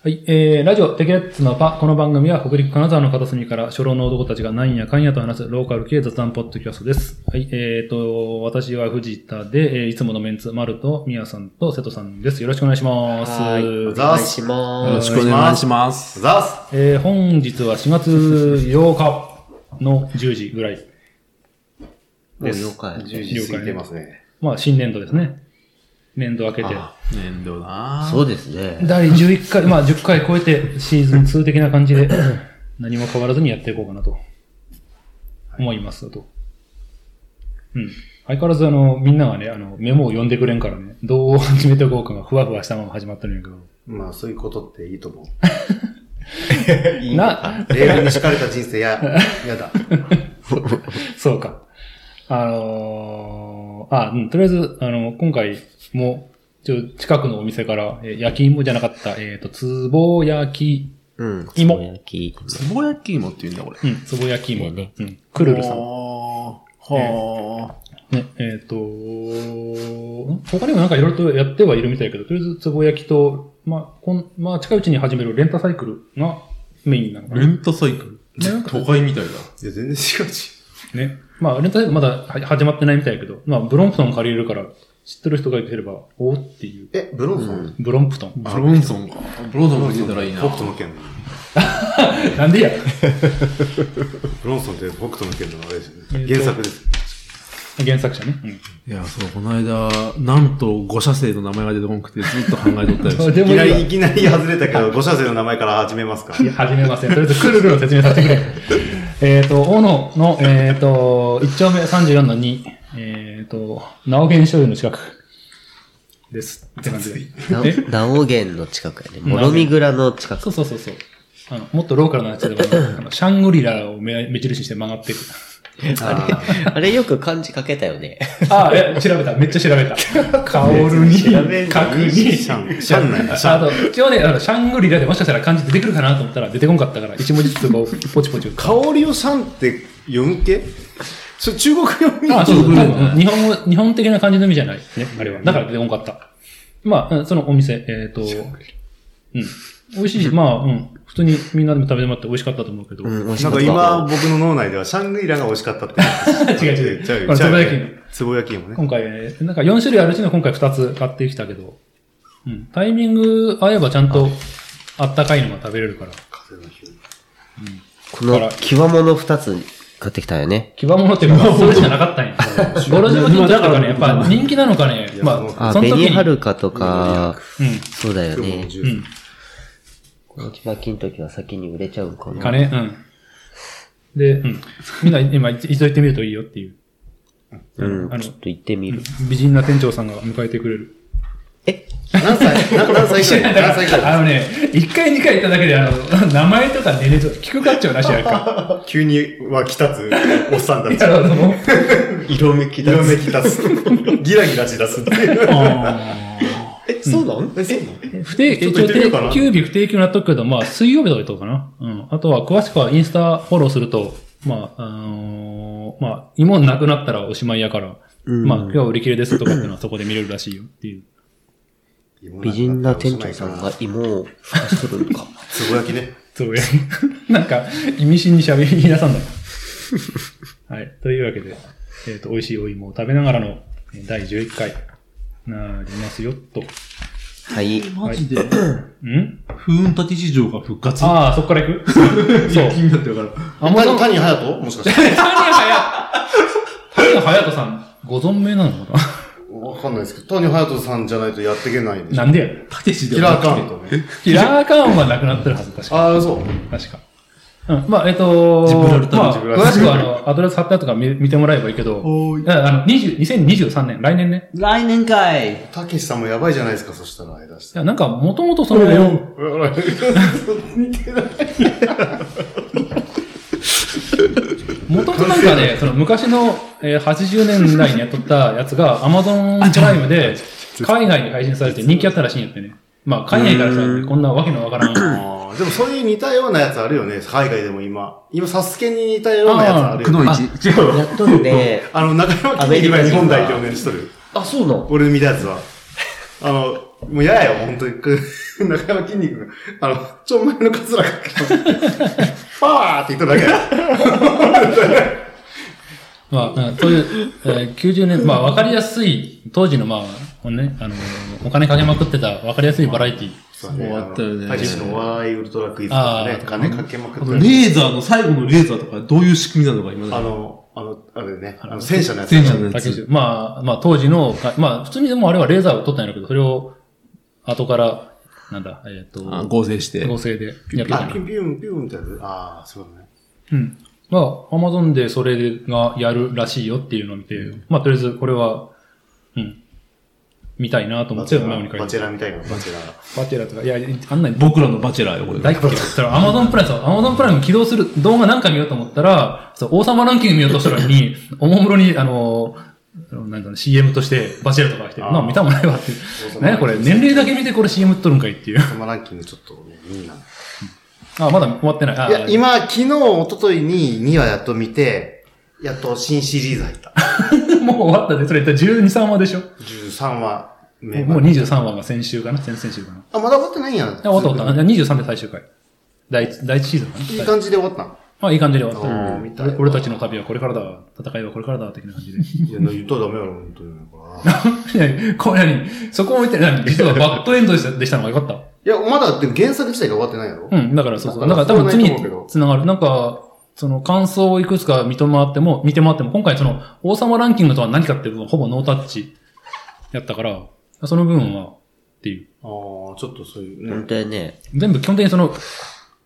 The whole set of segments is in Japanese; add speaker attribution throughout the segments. Speaker 1: はい、えー、ラジオ、テキレッツのパ。この番組は北陸金沢の片隅から初老の男たちがなんやかんやと話すローカル系雑談ポッドキャストです。はい、えーと、私は藤田で、えーいつものメンツ、丸と宮さんと瀬戸さんです。よろしくお願いします。
Speaker 2: はい。お願いし
Speaker 3: よ
Speaker 2: ま
Speaker 3: ろ
Speaker 2: す。
Speaker 3: しくお願いします。
Speaker 2: ザス
Speaker 1: えー本日は4月8日の10時ぐらい。
Speaker 2: もう8日や。
Speaker 1: 時過ぎてます
Speaker 4: ね。
Speaker 1: まあ、新年度ですね。年度明けて。
Speaker 3: あ年度な
Speaker 2: そうですね。
Speaker 1: 第11回、まあ10回超えてシーズン2的な感じで何も変わらずにやっていこうかなと思いますと。うん。相変わらずあの、みんながね、あの、メモを読んでくれんからね、どう始めておこうかがふわふわしたまま始まってるんやけど。
Speaker 4: まあ、そういうことっていいと思う。
Speaker 1: な、
Speaker 4: レールに敷かれた人生 や、やだ。
Speaker 1: そうか。あのーあ、うん、とりあえず、あの、今回も、ちょ、近くのお店から、えー焼き芋じゃなかった、えっ、と、つぼ焼き、
Speaker 2: うん。
Speaker 1: 芋
Speaker 2: つぼ焼き。
Speaker 3: つぼ焼き芋って言うんだ、これ。
Speaker 1: うん、つぼ焼き芋、
Speaker 2: いいね
Speaker 1: うん、くるるさん。
Speaker 3: はあ。はあ。
Speaker 1: ね、えっ、とん他にもなんかいろいろとやってはいるみたいやけど、とりあえず、つぼ焼きと、まあ、こん、まあ、近いうちに始めるレンタサイクルがメインなのか
Speaker 3: レ
Speaker 1: な。
Speaker 3: ンタサイク
Speaker 1: なん
Speaker 3: ル
Speaker 1: か
Speaker 3: 都会みたいだ。
Speaker 4: いや、全然違うし。
Speaker 1: ね。まあ、レンタサイクルまだは始まってないみたいやけど、まあ、ブロンプトン借りれるから、知ってる人がいれば、おーっていう。
Speaker 4: え、ブロンソン
Speaker 1: ブロンプトン。
Speaker 3: ブロンソンか。ブロンソンも来てたらいいな。
Speaker 4: 北斗の剣。
Speaker 1: なんでや
Speaker 4: ブロンソンって北斗の剣のあれです
Speaker 1: えー
Speaker 4: よね。
Speaker 1: と
Speaker 4: 原作です。
Speaker 1: 原作者ね。うん
Speaker 3: いや、そう、この間、なんと5車線の名前が出てこなくて、ずっと考えとったり
Speaker 1: どう
Speaker 3: し
Speaker 1: で
Speaker 4: い
Speaker 1: もいい
Speaker 4: き
Speaker 1: わ
Speaker 4: なり、いきなり外れたけど、五社生の名前から始めますか。
Speaker 1: いや始めません。とりあえず、くるるを説明させてくれ。えっと、大野の、えっ、と、1丁目34の2、えっ、と、直源醤油の近くです。って感じで。
Speaker 2: な
Speaker 1: え
Speaker 2: ダオゲンの近くやね。もろみ蔵の近く。
Speaker 1: そうそうそうそう。あの、もっとローカルなやつでも、あのシャングリラを目目印にして曲がっていく。
Speaker 4: あ
Speaker 2: あれよく漢字書けたよね。
Speaker 1: ああ、いや、調べた。めっちゃ調べた。カオルに、
Speaker 4: 調べる
Speaker 1: 角に。
Speaker 4: シャンシャンなんやシャ
Speaker 1: あと、一応ね、あの、シャングリラでもしかしたら漢字出てくるかなと思ったら出てこんかったから、一文字ずつこう、ポチポチ打って。
Speaker 4: 香りをシャンって読む系それ中国読み
Speaker 1: あ、そうそう、
Speaker 3: ち
Speaker 1: 多
Speaker 3: ょっと
Speaker 1: 分、日本語、日本的な感じの意味じゃないね、あれは。だから出てこんかった。まあうん、そのお店、えっ、と、うん。美味しいし、まあ、うん。普通にみんなでも食べてもらって美味しかったと思うけど。
Speaker 2: うん、美味し
Speaker 4: な
Speaker 2: か
Speaker 4: ん
Speaker 2: っ
Speaker 4: か
Speaker 2: た。
Speaker 4: 今僕の脳内ではシャングリラが美味しかったって言って。
Speaker 1: 違う違う
Speaker 4: 言っちゃ
Speaker 1: こ
Speaker 4: 言
Speaker 1: れ
Speaker 4: っちゃ
Speaker 1: つぼ
Speaker 4: う
Speaker 1: 焼き
Speaker 4: よね。つぼ焼き芋ね。
Speaker 1: 今回、えーなんか4種類あるうちの今回2つ買ってきたけど、うん。タイミング合えばちゃんとあったかいのが食べれるから。
Speaker 2: この、極物二つ買ってきたよね。
Speaker 1: 極物っていうか、それしかなかったんや。ゴロジョブヒントだからね、やっぱ人気なのかね。まあ、
Speaker 2: あ、
Speaker 1: その
Speaker 2: 紅
Speaker 1: 時に。
Speaker 2: はるかとか、
Speaker 1: うん。
Speaker 2: そうだよね。
Speaker 1: う
Speaker 4: 10
Speaker 1: ん。
Speaker 2: この木が金時は先に売れちゃうんかな。
Speaker 1: 金、うん。で、うん。みんな今一度行ってみるといいよっていう。
Speaker 2: うん
Speaker 1: あ、の
Speaker 2: ちょっと行ってみる。
Speaker 1: 美人な店長さんが迎えてくれる。
Speaker 2: え
Speaker 4: 何歳な何歳ぐらい何歳ぐらい
Speaker 1: あのね、一回二回行っただけで、あの、名前とか年齢とか聞くかっちゃうなしやん か。
Speaker 4: 急には来たつ、おっさんたち
Speaker 1: な。るほど。
Speaker 2: 色めき
Speaker 4: 色めき出す。ギラギラし出すっていう。え、そうなんえ、そうなん
Speaker 1: 不定
Speaker 4: ち
Speaker 1: 期、
Speaker 4: ょっ
Speaker 1: 一
Speaker 4: と
Speaker 1: 応
Speaker 4: 行ってみようかな
Speaker 1: 定休日不定休になっとくけど、まあ、水曜日とか言っとくかな。うん。あとは、詳しくはインスタフォローすると、まあ、あのーまあ、芋なくなったらおしまいやから、まあ、今日は売り切れですとかっていうのはそこで見れるらしいよっていう。
Speaker 2: 美人な店長さんが芋を探しとるのか。
Speaker 4: つぼ焼きね。
Speaker 1: そうや。 なんか、意味深に喋りなさんだ。 はい。というわけで、えっ、と、美味しいお芋を食べながらのえー第11回なりますよ、と。
Speaker 2: はい。
Speaker 3: マジで、
Speaker 1: ん
Speaker 3: 風雲立ち市場が復活。
Speaker 1: ああ、そっから 行くそう。
Speaker 3: 気になってるから。
Speaker 1: あ、もう、
Speaker 4: 谷谷隼人もしかして。
Speaker 1: 谷隼谷隼人さん、ご存命なの か
Speaker 4: わかんないですけど、谷隼人さんじゃないとやっていけないんでし
Speaker 1: な
Speaker 4: ょ。
Speaker 1: なんでや
Speaker 3: たけしで
Speaker 4: キ
Speaker 3: は
Speaker 4: ラー
Speaker 3: なくて
Speaker 4: カウントね。
Speaker 1: キラーカーンはなくなってるはず、確か。
Speaker 4: ああ、そう。
Speaker 1: 確か。うん、まあ、えっ、と
Speaker 3: ジブラルタル
Speaker 1: まあ、
Speaker 4: ジブラルタル
Speaker 1: 詳しくは、あの、アドレス貼ってあるとか見見てもらえばいいけど、
Speaker 3: おー
Speaker 1: ああの、20 2023年、来年ね。
Speaker 2: 来年かい。
Speaker 4: たけしさんもやばいじゃないですか、そしたら、あれ出し
Speaker 1: い
Speaker 4: て。
Speaker 1: や、なんか、もともとその、もともとなんかね、その昔の、えー80年代にやっとったやつが Amazon プライムで海外に配信されて人気あったらしいんやってね。まあ、海外からしたらねこんなわけのわからん。あ
Speaker 4: あーでもそういう似たようなやつあるよね、海外でも今。今、サスケに似たようなやつあるよ
Speaker 3: く
Speaker 4: ね。
Speaker 3: のいち。
Speaker 4: 違うわ
Speaker 2: やっとるね。
Speaker 4: あの、中山きんに今日本代表ねしとる。
Speaker 2: あ、そうなの
Speaker 4: 俺見たやつは。あの、もう嫌やよ、本当に。 中山筋肉が、あの、ちょんまいのカツラかけてパワーって言っただけや。
Speaker 1: まあ、そういう、えー90年、まあ、わかりやすい、当時の、まあ、ね、あの、お金かけまくってた、わかりやすいバラエティ。
Speaker 4: そう
Speaker 3: ね終わったよね
Speaker 4: タイのワーイウルトラクイズとか
Speaker 1: あ
Speaker 4: ね
Speaker 1: ー、
Speaker 4: 金かけまく
Speaker 3: あ
Speaker 4: って
Speaker 3: と、
Speaker 4: る
Speaker 3: レーザーの、最後のレーザーとか、どういう仕組みなのか、今
Speaker 4: あ
Speaker 3: だ
Speaker 4: の、あの、あれね、あの戦車のやつ。
Speaker 3: 戦車のや
Speaker 1: 竹
Speaker 3: つ。
Speaker 1: 内まあ、まあ、当時の、あまあ、普通にでもあれはレーザーを撮ったんやろうけど、それを、後から、なんだ、えっ、
Speaker 3: あ
Speaker 1: と、
Speaker 3: 合成して。
Speaker 1: 合成でやるじゃ
Speaker 4: あ
Speaker 1: な、い
Speaker 4: ピュンピュンピュンってやつ。ああ、そうだね。
Speaker 1: うん。まあ、アマゾンでそれがやるらしいよっていうのを見て、まあ、とりあえずこれは、うん、見たいなと思
Speaker 4: バ
Speaker 1: っ
Speaker 4: チ
Speaker 1: て、
Speaker 4: ェラ
Speaker 1: 前に書い
Speaker 4: ー、バ
Speaker 1: て
Speaker 4: チェラーみたいな、バチェラー。
Speaker 1: バチェラとか、いや、あんなに
Speaker 3: 僕らのバチェラーよ、これ。
Speaker 1: 大好きよ。それアマゾンプライム、アマゾンプライム起動する動画なんか見ようと思ったら、そう王様ランキング見ようとしたの に、おもむろに、あの、あのなんだろう CM としてバチェラとか来て、
Speaker 4: あー
Speaker 1: まあ見たもんないわって。ねこれ、年齢だけ見てこれ CM 撮るんかいっていう。
Speaker 4: そのランキングちょっとね、みんな。
Speaker 1: あ、まだ終わってない。あ
Speaker 4: いや、、今、昨日、一昨日に2話やっと見て、やっと新シリーズ入った。
Speaker 1: もう終わったで、それ言ったら12、3話でしょ。
Speaker 4: 13話目。
Speaker 1: もう23話が先週かな先々週かな。
Speaker 4: あ、まだ終わってないんや。
Speaker 1: あ終わった終わった。23で最終回。第一、第一シーズンかな。
Speaker 4: いい感じで終わったの。
Speaker 1: まあいい感じで終わった。
Speaker 4: うん
Speaker 1: 俺俺たちの旅はこれからだ。戦いはこれからだ。的な感じで。
Speaker 4: いや、言ったらダメやろ、本当に。い
Speaker 1: いやこれ何そこを見て、 何実はバッドエンドでしたでしたのがよかった。
Speaker 4: や、まだ、でも原作自体が終わってないやろ。
Speaker 1: うん、だからそうそう。だ
Speaker 4: だ
Speaker 1: か
Speaker 4: から
Speaker 1: 多
Speaker 4: ら
Speaker 1: 分次
Speaker 4: そ
Speaker 1: に
Speaker 4: うだと思うけど
Speaker 1: 繋がる。なんか、その感想をいくつか見て回っても、見て回っても、今回その王様ランキングとは何かっていうのはほぼノータッチやったから、その部分は、っていう。
Speaker 4: ああ、ちょっとそういう
Speaker 2: 本
Speaker 4: ね。
Speaker 2: 当やね。
Speaker 1: 全部基本的にその、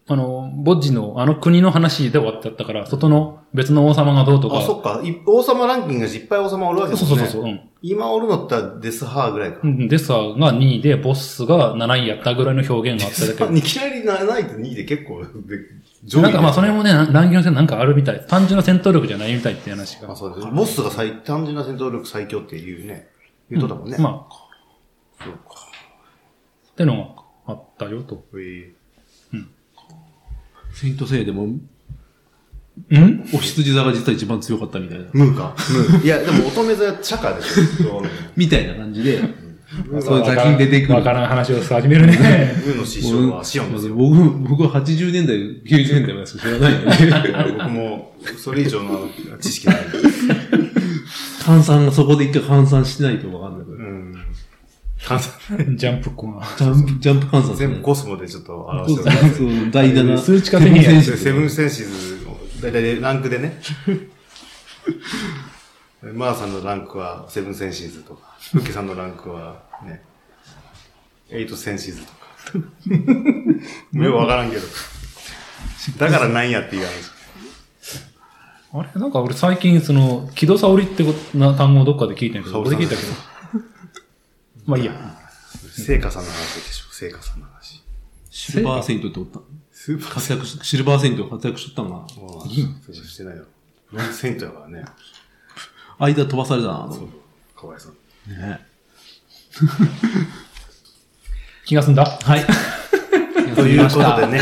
Speaker 1: あの、ボッジのあの国の話で終わっちゃったから、外の別の王様がどうとか。
Speaker 4: あ、そっか。い王様ランキングがいっぱい王様おるわけ
Speaker 1: そう
Speaker 4: ですね。
Speaker 1: そうそうそう。うん
Speaker 4: 今おるのってデスハーぐらいか
Speaker 1: う。ん。デスサーが2位で、ボッスが7位やったぐらいの表現があっただけで
Speaker 4: いきなり7位と2位で結構、で上位
Speaker 1: なんかまあそれもね、ランキングの線なんかあるみたい。単純な戦闘力じゃないみたいって話が。
Speaker 4: あそうです。ボスが最、単純な戦闘力最強っていうね、言うとったもんね。あ。
Speaker 1: まあ、
Speaker 4: そうか。
Speaker 1: ってのがあったよと。
Speaker 4: えー
Speaker 3: セイントセイヤでも、
Speaker 1: ん
Speaker 3: お羊座が実は一番強かったみたいな。
Speaker 4: ムーか。ムー。いや、でも乙女座シャカでしょ。ム
Speaker 3: みたいな感じで、そういう先に出てく
Speaker 1: わ
Speaker 3: る
Speaker 1: か。らん話を始める ね。
Speaker 4: ーの師匠はシオンですよ。
Speaker 3: 僕、僕は80年代、90年代までしか知らないん で、
Speaker 4: いや僕も、それ以上の知識ない。
Speaker 3: 換算がそこで一回換算してないとわかんないから。
Speaker 4: うん。
Speaker 1: ジャンプコン。
Speaker 3: ジャンプ、ジャンプ換算、
Speaker 4: 全部コスモでちょっと表
Speaker 3: そ
Speaker 4: し
Speaker 3: う
Speaker 4: て
Speaker 3: そ
Speaker 4: ま
Speaker 3: うそう、第7。
Speaker 1: 数値化的にや
Speaker 3: セブンセ
Speaker 4: す。
Speaker 3: ンス
Speaker 4: セブンセンシズ、だいたいランクでね。マーさんのランクはセブンセンシズとか、ウッケさんのランクはね、エイトセンシズとか。よくわからんけど。だからなんやっていう話。
Speaker 1: あれなんか俺最近その、木戸沙織ってことな単語をどっかで聞いたんやけど、こ
Speaker 4: 沙
Speaker 1: れ
Speaker 4: 織
Speaker 1: 聞いた
Speaker 4: さん
Speaker 1: けど。まあいいや。
Speaker 4: 聖火さんの話でしょ、聖火さんの話。
Speaker 3: シルバーセイントっておった。
Speaker 4: スーパー
Speaker 3: 活躍し、シルバーセイントが活躍しとったんが、
Speaker 4: もう、そうしてないよ。フロントセントやからね。
Speaker 3: 間飛ばされたな、あの
Speaker 4: そうかわいそう。
Speaker 3: ね。
Speaker 1: 気が済んだはい。
Speaker 4: ということでね。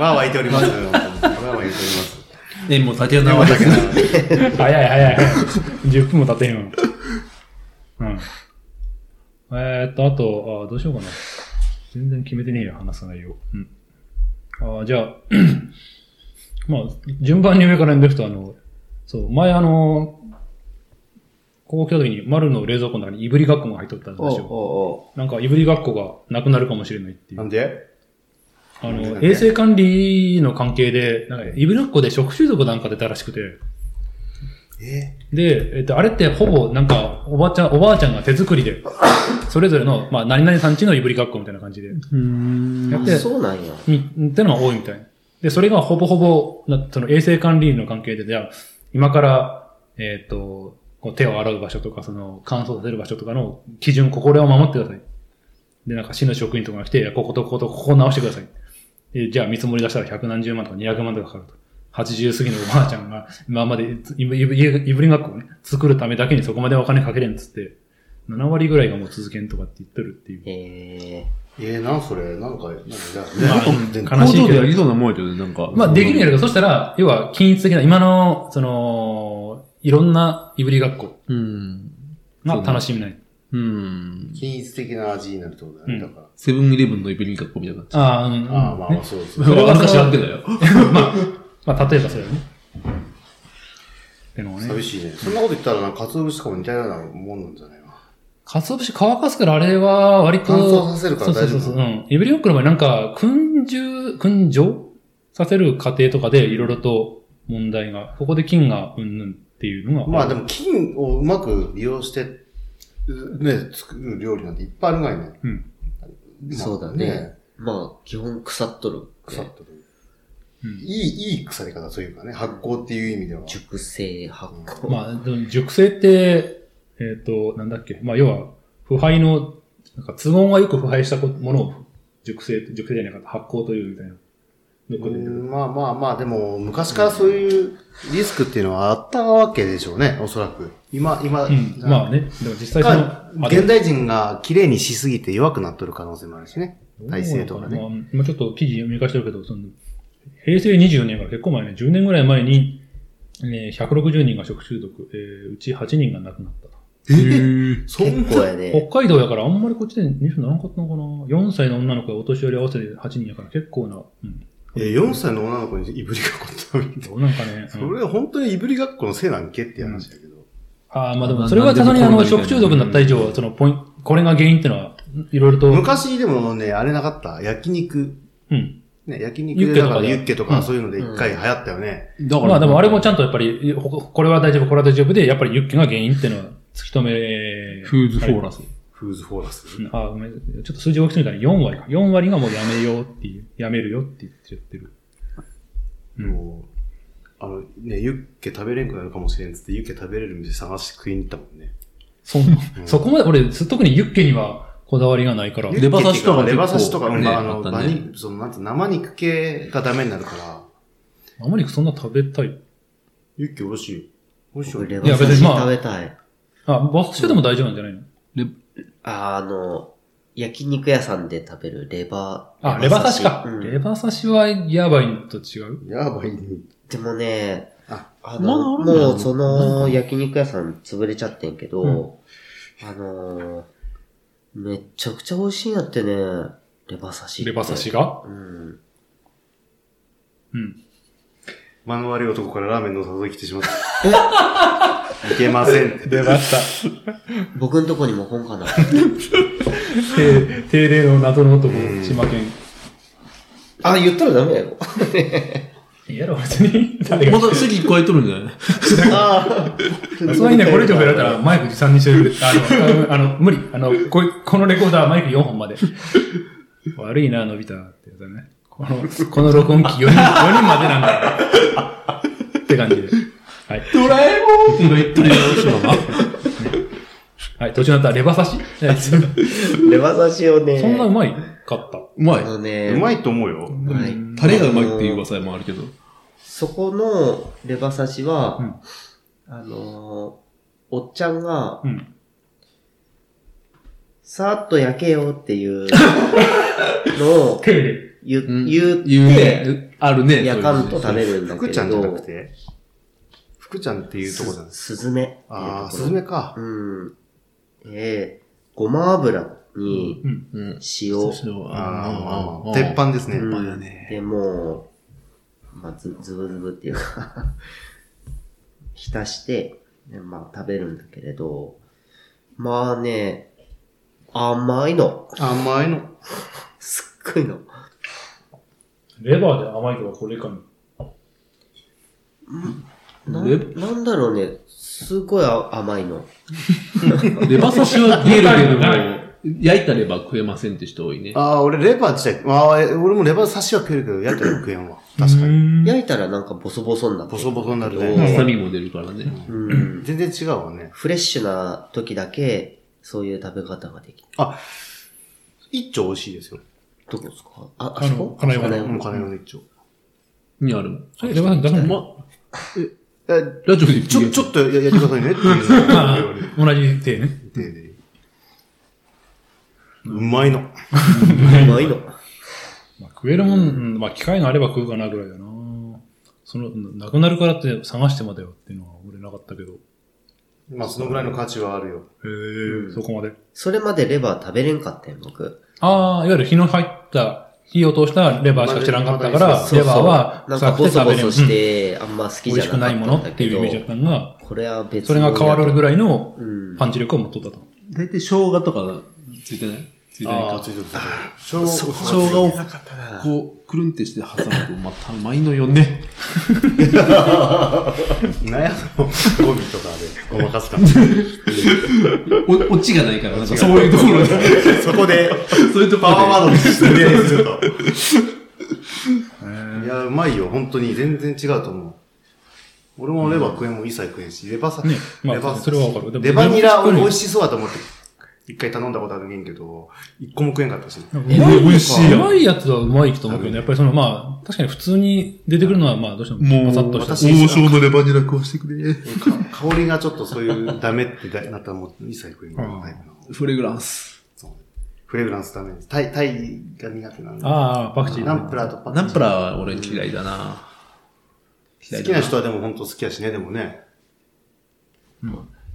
Speaker 4: まあ湧いております。本当にまあ湧いております。
Speaker 3: 縁も竹縄だけど。
Speaker 1: 早い早い早い。10分も経ってへんわ。うん。えーっと、あと、あどうしようかな。全然決めてねえよ、話す内容。うん。あーじゃあ、 まあ、順番に上から読んでいくと、あの、そう、前あの、高校来た時に丸の冷蔵庫の中にいぶりがっこが入っとったんですよ。なんか、いぶりがっこがなくなるかもしれないっていう
Speaker 4: な。んで
Speaker 1: あ
Speaker 4: なんでな
Speaker 1: の、
Speaker 4: んで
Speaker 1: 衛生管理の関係で、なんか、いぶりがっこで食中毒なんか出たらしくて。
Speaker 4: え
Speaker 1: で、えっと、あれってほぼなんか、おばあちゃん、おばあちゃんが手作りで、それぞれの、まあ、何々さんちのいぶりがっこみたいな感じで、
Speaker 3: うん。
Speaker 1: や
Speaker 2: あ
Speaker 1: って、
Speaker 2: そうなんや。
Speaker 1: み、ってのが多いみたい。で、それがほぼほぼ、なその衛生管理の関係で、じゃあ、今から、えっ、と、こう手を洗う場所とか、その、乾燥させる場所とかの基準、ここれを守ってください。で、なんか市の職員とかが来て、いやこことこことここを直してください。で、じゃあ見積もり出したら百何十万とか二百万とかかかると。80過ぎのおばあちゃんが、今までいぶいぶいぶり学校をね、作るためだけにそこまでお金かけれんっつって、7割ぐらいがもう続けんとかって言ってるっていう。
Speaker 2: え
Speaker 4: えー、なんそれなんか、なんか、
Speaker 1: まあ
Speaker 4: なんか、
Speaker 1: 悲しいけど
Speaker 3: 工場でやりそうなもんやけどね、なんか。
Speaker 1: まあ、できるんや
Speaker 3: ろ。
Speaker 1: けど、そしたら、要は、均一的な、今の、その、いろんな、いぶり学校
Speaker 3: うん。
Speaker 1: が楽しみない。
Speaker 3: うん。
Speaker 4: 均一的な味になるってことだね。だから。
Speaker 3: セブンイレブンのイベリンカコみたいな感じ。
Speaker 1: ああ、うん。
Speaker 4: ああ、まあま
Speaker 1: ね
Speaker 4: あ、そうです
Speaker 3: そ
Speaker 4: ね。
Speaker 3: れは私やってんだよ。
Speaker 1: まあ、例えばそれはね。ってのはね。
Speaker 4: 寂しいね。そんなこと言ったらなんか、鰹節とかも似たようなもんなんじゃないわ。
Speaker 1: 鰹節乾かすから、あれは割と。
Speaker 4: 乾燥させるから
Speaker 1: そうそ
Speaker 4: 大丈
Speaker 1: う
Speaker 4: 夫
Speaker 1: そうそう。うん。エブリオックの場合なんか、燻重、燻蒸させる過程とかでいろいろと問題が、ここで菌がうんぬんっていうのが。
Speaker 4: まあでも、菌をうまく利用して、ね、作る料理なんていっぱいあるがいね。
Speaker 1: うん。
Speaker 4: まあ
Speaker 2: そうだね。。まあ、基本腐っとる。
Speaker 4: 腐ったという。
Speaker 1: うん
Speaker 4: いい、いい腐り方というかね、発酵っていう意味では。
Speaker 2: 熟成発酵。
Speaker 1: まあ、でも熟成って、えっ、と、なんだっけ。まあ、要は、腐敗の、なんか、都合がよく腐敗したこものを熟成、熟成じゃなかった、発酵というみたいな。よ
Speaker 4: う
Speaker 1: く出てくる
Speaker 4: んまあまあまあ、でも、昔からそういうリスクっていうのはあったわけでしょうね、おそらく。今、今、
Speaker 1: うん。まあね。でも実際そ
Speaker 4: か
Speaker 1: の、
Speaker 4: 現代人が綺麗にしすぎて弱くなっとる可能性もあるしね。体制とか
Speaker 1: まあ
Speaker 4: ね。、
Speaker 1: 今ちょっと記事見返してるけど、その、平成24年から結構前ね、10年ぐらい前に、ね、160人が食中毒、えーうち8人が亡くなったと。
Speaker 3: へー
Speaker 4: そん
Speaker 2: 結構やね。
Speaker 1: 北海道やからあんまりこっちでニュースならんかったのかな ?4 歳の女の子がお年寄り合わせて8人やから結構な、うん。
Speaker 4: え、4歳の女の子にいぶりがっこってみたい
Speaker 1: どうなんかね。
Speaker 4: そ
Speaker 1: うん
Speaker 4: れ本当にいぶりがっこのせいなんけっていう話だけど。
Speaker 1: ああ、まあでもそれはさすがにあの、食中毒になった以上は、そのポインこれが原因ってのは、いろいろと、
Speaker 4: 昔でもね、あれなかった。焼肉。
Speaker 1: うん。
Speaker 4: ね、焼
Speaker 1: ユ
Speaker 4: 肉
Speaker 1: ッケ
Speaker 4: で
Speaker 1: と
Speaker 4: だ
Speaker 1: か
Speaker 4: から
Speaker 1: で
Speaker 4: ユッケと
Speaker 1: うん
Speaker 4: かそういうので一回流行ったよね。
Speaker 3: だから、
Speaker 1: まあでもあれもちゃんとやっぱり、ほこれは大丈夫、これは大丈夫で、やっぱりユッケが原因ってのは突き止め、
Speaker 3: フーズフォーラス。
Speaker 4: フーズフォーラス。
Speaker 1: うんあ、ごめん。ちょっと数字大きすぎたね。4割か。4割がもうやめようっていう。やめるよって言っちゃってる。うん
Speaker 4: もう、あの、ね、ユッケ食べれんくなるかもしれんっつって、ユッケ食べれる店探して食いに行ったもんね。
Speaker 1: そう
Speaker 4: うん
Speaker 1: そこまで、俺、す特にユッケにはこだわりがないから。
Speaker 3: レバ刺しとか
Speaker 4: レバ刺しとか、
Speaker 3: 結構
Speaker 4: まあ、あ
Speaker 3: ねあ
Speaker 4: の、
Speaker 3: ったね
Speaker 4: 馬肉、その、なんて、生肉系がダメになるから、
Speaker 1: あまりそんな食べたい。
Speaker 4: ユッケ美味しいよ。美味しいよ
Speaker 2: 僕レ
Speaker 4: ね。
Speaker 2: バ刺
Speaker 1: いや別
Speaker 2: し
Speaker 1: にまあ
Speaker 2: 食べたい。
Speaker 1: あ、バスシュでも大丈夫なんじゃないの
Speaker 3: レ
Speaker 2: あの、焼肉屋さんで食べるレバ
Speaker 1: あ、レバ刺しか
Speaker 2: う。ん
Speaker 1: レバ刺しはやばいのと違う。
Speaker 4: やばいね。
Speaker 2: でもね、
Speaker 4: あ、
Speaker 2: あ
Speaker 3: ま
Speaker 2: の、
Speaker 3: だあるんだ
Speaker 2: もうその焼肉屋さん潰れちゃってんけど、あのー、めっちゃくちゃ美味しいんやってね、レバ刺し。
Speaker 1: レバ刺し。が。
Speaker 2: うん。
Speaker 1: うん。
Speaker 4: 間の悪い男からラーメンの誘い来てしまった。 いけませんって。
Speaker 1: 出ました。
Speaker 2: 僕んとこにも本かな。
Speaker 1: 定定例の謎の男、千葉県。
Speaker 2: あ、言ったらダメやよ。
Speaker 1: いやろ、別に。誰が
Speaker 3: まだ席超えとるんじゃない
Speaker 2: あ
Speaker 1: さすがにね、これ以上やられたらマイク持参にしてる。あの、あの、無理。あの、こいこのレコーダーマイク4本まで。悪いな、伸びたってやつだね。この、この録音機4人、4人までなんだよ。って感じで。はい。
Speaker 3: ドラえもんって言ってるよ、
Speaker 1: はい、途中になったらレバ刺 し。
Speaker 2: レバ刺しをね。
Speaker 1: そんなうまいかった。
Speaker 3: うま
Speaker 2: あ
Speaker 3: い。
Speaker 2: のね、
Speaker 4: うまいと思うよ。
Speaker 2: うまい。
Speaker 3: タレがうまいっていう噂もあるけど。
Speaker 2: そこのレバ刺しは、
Speaker 1: うん
Speaker 2: あのーおっちゃんが
Speaker 1: う、ん。
Speaker 2: さーっと焼けよっていうの を
Speaker 1: 手で。
Speaker 2: 言,、
Speaker 3: うん
Speaker 2: 言っ
Speaker 3: 言う
Speaker 2: て、
Speaker 3: ね。あるね。
Speaker 2: 焼かんと
Speaker 3: そう
Speaker 2: 食
Speaker 3: いう
Speaker 2: べるんだけ
Speaker 4: 福
Speaker 2: れ
Speaker 4: ちゃんじゃな
Speaker 2: ど
Speaker 4: く、て福ちゃんっていうとこじゃないで
Speaker 2: す
Speaker 4: す
Speaker 2: ずめっていうところ。
Speaker 4: ああ、スズメか。
Speaker 2: うん。ええごま油に
Speaker 1: うん。
Speaker 3: うん。
Speaker 2: 塩、
Speaker 3: そう
Speaker 4: あ
Speaker 3: あ
Speaker 4: あ、
Speaker 3: ー
Speaker 4: 鉄。板ですね。
Speaker 2: うん
Speaker 4: や
Speaker 2: で、もう、まあ、ず、ずぶずぶっていうか、 浸して、でまあ、食べるんだけれど、まあね、甘いの。
Speaker 4: 甘いの。
Speaker 2: すっごいの。
Speaker 1: レバーで甘いとかこれかも。
Speaker 2: な
Speaker 3: レ
Speaker 2: なんだろうね、すごいあ甘いの。
Speaker 3: レバ刺しはゲルゲルも、焼いたレバ食えませんって人多いね。
Speaker 4: ああ、俺レバー自体、ああ、え俺もレバー刺しは食えるけど、やったら食えんわ。確かに。
Speaker 1: に
Speaker 2: 焼いたらなんかボソボソになって
Speaker 4: ボ
Speaker 2: る
Speaker 4: ソボソになる
Speaker 2: うん
Speaker 4: ね。
Speaker 3: 臭みも出るからね。
Speaker 2: うん。
Speaker 4: 全然違うわね。
Speaker 2: フレッシュな時だけ、そういう食べ方ができる。
Speaker 4: 一丁美味しいですよ。
Speaker 2: どこですかあ、
Speaker 1: あ
Speaker 2: あそこ
Speaker 1: 金山の
Speaker 4: もう金の一丁。
Speaker 3: にあるもん。
Speaker 1: それレバ刺し出さない
Speaker 3: ま、
Speaker 4: え
Speaker 3: ラジオで
Speaker 4: ちょ、ちょ
Speaker 3: っ
Speaker 4: っとややってくださ いねっていう
Speaker 1: あ
Speaker 4: のを俺
Speaker 1: 同じ手ね。
Speaker 4: 手でうまいの。
Speaker 2: 甘いの。
Speaker 1: まあ、食えるもん、うんまあ、機会があれば食うかなぐらいだな。その、ななくなるからって探してまだよっていうのは俺なかったけど。
Speaker 4: まあ、そのぐらいの価値はあるよ。
Speaker 1: え、そこまで。
Speaker 2: それまでレバー食べれんかったん、僕。
Speaker 1: ああ、いわゆる火の入った、火を通したレバーしか知らんかったから、
Speaker 4: まあ
Speaker 2: そう
Speaker 1: レバーは
Speaker 2: なん
Speaker 1: 臭
Speaker 2: か
Speaker 1: く
Speaker 2: ボ
Speaker 1: て
Speaker 2: ソ
Speaker 1: 食
Speaker 2: ボ
Speaker 1: べれる、
Speaker 2: ソして、あんま好
Speaker 1: 美
Speaker 2: きじ
Speaker 1: 味
Speaker 2: ゃ
Speaker 1: しく
Speaker 2: なかっ
Speaker 1: な
Speaker 2: た
Speaker 1: いもの
Speaker 2: んだ
Speaker 1: って
Speaker 2: け
Speaker 1: いうイ
Speaker 2: ど
Speaker 1: メージだったのが、
Speaker 2: これは別
Speaker 1: それが変わるぐらいの
Speaker 2: うん
Speaker 1: パンチ力を持っとったと。
Speaker 3: 大体生姜とかついてないついてない
Speaker 4: ああ、
Speaker 3: か
Speaker 4: つ。いてるついてる。生
Speaker 3: 生姜をこう、くるんってして挟むと、またうまいのよね。
Speaker 4: なんやその語尾とかでごまかすから。
Speaker 3: お、オチがないから、なんかそういうところで。
Speaker 4: そこで、
Speaker 3: そういうとこ
Speaker 4: パ
Speaker 3: ろで。
Speaker 4: ワーワードにしてね、すると。いや、うまいよ。本当に全然違うと思う。俺もレバー食えんもん一切食えんし、レバ刺
Speaker 1: ねまあ
Speaker 4: レバ刺
Speaker 1: それはわかるでも
Speaker 4: レバニラ
Speaker 1: レバ刺し食える
Speaker 4: 美味しそうだと思って、一回頼んだことあるねんけど、一個も食えんかったし。
Speaker 1: なんか
Speaker 3: え
Speaker 1: うまい
Speaker 3: 美味しいやん
Speaker 1: うまいやつはうまいと思うけど、やっぱりそのまあ、確かに普通に出てくるのはまあどうしてもパサッとした。
Speaker 4: 私王将
Speaker 3: のレバニラ食わしてくれ。
Speaker 4: か香りがちょっとそういうダメってなったらもう一切食えんかったタイプの。
Speaker 3: フレグランス。
Speaker 4: そうフレグランスダメです。タイ、タイが苦手なんで。
Speaker 1: ああ、パクチー。
Speaker 4: ナンプラーとパクチー
Speaker 3: ナンプラーは俺嫌いだな。嫌
Speaker 4: 好
Speaker 3: い
Speaker 4: き
Speaker 3: だ
Speaker 4: な人はでも本当好きやしね、でもね。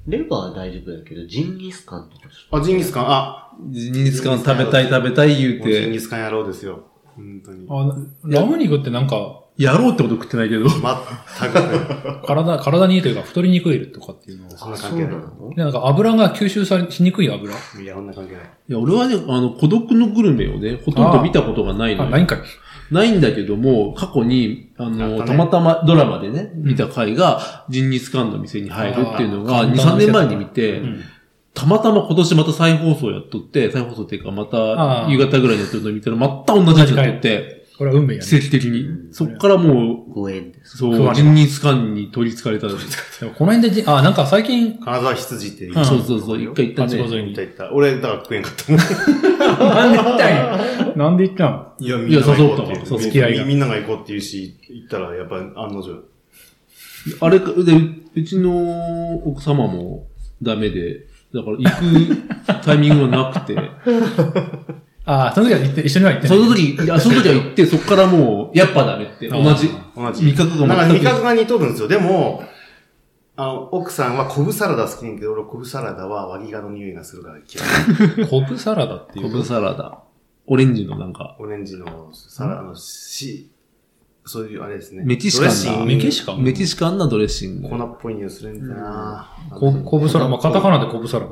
Speaker 2: レバーは大丈夫だけど、ジンギスカンとか
Speaker 4: あ、ジンギスカン、あ、
Speaker 3: ジンギスカン食べたい食べたい言う
Speaker 4: もうジンギ
Speaker 3: て、
Speaker 4: スカン野郎ですよ。本当に。
Speaker 1: あラム肉ってなんか、
Speaker 3: やろうってこと食ってないけど。
Speaker 4: 全 く。
Speaker 1: 体、体にいいというか太りにくいとかっていうのは。
Speaker 4: そんな関係な
Speaker 1: で、なんか油が吸収され、しにくい油。
Speaker 4: い。いや、そんな関係ない。
Speaker 3: いや、俺はね、あの、孤独のグルメをね、ほとんど見たことがないの
Speaker 1: あ、
Speaker 3: よ。
Speaker 1: ないんかい。
Speaker 3: ないんだけども、過去に、あ
Speaker 4: あ
Speaker 3: の、
Speaker 4: った
Speaker 3: た
Speaker 4: ね
Speaker 3: またまドラマでね、見た回が、ジンギスカンの店に入るっていうの
Speaker 1: あ
Speaker 3: が、
Speaker 1: ー
Speaker 3: 2、3年前に見て、
Speaker 1: うん。
Speaker 3: たまたま今年また再放送やっとって、再放送っていうか、ま
Speaker 1: あ
Speaker 3: た
Speaker 1: ー
Speaker 3: 夕方ぐらいにやってるの見たら、また同じやつやっとって、
Speaker 1: これは運命や
Speaker 3: 奇
Speaker 1: ね。
Speaker 3: 跡的
Speaker 2: う
Speaker 3: に。
Speaker 2: ん
Speaker 3: そっからもう、
Speaker 2: ご縁です。
Speaker 1: 食わ
Speaker 3: そう、
Speaker 1: れた
Speaker 3: ジンギスカンに取り憑かれた。
Speaker 1: でもこの辺でじ、あ、なんか最近、
Speaker 4: 金沢羊っていう。
Speaker 1: ん
Speaker 3: そうそうそう、一回行った
Speaker 1: 八五
Speaker 3: ね。
Speaker 1: 沿い
Speaker 4: 行っ
Speaker 1: に
Speaker 4: た。行った。俺、だから食えんかったもん。
Speaker 1: なんで行ったんやなんで行ったん
Speaker 4: いや、
Speaker 3: みんなが行こうっていう
Speaker 4: そう
Speaker 1: 付き合いが
Speaker 4: みんなが行こうって言うし、行ったら、やっぱ、案の定。
Speaker 3: あれか、で、うちの奥様もダメで、だから 行くタイミングがなくて、
Speaker 1: ああ、その時は行って、一緒には行ってな
Speaker 3: そ
Speaker 1: い
Speaker 3: の 時、いや、その時は行って、そこからもう、やっぱダメって、同じ。
Speaker 4: 同じ。
Speaker 3: 味覚が
Speaker 4: なんか
Speaker 3: 全
Speaker 4: 味
Speaker 3: く
Speaker 4: 覚が似とるんですよ。でも、あの、奥さんは昆布サラダ好きねんけど、俺昆布サラダはワギガの匂いがするから嫌い。
Speaker 1: コブサラダってい
Speaker 3: 昆
Speaker 1: う
Speaker 3: 布。サラダ。オレンジのなんか、
Speaker 4: オレンジのサラダのし、そういうあれですね。
Speaker 3: メキシカンだ
Speaker 1: メキシ
Speaker 4: カ
Speaker 1: カン
Speaker 3: メキシカンなドレッシング
Speaker 4: 粉。っぽい匂いするんだな
Speaker 1: ココブサラダ。まあ、カタカナでコブサラダ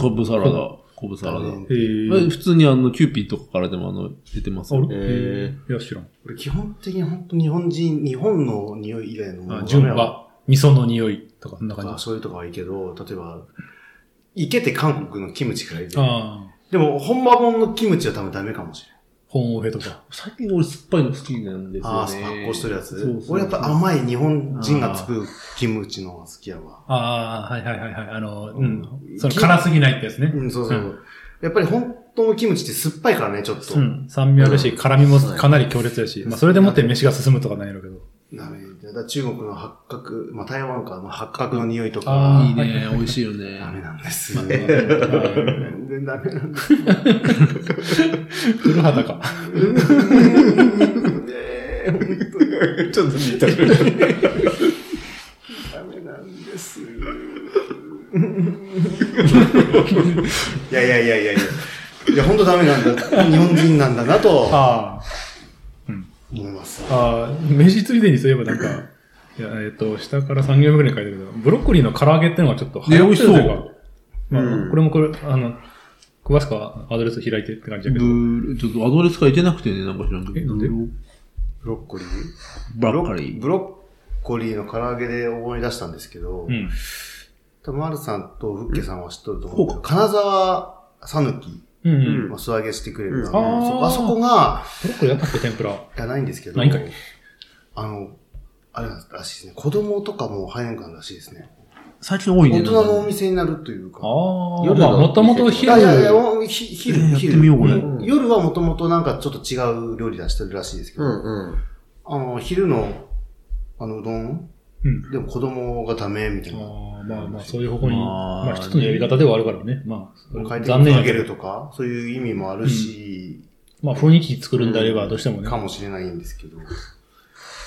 Speaker 3: 昆布サラダ。昆布サラダ。
Speaker 4: ね
Speaker 1: へ
Speaker 3: 普通にあの、キューピーとかからでもあの、出てますよ。
Speaker 1: え。
Speaker 2: へ
Speaker 1: いや、知らん。
Speaker 4: 俺基本的に本当日本人、日本の匂い以外のもの
Speaker 1: あ、
Speaker 4: は
Speaker 1: 純は、味噌の匂いとか、そんな
Speaker 4: と
Speaker 1: 感
Speaker 4: か
Speaker 1: じ。
Speaker 4: そういうとかはいいけど、例えば、いけて韓国のキムチくらいで。
Speaker 1: ああ、
Speaker 4: でも、本場本のキムチは多分ダメかもしれない。
Speaker 1: 本オフェとか。
Speaker 3: 最近俺酸っぱいの好きなんですよ、ね。
Speaker 4: ああ、発酵してるやつ。
Speaker 3: そうそうそう
Speaker 4: 俺やっぱ甘い日本人が作るキムチの方が好きやわ。
Speaker 1: ああ、はいはいはいはい。あの、う
Speaker 4: うん
Speaker 1: ん。その辛すぎないってやつね。
Speaker 4: うん、そうそう。
Speaker 1: うん
Speaker 4: やっぱり本当のキムチって酸っぱいからね、ちょっと。
Speaker 1: うん。酸味あるし、辛味もかなり強烈やし、
Speaker 4: うん
Speaker 1: まあ、それでもって飯が進むとかないやろうけど。
Speaker 4: ダメ。だから中国の八角、まあ台湾か、まあ、八角の匂いと
Speaker 1: あ
Speaker 4: か
Speaker 3: いい、ね、美味しいよね。
Speaker 4: ダメなんです。
Speaker 1: まあ
Speaker 4: 全
Speaker 1: うん
Speaker 4: 然ダメなんです。
Speaker 1: 古畑か。
Speaker 4: ちょっと似たくなる。ダメなんです。いやいやいやいやいや。いや、本当ダメなんだ。日本人なんだなと
Speaker 1: あ
Speaker 4: 思います。
Speaker 1: あ、ああ、飯ついでにそういえばなんか、いや、えっと、下から3行目ぐらいに書いてあるけど、ブロッコリーの唐揚げってのがちょっと流行ってるという
Speaker 3: ね美味し
Speaker 1: か、ま
Speaker 2: うん
Speaker 1: あ、これもこれ、あの、詳しくはアドレス開いてって感じだけ
Speaker 3: ブ
Speaker 1: ど、
Speaker 3: ーちょっとアドレスがいけなくてね、なんか知らんけ
Speaker 1: え
Speaker 3: ど。
Speaker 1: なんで
Speaker 4: ブロッコリー
Speaker 3: ブラッカリー。
Speaker 4: ブロッコリーの唐揚げで思い出したんですけど、
Speaker 1: うん。
Speaker 4: 多分、丸さんとフッケさんは知っとると思うけど、金沢さぬき、
Speaker 1: うんうん。
Speaker 2: うん
Speaker 4: まあ素揚げしてくれ
Speaker 2: うん
Speaker 4: るあの
Speaker 1: あー
Speaker 4: そこあそこが、
Speaker 1: ブロッコリーだったっけ天ぷら。
Speaker 4: いや、ないんですけど、
Speaker 1: ないんかい
Speaker 4: あの、あれらしいですね。子供とかも入れんからしいですね。
Speaker 3: 最近多いね。
Speaker 4: 大人のお店になるというか。
Speaker 1: ああ、
Speaker 2: 夜
Speaker 1: まあ、
Speaker 2: の
Speaker 1: もともと
Speaker 4: い
Speaker 1: 昼
Speaker 4: やいやいや、おひ昼、
Speaker 3: え
Speaker 4: 昼。
Speaker 3: ーやってみようこれ
Speaker 4: ん夜はもともとなんかちょっと違う料理出してるらしいですけ
Speaker 2: う
Speaker 4: ど、
Speaker 2: んうん。
Speaker 4: あの、昼の、あの、うどん
Speaker 1: うん。
Speaker 4: でも子供がダメみたいな。
Speaker 1: ああ、まあまあ、そういう方向に、
Speaker 3: まあ
Speaker 1: まあ一つのやり方ではあるからね。ま
Speaker 4: 変え
Speaker 1: あ、
Speaker 4: て
Speaker 1: 残念
Speaker 4: あ
Speaker 1: や
Speaker 4: げ
Speaker 1: け
Speaker 4: る
Speaker 1: ど、
Speaker 4: とか、そういう意味もあるし、
Speaker 1: まあ雰囲気作るんであればどうしてもね
Speaker 4: か。もしれないんですけど。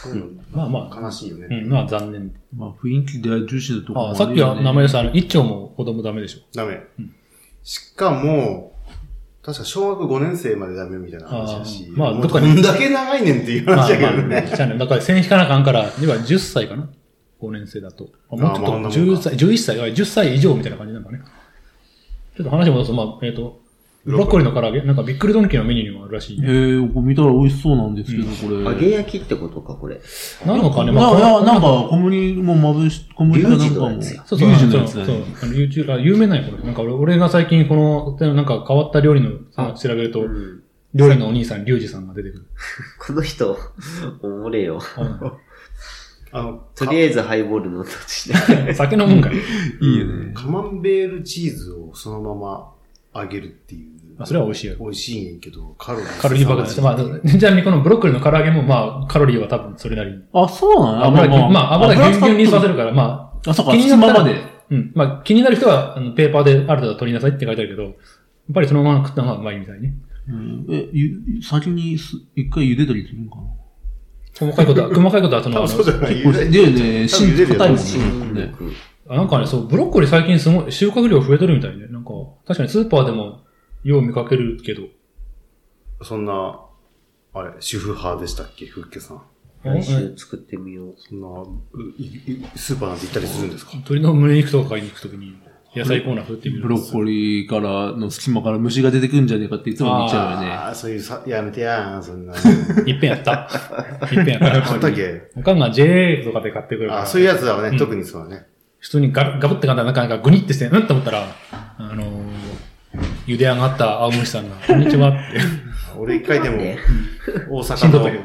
Speaker 4: そういうの
Speaker 1: まあまあ
Speaker 4: 悲しいよね。
Speaker 1: うん、まあ残念。
Speaker 3: まあ雰囲気で重視のところ
Speaker 1: あさっきは名前でした、あの、一丁も子供ダメでしょ。
Speaker 4: ダメ
Speaker 1: うん。
Speaker 4: しかも、確か小学5年生までダメみたいな話だし
Speaker 1: あ。ーまあ
Speaker 4: もう
Speaker 1: どっか
Speaker 4: ど
Speaker 1: に
Speaker 4: んだけ長いねんっていう
Speaker 1: まあ
Speaker 4: 話だけ
Speaker 1: ま
Speaker 4: ど
Speaker 1: あ、
Speaker 4: ね。
Speaker 1: じゃあね、だから線引かなあかんから、今10歳かな ?5 年生だと。あもうちょっ
Speaker 4: あま
Speaker 1: と
Speaker 4: あそんなもん
Speaker 1: 10
Speaker 4: か
Speaker 1: 歳、11歳、あ10歳以上みたいな感じなんだね。ちょっと話戻すと、まあ、えっ、と、ブロッコリーの唐揚げなんかびっくりドンキーのメニューにもあるらしい
Speaker 3: ええ
Speaker 1: ね。
Speaker 3: ー、これ見たら美味しそうなんですけど、
Speaker 1: うん
Speaker 3: これ。
Speaker 2: 揚げ焼きってことか、これ。
Speaker 1: なのかね、
Speaker 3: ま
Speaker 1: まあ、
Speaker 3: あ、
Speaker 1: これ
Speaker 3: ななんか、小麦もまぶし、小麦かなんかも。
Speaker 2: リュウジのやつや
Speaker 1: そうそう、
Speaker 3: リュウジ
Speaker 1: そう
Speaker 3: の
Speaker 1: そう
Speaker 3: やつだね
Speaker 1: あの YouTube、あ、有名なんや、これ。なんか俺俺が最近この、でなんか変わった料理の、その調べると
Speaker 2: う、ん。
Speaker 1: 料理のお兄さん、リュウジさんが出て くる。
Speaker 2: この人、おもれ よ。
Speaker 1: あ
Speaker 4: あの、
Speaker 2: とりあえずハイボール飲んだとして。
Speaker 1: 酒飲むんかい。
Speaker 3: いいよね。
Speaker 4: カマンベールチーズをそのまま揚げるっていう。
Speaker 1: あそれは美味しいよ
Speaker 4: 美味しいんやけど、カロリー。
Speaker 1: カロリー爆発して。まあ、ちなみにこのブロッコリーの唐揚げも、まあ、カロリーは多分それなりに。
Speaker 3: あ、そうなの
Speaker 1: 油ぎゅまあ、油ぎゅうぎゅうにさせ
Speaker 3: る。
Speaker 1: るから、まあ、
Speaker 3: あ、そうか、
Speaker 1: 気にな
Speaker 3: その
Speaker 1: った
Speaker 3: ま
Speaker 1: ら
Speaker 3: まで。
Speaker 1: うん。まあ、気になる人は、あの、ペーパーである程度取りなさいって書いてあるけど、やっぱりそのまま食ったのがうまいみたいね。
Speaker 3: うんえ、ゆ、先にす一回茹でたりするのかな
Speaker 1: 細かいことは、細かいことはその、
Speaker 4: 多
Speaker 1: あ
Speaker 4: 分そうじゃ
Speaker 1: の
Speaker 4: ない。
Speaker 3: 結構、でね、
Speaker 4: 多分茹で
Speaker 3: 芯
Speaker 4: るよ
Speaker 3: 硬いもんね。
Speaker 2: 新
Speaker 3: ね
Speaker 2: 宿
Speaker 1: あなんかね、そう、ブロッコリー最近すごい、収穫量増えとるみたいね。なんか、確かにスーパーでも、よう見かけるけど。
Speaker 4: そんな、あれ、主婦派でしたっけふっけさん。
Speaker 2: 来週作ってみよう。
Speaker 4: そんな、ういいスーパーなんて行ったりするんですか
Speaker 1: 鶏の胸肉とか買いに行くときに、野菜コーナー振ってみる。
Speaker 3: ブロッコリーからの隙間から虫が出てくんじゃねえかっていつも見ちゃうよね。
Speaker 4: ああ、そういうさ、やめてやん、そんな。
Speaker 1: いっぺんやった。いっぺんやった。
Speaker 4: 買ったっけ
Speaker 1: おかんが JA とかで買ってくるから。
Speaker 4: あそういうやつだわね、
Speaker 1: うん
Speaker 4: 特にそうだね。
Speaker 1: 普通にガブガブって簡単なんか、なんかグニってして、うんと思ったら、あのー、茹で上がった青虫さんが、こんにちはって。
Speaker 4: 俺一回でも、
Speaker 2: ね
Speaker 4: 大
Speaker 1: しんど
Speaker 4: 阪
Speaker 1: い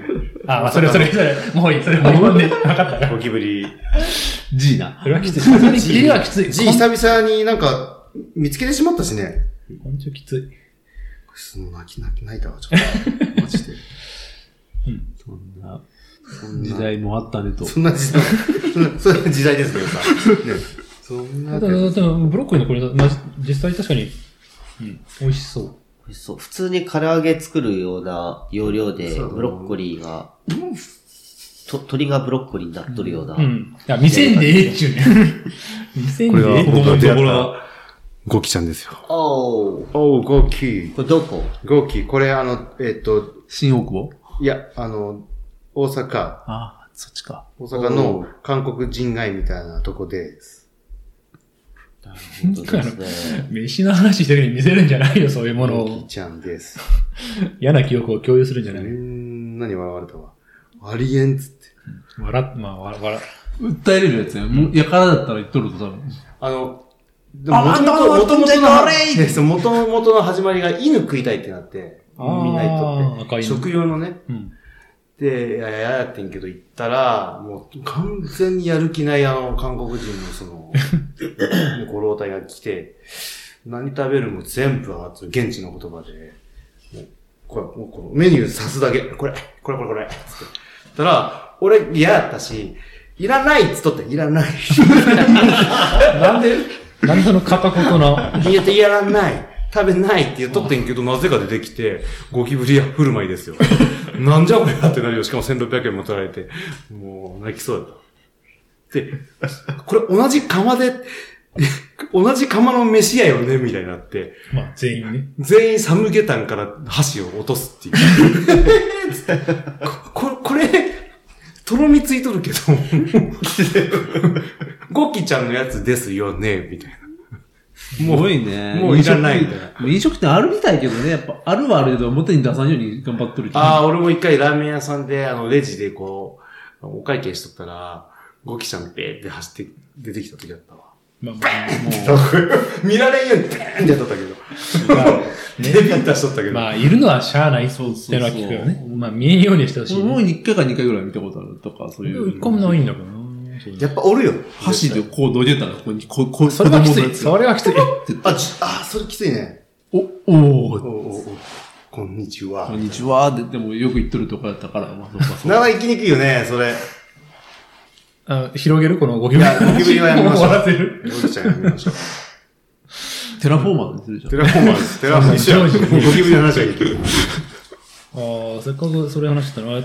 Speaker 1: あ、まあ、それ、それ、それ、もういい、それ、もういいもんね。分かった
Speaker 4: のゴキブリ。
Speaker 3: G な。
Speaker 1: それはきつい。さすがに、切りはきつい。
Speaker 4: じ、久々になんか、見つけてしまったしね。
Speaker 1: 昆虫きつい。
Speaker 4: その泣き泣き泣いたわ、ちょっと。マジで。
Speaker 3: そんな
Speaker 4: そんな
Speaker 3: 時代もあったねと。
Speaker 4: そんな時代、そんなそんな時代ですけどさ。ね、そんな
Speaker 1: た だ、でもブロッコリーのこれ、まじ実際確かに、うん、美味しそう。
Speaker 2: 美味しそう。普通に唐揚げ作るような要領で、
Speaker 4: そう
Speaker 2: ブロッコリーが、と鳥がブロッコリーになっとるような。
Speaker 1: うん。いや、見せんでええっちゅうね。 見せんでええ。
Speaker 4: ゴキちゃんですよ。
Speaker 2: おー。
Speaker 4: おう、ゴキ。
Speaker 2: これどこ
Speaker 4: ゴキ、これあの、えっと、
Speaker 3: 新大久保
Speaker 4: いや、あの、大阪、
Speaker 3: ああ、そっちか。
Speaker 4: 大阪
Speaker 2: お
Speaker 4: の韓国人街みたいなとこで、
Speaker 2: なるほどですね。
Speaker 1: 飯の話してる時に見せるんじゃないよ、そういうもの
Speaker 4: ゴ
Speaker 1: を
Speaker 4: キ。ちゃんです。
Speaker 1: 嫌な記憶を共有するんじゃな
Speaker 4: み
Speaker 1: い
Speaker 4: んなに笑われたわ。ありえんっつって。
Speaker 1: 笑っ、まあ、笑、笑。
Speaker 3: 訴えれるやつや。もう、やからだったら言っとると多分。
Speaker 4: あの、で
Speaker 3: ああんた
Speaker 4: 元
Speaker 3: の
Speaker 4: 々
Speaker 3: お友達が悪い
Speaker 4: です。元々の始まりが犬食いたいってなって、み
Speaker 1: あー
Speaker 4: んな言っとっ
Speaker 1: 赤い
Speaker 4: て。
Speaker 1: の
Speaker 4: 食用のね。
Speaker 1: うん。
Speaker 4: で、いやいややってんけど行ったら、もう完全にやる気ないあの韓国人のその、ご老体が来て、何食べるも全部あつ現地の言葉で、もうこれ、もうこのメニューさすだけ、これ、これこれこれ、つって。たら、俺嫌やったし、いらないっつっとって、いらない。
Speaker 1: なんで、なんでその片言の、
Speaker 4: いや、いらない。食べないって言っとってんけど、なぜか出てきて、ゴキブリや振る舞いですよ。なんじゃこりゃってなるよ。しかも1600円も取られて、もう泣きそうだった。で、これ同じ釜で、同じ釜の飯やよね、みたいになって、
Speaker 1: まあ、全員ね。
Speaker 4: 全員サムゲタンから箸を落とすっていう。つってこここれ、とろみついとるけど、ゴキちゃんのやつですよね、みたいな。
Speaker 3: もう、いね
Speaker 4: もういらない
Speaker 3: 飲食飲食店あるみたいけどね、やっぱ、あるはあるけど、表に出さんように頑張っとるけど。
Speaker 4: ああ、俺も一回ラーメン屋さんで、あの、レジでこう、お会計しとったら、ゴキちゃんペーって走って出てきた時だったわ。
Speaker 1: まあ、ま
Speaker 4: 見られんようにペーンってやっとったけど。デビュー出しとったけ
Speaker 1: あ、
Speaker 4: ど。
Speaker 1: まあ、いるのはしゃあないそうっていうのは聞くよね。まあ、見えんようにしてほしい、
Speaker 3: もう
Speaker 1: ね。
Speaker 3: 一回か二回ぐらい見たことあるとか、そういう。
Speaker 1: 一個もないんだけどな。そう
Speaker 4: やっぱおるよ。
Speaker 3: 箸でこうどいてたら、ここに、こ、こ、
Speaker 1: それはきつ
Speaker 3: 子供のや
Speaker 1: い。
Speaker 3: つが
Speaker 1: それはきつい。
Speaker 4: あ、じあ、それきついね。
Speaker 3: お、おー
Speaker 4: おおおこんにち
Speaker 3: こ
Speaker 4: は
Speaker 3: ん。にちはで、でもよく言っとるとこやったから、まあ、そうか、そう
Speaker 4: なか行きにくいよね、それ。
Speaker 1: あ広げるこのゴキブリ。
Speaker 4: いやゴキブリはやめましょう
Speaker 1: 終わらせる。
Speaker 4: ゴキちゃんやめ ましょう。
Speaker 3: テラフォーマーにするじゃん
Speaker 4: テ。ラフォーマーです。テラフォーマーです。
Speaker 1: ジョージ
Speaker 4: ゴキブリの話はいいけど。
Speaker 1: ああ、せっかくそれ話したら、あまあ、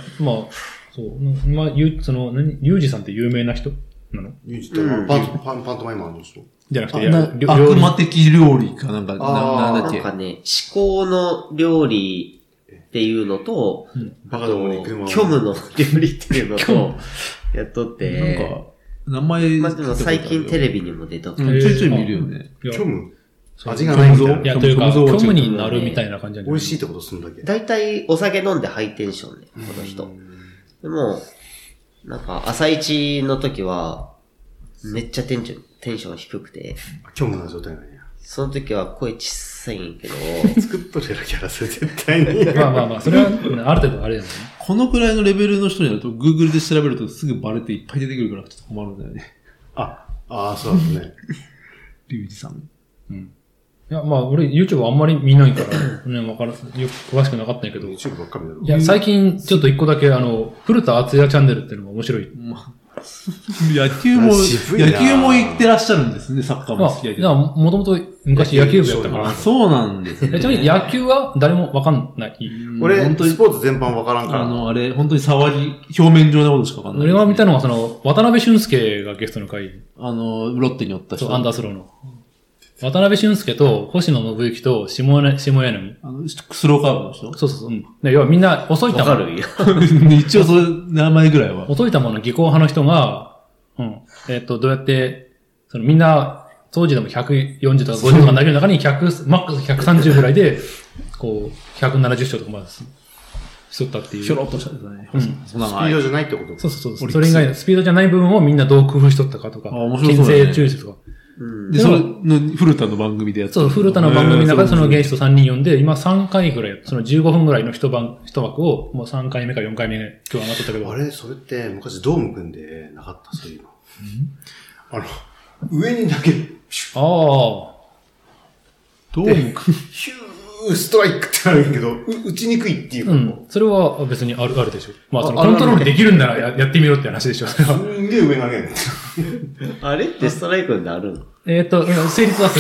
Speaker 1: そう、うんまあ、ゆう、その、何、リュウジさんって有名な人なの
Speaker 4: ミュージックってあのパンパン、パントマイマーの人。
Speaker 1: じゃなく
Speaker 3: あ
Speaker 1: て、
Speaker 3: な
Speaker 1: りょ理
Speaker 3: 悪魔的料理かなんか、な
Speaker 4: あー
Speaker 3: なんだ
Speaker 2: な
Speaker 3: っ
Speaker 2: ん
Speaker 3: け。
Speaker 2: かね、至高の料理っていうのと、
Speaker 4: バカどもに車を。
Speaker 2: 虚無の料理っていうのと、やっとっ
Speaker 3: なん
Speaker 2: て、
Speaker 3: か、名前。
Speaker 2: まあでも最近テレ
Speaker 3: ビ。
Speaker 2: ビにも出た
Speaker 3: う
Speaker 2: と
Speaker 3: ん、ちょいちょい見るよね。
Speaker 1: いや
Speaker 4: 虚無
Speaker 1: そう
Speaker 4: 味がないみたいない
Speaker 1: や、というか、
Speaker 3: 虚無
Speaker 1: 虚無になるみたいな感じなんじゃ
Speaker 4: 美
Speaker 1: ない
Speaker 4: 味しいってことするんだけ。
Speaker 2: だいたいお酒飲んでハイテンションね、この人
Speaker 4: う。ん。
Speaker 2: でも、なんか朝一の時は、めっちゃテンション、テンション低くて、
Speaker 4: 虚無な状態なんや。
Speaker 2: その時は声ちっさいんやけど、
Speaker 4: 作っとるやろ、キャラ、それ絶対 に。
Speaker 1: まあまあまあ、それは、うんある程度あれだよね。
Speaker 3: このくらいのレベルの人になると、Google で調べるとすぐバレていっぱい出てくるから、ちょっと困るんだよね。
Speaker 4: あ、ああ、そうだね。
Speaker 3: リュウジさん。
Speaker 1: うん。いや、まあ、俺、YouTube あんまり見ないから、 ね、わからん、よく詳しくなかったんやけど、い
Speaker 4: YouTube ばっかりだろ。
Speaker 1: や、最近、ちょっと一個だけ、あの、古田敦也チャンネルっていうのが面白い。
Speaker 3: まあ野 球も、
Speaker 4: 渋いな
Speaker 3: 野球も行ってらっしゃるんですね、サッカー
Speaker 1: ま
Speaker 3: も
Speaker 1: あ、
Speaker 3: 好きだけ
Speaker 1: いや
Speaker 3: ど。
Speaker 1: もともと昔野球部やったか
Speaker 4: ま
Speaker 1: ら
Speaker 3: あ、。そうなんです
Speaker 1: え
Speaker 3: ね。
Speaker 1: ちなみに野球は誰もわかんない。
Speaker 3: うん
Speaker 4: 俺、
Speaker 3: 本当
Speaker 4: ス
Speaker 3: に、
Speaker 4: ポーツ全般わからんか
Speaker 3: あ
Speaker 4: ら。
Speaker 3: の、あれ、本当に触り、表面上のことしかわかんない。
Speaker 1: 俺が見たのは、その、渡辺俊介がゲストの回、
Speaker 3: あの、ロッテにおった
Speaker 1: そ
Speaker 3: 人。
Speaker 1: う、アンダースローの。渡辺俊介と、星野信之と下柳、下柳。
Speaker 3: あの、スローカーブの人
Speaker 1: そうそうそう。うんで、要はみんな、遅い球
Speaker 2: わ、かるよ。
Speaker 3: 一応それ、名前ぐらいは。
Speaker 1: 遅い球の技巧派の人が、うん。えっ、と、どうやって、そのみんな、当時でも140とか50とか投げる中に100、マックス130ぐらいで、こう、170勝とかまでしとったっていう。
Speaker 3: ひょろっとしたんですね。
Speaker 1: うん
Speaker 3: そんな
Speaker 4: ス
Speaker 3: の
Speaker 4: ピ
Speaker 3: が
Speaker 4: ードじゃないってこと
Speaker 1: そう
Speaker 4: か。
Speaker 1: そう
Speaker 3: オ
Speaker 1: そう。
Speaker 3: リックス
Speaker 1: それ以外のスピードじゃない部分をみんなどう工夫しとったかとか、
Speaker 3: あ面白そうだね
Speaker 1: 牽制注意とか。
Speaker 2: うん
Speaker 3: で、それの、古田の番組でやって
Speaker 1: そう、古田の番組の中でそのゲ
Speaker 3: 芸
Speaker 1: スト3人呼んで、今3回ぐらい、その15分ぐらいの一晩、一枠を、もう3回目か4回目、今日上がっとったけど。
Speaker 4: あれ、それって昔ドーム組んでなかった、そういうの。あの、上にだけ、シュッ
Speaker 1: あ
Speaker 3: どうもか。
Speaker 4: ヒューストライクってなるけど、う打ちにくいっていう
Speaker 1: あ。
Speaker 4: か、
Speaker 1: うん。それは別にある、あるでしょ。まあ、その
Speaker 4: ああ
Speaker 1: コ
Speaker 4: る
Speaker 1: ントロールできるんならややってみろって話でしょ。それは
Speaker 4: すんげえ上投げる。
Speaker 2: あれってストライクになるの
Speaker 1: えっと、うん成立はす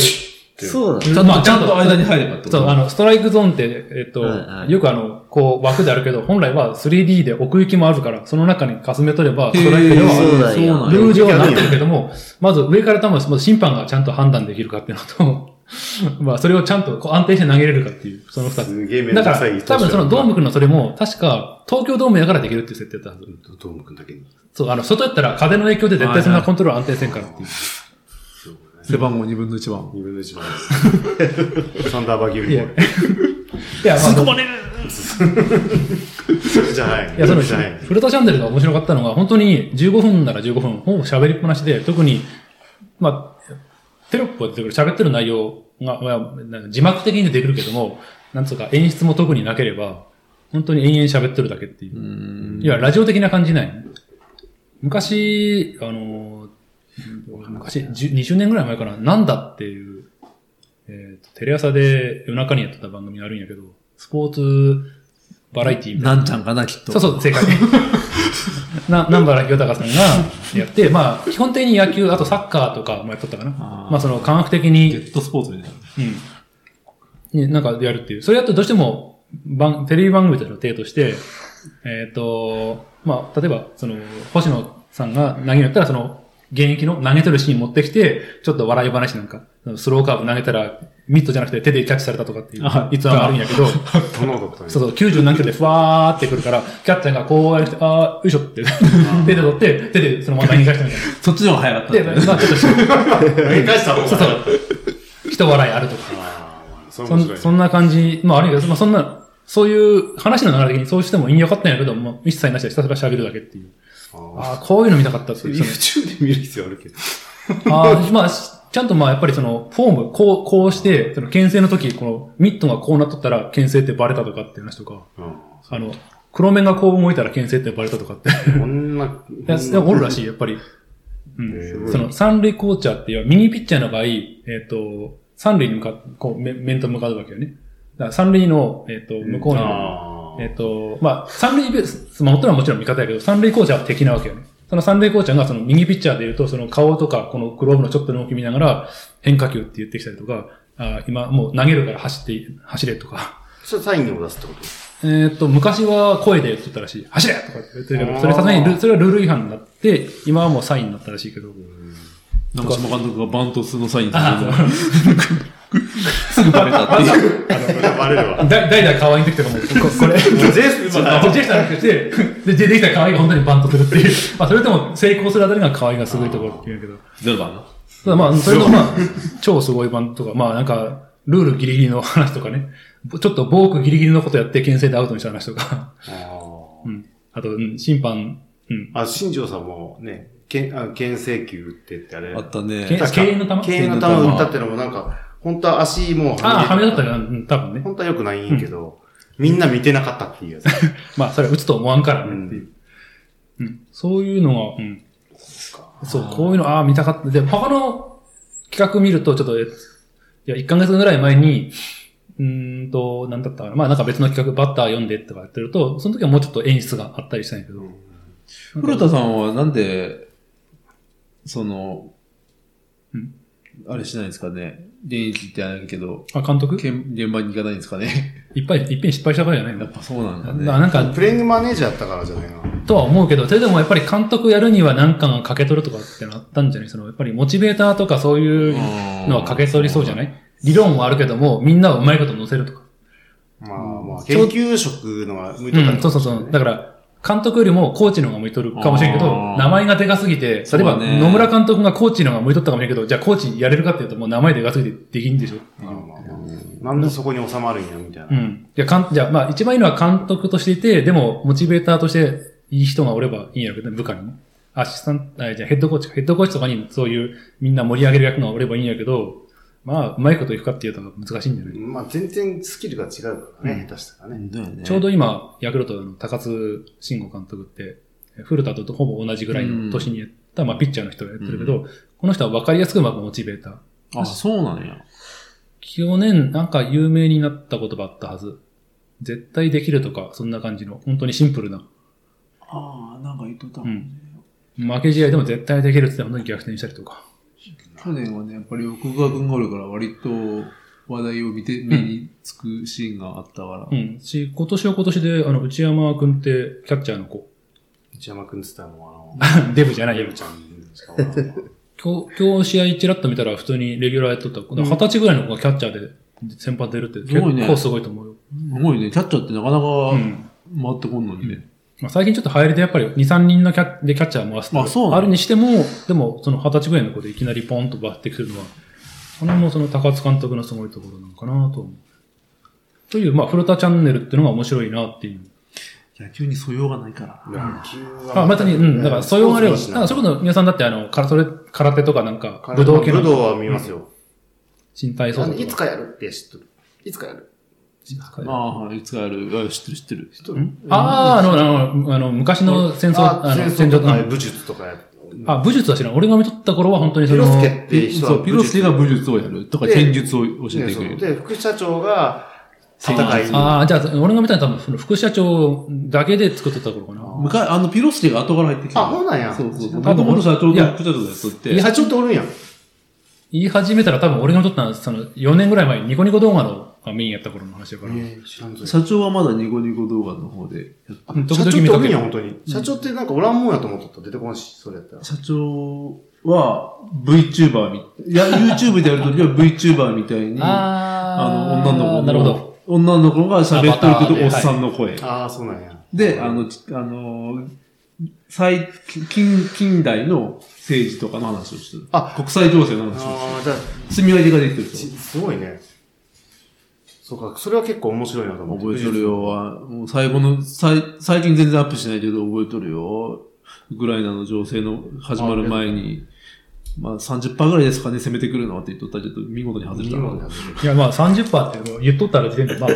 Speaker 1: る。
Speaker 2: そう な
Speaker 1: ち
Speaker 2: の
Speaker 1: ゃん
Speaker 3: まあ
Speaker 1: と、ち
Speaker 3: ち
Speaker 1: ゃ
Speaker 3: ゃ
Speaker 1: ん
Speaker 3: ん
Speaker 1: と
Speaker 3: と、間に入ればってこ
Speaker 1: そう、
Speaker 3: と
Speaker 1: あの、ストライクゾーンって、えっと
Speaker 2: はいは、い
Speaker 1: よくあの、こう、枠であるけど、本来は 3D で奥行きもあるから、その中にかすめ取れば、ストライクではある
Speaker 2: そうだよ
Speaker 3: そうなんや
Speaker 1: ルール上はなってるけども、まず上から多分、まず審判がちゃんと判断できるかっていうのと、まあ それをちゃんとこう安定して投げれるかっていう、その二つ。
Speaker 4: すげえめん
Speaker 1: だ
Speaker 4: どく
Speaker 1: か
Speaker 4: さ
Speaker 1: ら、
Speaker 4: い。
Speaker 1: 多分そのドーム君のそれも、確か東京ドームやからできるっていう設定だったはず。
Speaker 4: ドーム君だけに。
Speaker 1: そう、あの、外やったら風の影響で絶対そんなコントロール安定せんからっていう。
Speaker 4: そうね。
Speaker 3: 背番号2分の1番。
Speaker 4: 二分の 一番。サンダーバーギブ
Speaker 1: い
Speaker 4: リ
Speaker 1: や、
Speaker 4: ー
Speaker 1: い。や、まあ、そ
Speaker 3: れる
Speaker 4: それじゃない。
Speaker 1: いや、その、
Speaker 4: じゃない。
Speaker 1: フルタチャンネルが面白かったのが、本当に15分なら15分、ほぼ喋りっぱなしで、特に、まあ、テロップが出てくる、喋ってる内容が、まあなんか字幕的に出てくるけども、なんつうか演出も特になければ、本当に延々喋ってるだけっていう。いや、ラジオ的な感じない。昔、あの、昔、10 20年ぐらい前かな、なんだっていう、えーと、テレ朝で夜中にやってた番組があるんやけど、スポーツバラエティーみたいな
Speaker 3: なんちゃんかな、きっ
Speaker 1: そ
Speaker 3: と。
Speaker 1: うそう、 正解。な、南原清隆さんがやって、まあ、基本的に野球、あとサッカーとかもやっとったかな。
Speaker 3: あー
Speaker 1: まあ、その科学的
Speaker 3: ゲ
Speaker 1: に、
Speaker 3: ットスポーツみたいな。
Speaker 1: うん。ねなんかやるっていう。それやっとどうしても、番、テレビ番組としての体として、えっ、と、まあ、例えば、その、星野さんが投げるんやったら、その、現役の投げてるシーン持ってきて、ちょっと笑い話なんか、スローカーブ投げたら、ミットじゃなくて手でキャッチされたとかっていう
Speaker 3: あ、
Speaker 1: 逸話があるんやけど、
Speaker 4: そんなことだったね
Speaker 1: そうそう、90何キロでふわーってくるから、キャッチャーがこうやって、あー、よいしょって、手で取って、手でそのまま逃がしたみたいな。
Speaker 3: そっちの方が早かったん
Speaker 1: で、
Speaker 3: だね。
Speaker 1: まあちょっとし、
Speaker 4: 追い返した方が
Speaker 1: そうそう、人笑いあるとか。
Speaker 4: あーそれ
Speaker 1: そ
Speaker 4: 面白い
Speaker 1: んそんな感じ、まああるいは、まあそんな、そういう話の流れ的にそうしてもいいんやかったんやけど、もう一切なしでひたすら喋るだけっていう。あ
Speaker 4: あ
Speaker 1: あ、こういうの見たかったってい
Speaker 4: ー
Speaker 1: う。そ
Speaker 4: YouTube で見る必要あるけど。
Speaker 1: の ああ、まあ、しちゃんとまあやっぱりその、フォーム、こう、こうして、その、牽制の時、この、ミットがこうなっとったら、牽制ってバレたとかっていう話とか、
Speaker 4: う
Speaker 1: あの、黒面がこう動いたら牽制ってバレたとかって。
Speaker 4: ん。こんな。
Speaker 1: いや、でもおるらしい、やっぱり。うん。
Speaker 4: えー
Speaker 1: その、三塁コーチャーっていう、右ピッチャーの場合、えっ、と、三塁に向かっこう、め面と向かうわけよね。だから三塁の、えっ、と、向こうの、
Speaker 4: あ
Speaker 1: えっ、と、まあ、三塁ベース、まあ、本当はもちろん味方やけど、三塁コーチャーは敵なわけよね。その三塁コーチャーが、その右ピッチャーで言うと、その顔とか、このグローブのちょっとの動き見ながら、変化球って言ってきたりとか、あー今、もう投げるから走って、走れとか。
Speaker 4: それサインを出すってこと
Speaker 1: えーっと、昔は声で言ってたらしい。走れとかって言ってるけ
Speaker 4: あ
Speaker 1: ど、
Speaker 4: ー
Speaker 1: それさすがにル、それはルール違反になって、今はもうサインになったらしいけど。
Speaker 3: なんか島監督がバントスのサインするすぐバレたっていう。
Speaker 4: バレる わ。
Speaker 1: だ代々可愛い時とかも、ここ れ、
Speaker 4: ジェスチャーだ
Speaker 1: ジェスチャーなくして、で、でできた可愛いが本当にバントするって いう。まあ、それでも成功するあたりが可愛いがすごいところっていうんだけど。
Speaker 3: ゼロ番な。
Speaker 1: ただまあ、それとまあ、超すごいバントとか、まあなんか、ルールギリギリの話とかね。ちょっとボークギリギリのことやって、牽制でアウトにした話とか。うん。あと、うん審判、うん。
Speaker 4: あ、新庄さんもね、けんあ牽制球打ってってあれ。
Speaker 3: あった
Speaker 1: け
Speaker 3: ね。
Speaker 1: あ敬遠の球
Speaker 4: 敬遠の球打ったってのもなんか、本当は足もう
Speaker 1: ああ、はみ出った
Speaker 4: ら
Speaker 1: ら、うん多分ね。
Speaker 4: 本当は良くないんやけど、みんな見てなかったっていうやつ。
Speaker 1: まあ、それは打つと思わんから
Speaker 4: う
Speaker 1: ねっていう。
Speaker 4: ん
Speaker 1: うん。そういうのが、うん。そう、こういうの、ああ、見たかった。で、他の企画見ると、ちょっと、えいや、1ヶ月ぐらい前に、うーんと、なんだったかな。まあ、なんか別の企画、バッター読んでとかやってると、その時はもうちょっと演出があったりしたんやけど。なんか
Speaker 3: 古田さんはなんで、その
Speaker 1: うん、
Speaker 3: あれしないんですかね。現役ってあれだけど、
Speaker 1: あ、監督
Speaker 3: けん現場に行かないんですかね。
Speaker 1: いっぱい、いっぺん失敗したからじゃないん
Speaker 3: や
Speaker 1: だ。
Speaker 3: っぱそうなんだね。
Speaker 1: ななんか、
Speaker 4: プレイングマネージャーやったからじゃないの。
Speaker 1: とは思うけど、それでもやっぱり監督やるには何かが欠け取るとかってのあったんじゃないその、やっぱりモチベーターとかそういうのは欠け取りそうじゃない理論はあるけども、みんなをうまいこと乗せるとか。
Speaker 4: まあまあ、研究職のは向いてた
Speaker 1: うん、そうそうそう。だか
Speaker 4: か
Speaker 1: ら、監督よりもコーチの方が向いとるかもしれんけど
Speaker 3: あ、ー
Speaker 1: 名前がでかすぎて、
Speaker 3: そ
Speaker 1: 例
Speaker 3: う
Speaker 1: え
Speaker 3: だ
Speaker 1: ば
Speaker 3: ね
Speaker 1: 野村監督がコーチの方が向いとったかもしれんけど、じゃあコーチやれるかっていうともう名前でかすぎてできんでしょ
Speaker 4: ら。まあまあまあなんでそこに収まるんや、みたいうな。
Speaker 1: ん。じゃあ、かんじゃあまあ一番いいのは監督としていて、でもモチベーターとしていい人がおればいいんやろうけどね、部下にも。アシスタント、あじゃあヘッドコーチか、ヘッドコーチとかにそういうみんな盛り上げる役がおればいいんやけど、まあ、うまいこといくかっていうと難しいんじゃない、
Speaker 4: まあ全然スキルが違うから
Speaker 1: う
Speaker 4: ね
Speaker 1: ん、
Speaker 4: 下手したらね。
Speaker 3: ち
Speaker 1: ちょうど今、ヤクルトの高津慎吾監督って、古田とほぼ同じぐらいの年にやった、まあ、ピッチャーの人がやってるけど、この人は分かりやすくうまくモチベーター。
Speaker 3: あ、そうなんや。
Speaker 1: 去年なんか有名になった言葉あったはず。絶対できるとか、そんな感じの、本当にシンプルな。
Speaker 3: ああ、なんか言っとった
Speaker 1: もんね負け試合でも絶対できるって言って本当に逆転したりとか。
Speaker 3: 去年はね、やっぱり奥川君がおるから割と話題を見て、目につくシーンがあったから。
Speaker 1: うん。し、今年は今年で、あの、内山くんって、キャッチャーの子。
Speaker 4: 内山くんって言ったらも
Speaker 1: デブじゃ
Speaker 4: う、あ
Speaker 1: な
Speaker 4: の、
Speaker 1: い
Speaker 4: ゲ
Speaker 1: よ
Speaker 4: ブ。ちゃんしかおらんわ
Speaker 1: 今日、今日試合チラッと見たら普通にレギュラーやっとった子。だから二十歳ぐらいの子がキャッチャーで先発出るって
Speaker 3: す
Speaker 1: 結
Speaker 3: ごいね
Speaker 1: 構すごいと思うよ。
Speaker 3: すごいね、キャッチャーってなかなか
Speaker 1: うん
Speaker 3: 回ってこんのにね。
Speaker 1: まあ、最近ちょっと流行りでやっぱり2、3人のキャッでキャッチャー回すとか
Speaker 3: あそうなの
Speaker 1: あるにしても、でもその二十歳ぐらいの子でいきなりポンと抜擢するのは、このもその高津監督のすごいところなのかなと思う。という、まあ、古田チャンネルっていうのが面白いなっていう。
Speaker 3: 野球に素養がないから。
Speaker 4: 野球は
Speaker 1: あ、またに、うん、だから、そういうのがあれば、
Speaker 4: スポーツ
Speaker 1: なんか、それ
Speaker 4: にし
Speaker 1: こそ、皆さんだって、あの、から、それ、空手とかなんか
Speaker 4: な、い
Speaker 1: 武道系
Speaker 4: 武
Speaker 1: の
Speaker 4: 道は見ますよ。
Speaker 1: 身体操
Speaker 4: あ
Speaker 1: 作
Speaker 4: の
Speaker 1: とか。
Speaker 4: いつかやるって知っとる。いつかやる。
Speaker 3: ああ、はいいつかやる。あ知ってる知ってる。
Speaker 4: 知っとる
Speaker 1: んああ、あの、あの、あの昔の戦争、
Speaker 4: あ
Speaker 1: あの、
Speaker 4: 戦
Speaker 1: 戦
Speaker 4: 争
Speaker 1: 場
Speaker 4: とか
Speaker 1: の、
Speaker 4: 武術とかやる。
Speaker 1: あ、武術は知らん。俺が見とった頃は本当にそ
Speaker 4: ピ
Speaker 1: の
Speaker 4: ロ、スケっていう人は
Speaker 3: そう、ピロスケが武術をやるとか、
Speaker 4: で
Speaker 3: 剣術を教えてくれ
Speaker 4: ね
Speaker 3: る。
Speaker 4: そうで、副社長が戦い。
Speaker 1: ああ、じゃあ、俺が見たのは多分、その副社長だけで作ってた頃かな。
Speaker 3: 昔、あの、ピロスケが後から入ってきた。
Speaker 4: あそうなんや
Speaker 3: そうそうそう。
Speaker 1: 多分
Speaker 3: 元々社長
Speaker 1: いや
Speaker 3: と副社長でやっとって。
Speaker 4: いや、社長っておるんやん。
Speaker 1: 言い始めたら多分、俺が撮ったのは、その、4年ぐらい前にニコニコ動画のがメインやった頃の話だから。
Speaker 4: 知らんぞ社
Speaker 3: 社長はまだニコニコ動画の方でやっ
Speaker 1: うん
Speaker 4: 長っておるんや、
Speaker 1: ど。
Speaker 4: 本当に。社長ってなんかおらんもんやと思っとった。出てこんし、それやったら。
Speaker 3: 社長は VTuber み、いや、YouTube でやるときは VTuber みたいに、あの、
Speaker 1: ああ、
Speaker 3: 女の子の、
Speaker 1: なるほど。
Speaker 3: 女の子が喋っとるけど、お
Speaker 1: アバターで
Speaker 3: っさんの声。
Speaker 4: ああ、そうなんや。
Speaker 3: で、あの、ちあの、最、近、近代の政治とかの話をしてる。
Speaker 4: あ
Speaker 3: 国際情勢の話をして
Speaker 4: ああ、じゃあ、
Speaker 3: る。積み上げができてると。
Speaker 4: ちすごいね。そうか、それは結構面白いなと思って。
Speaker 3: 覚えとるよは、もう最後の、最、最近全然アップしないけど覚えとるよ。ウクライナの情勢の始まる前に、まあ30%ぐらいですかね、攻めてくるのはって言っとったけど、見事に外れたな。
Speaker 4: 今のやつ
Speaker 1: いや、まあ、30%ってもう言っとったら時点で、まあ、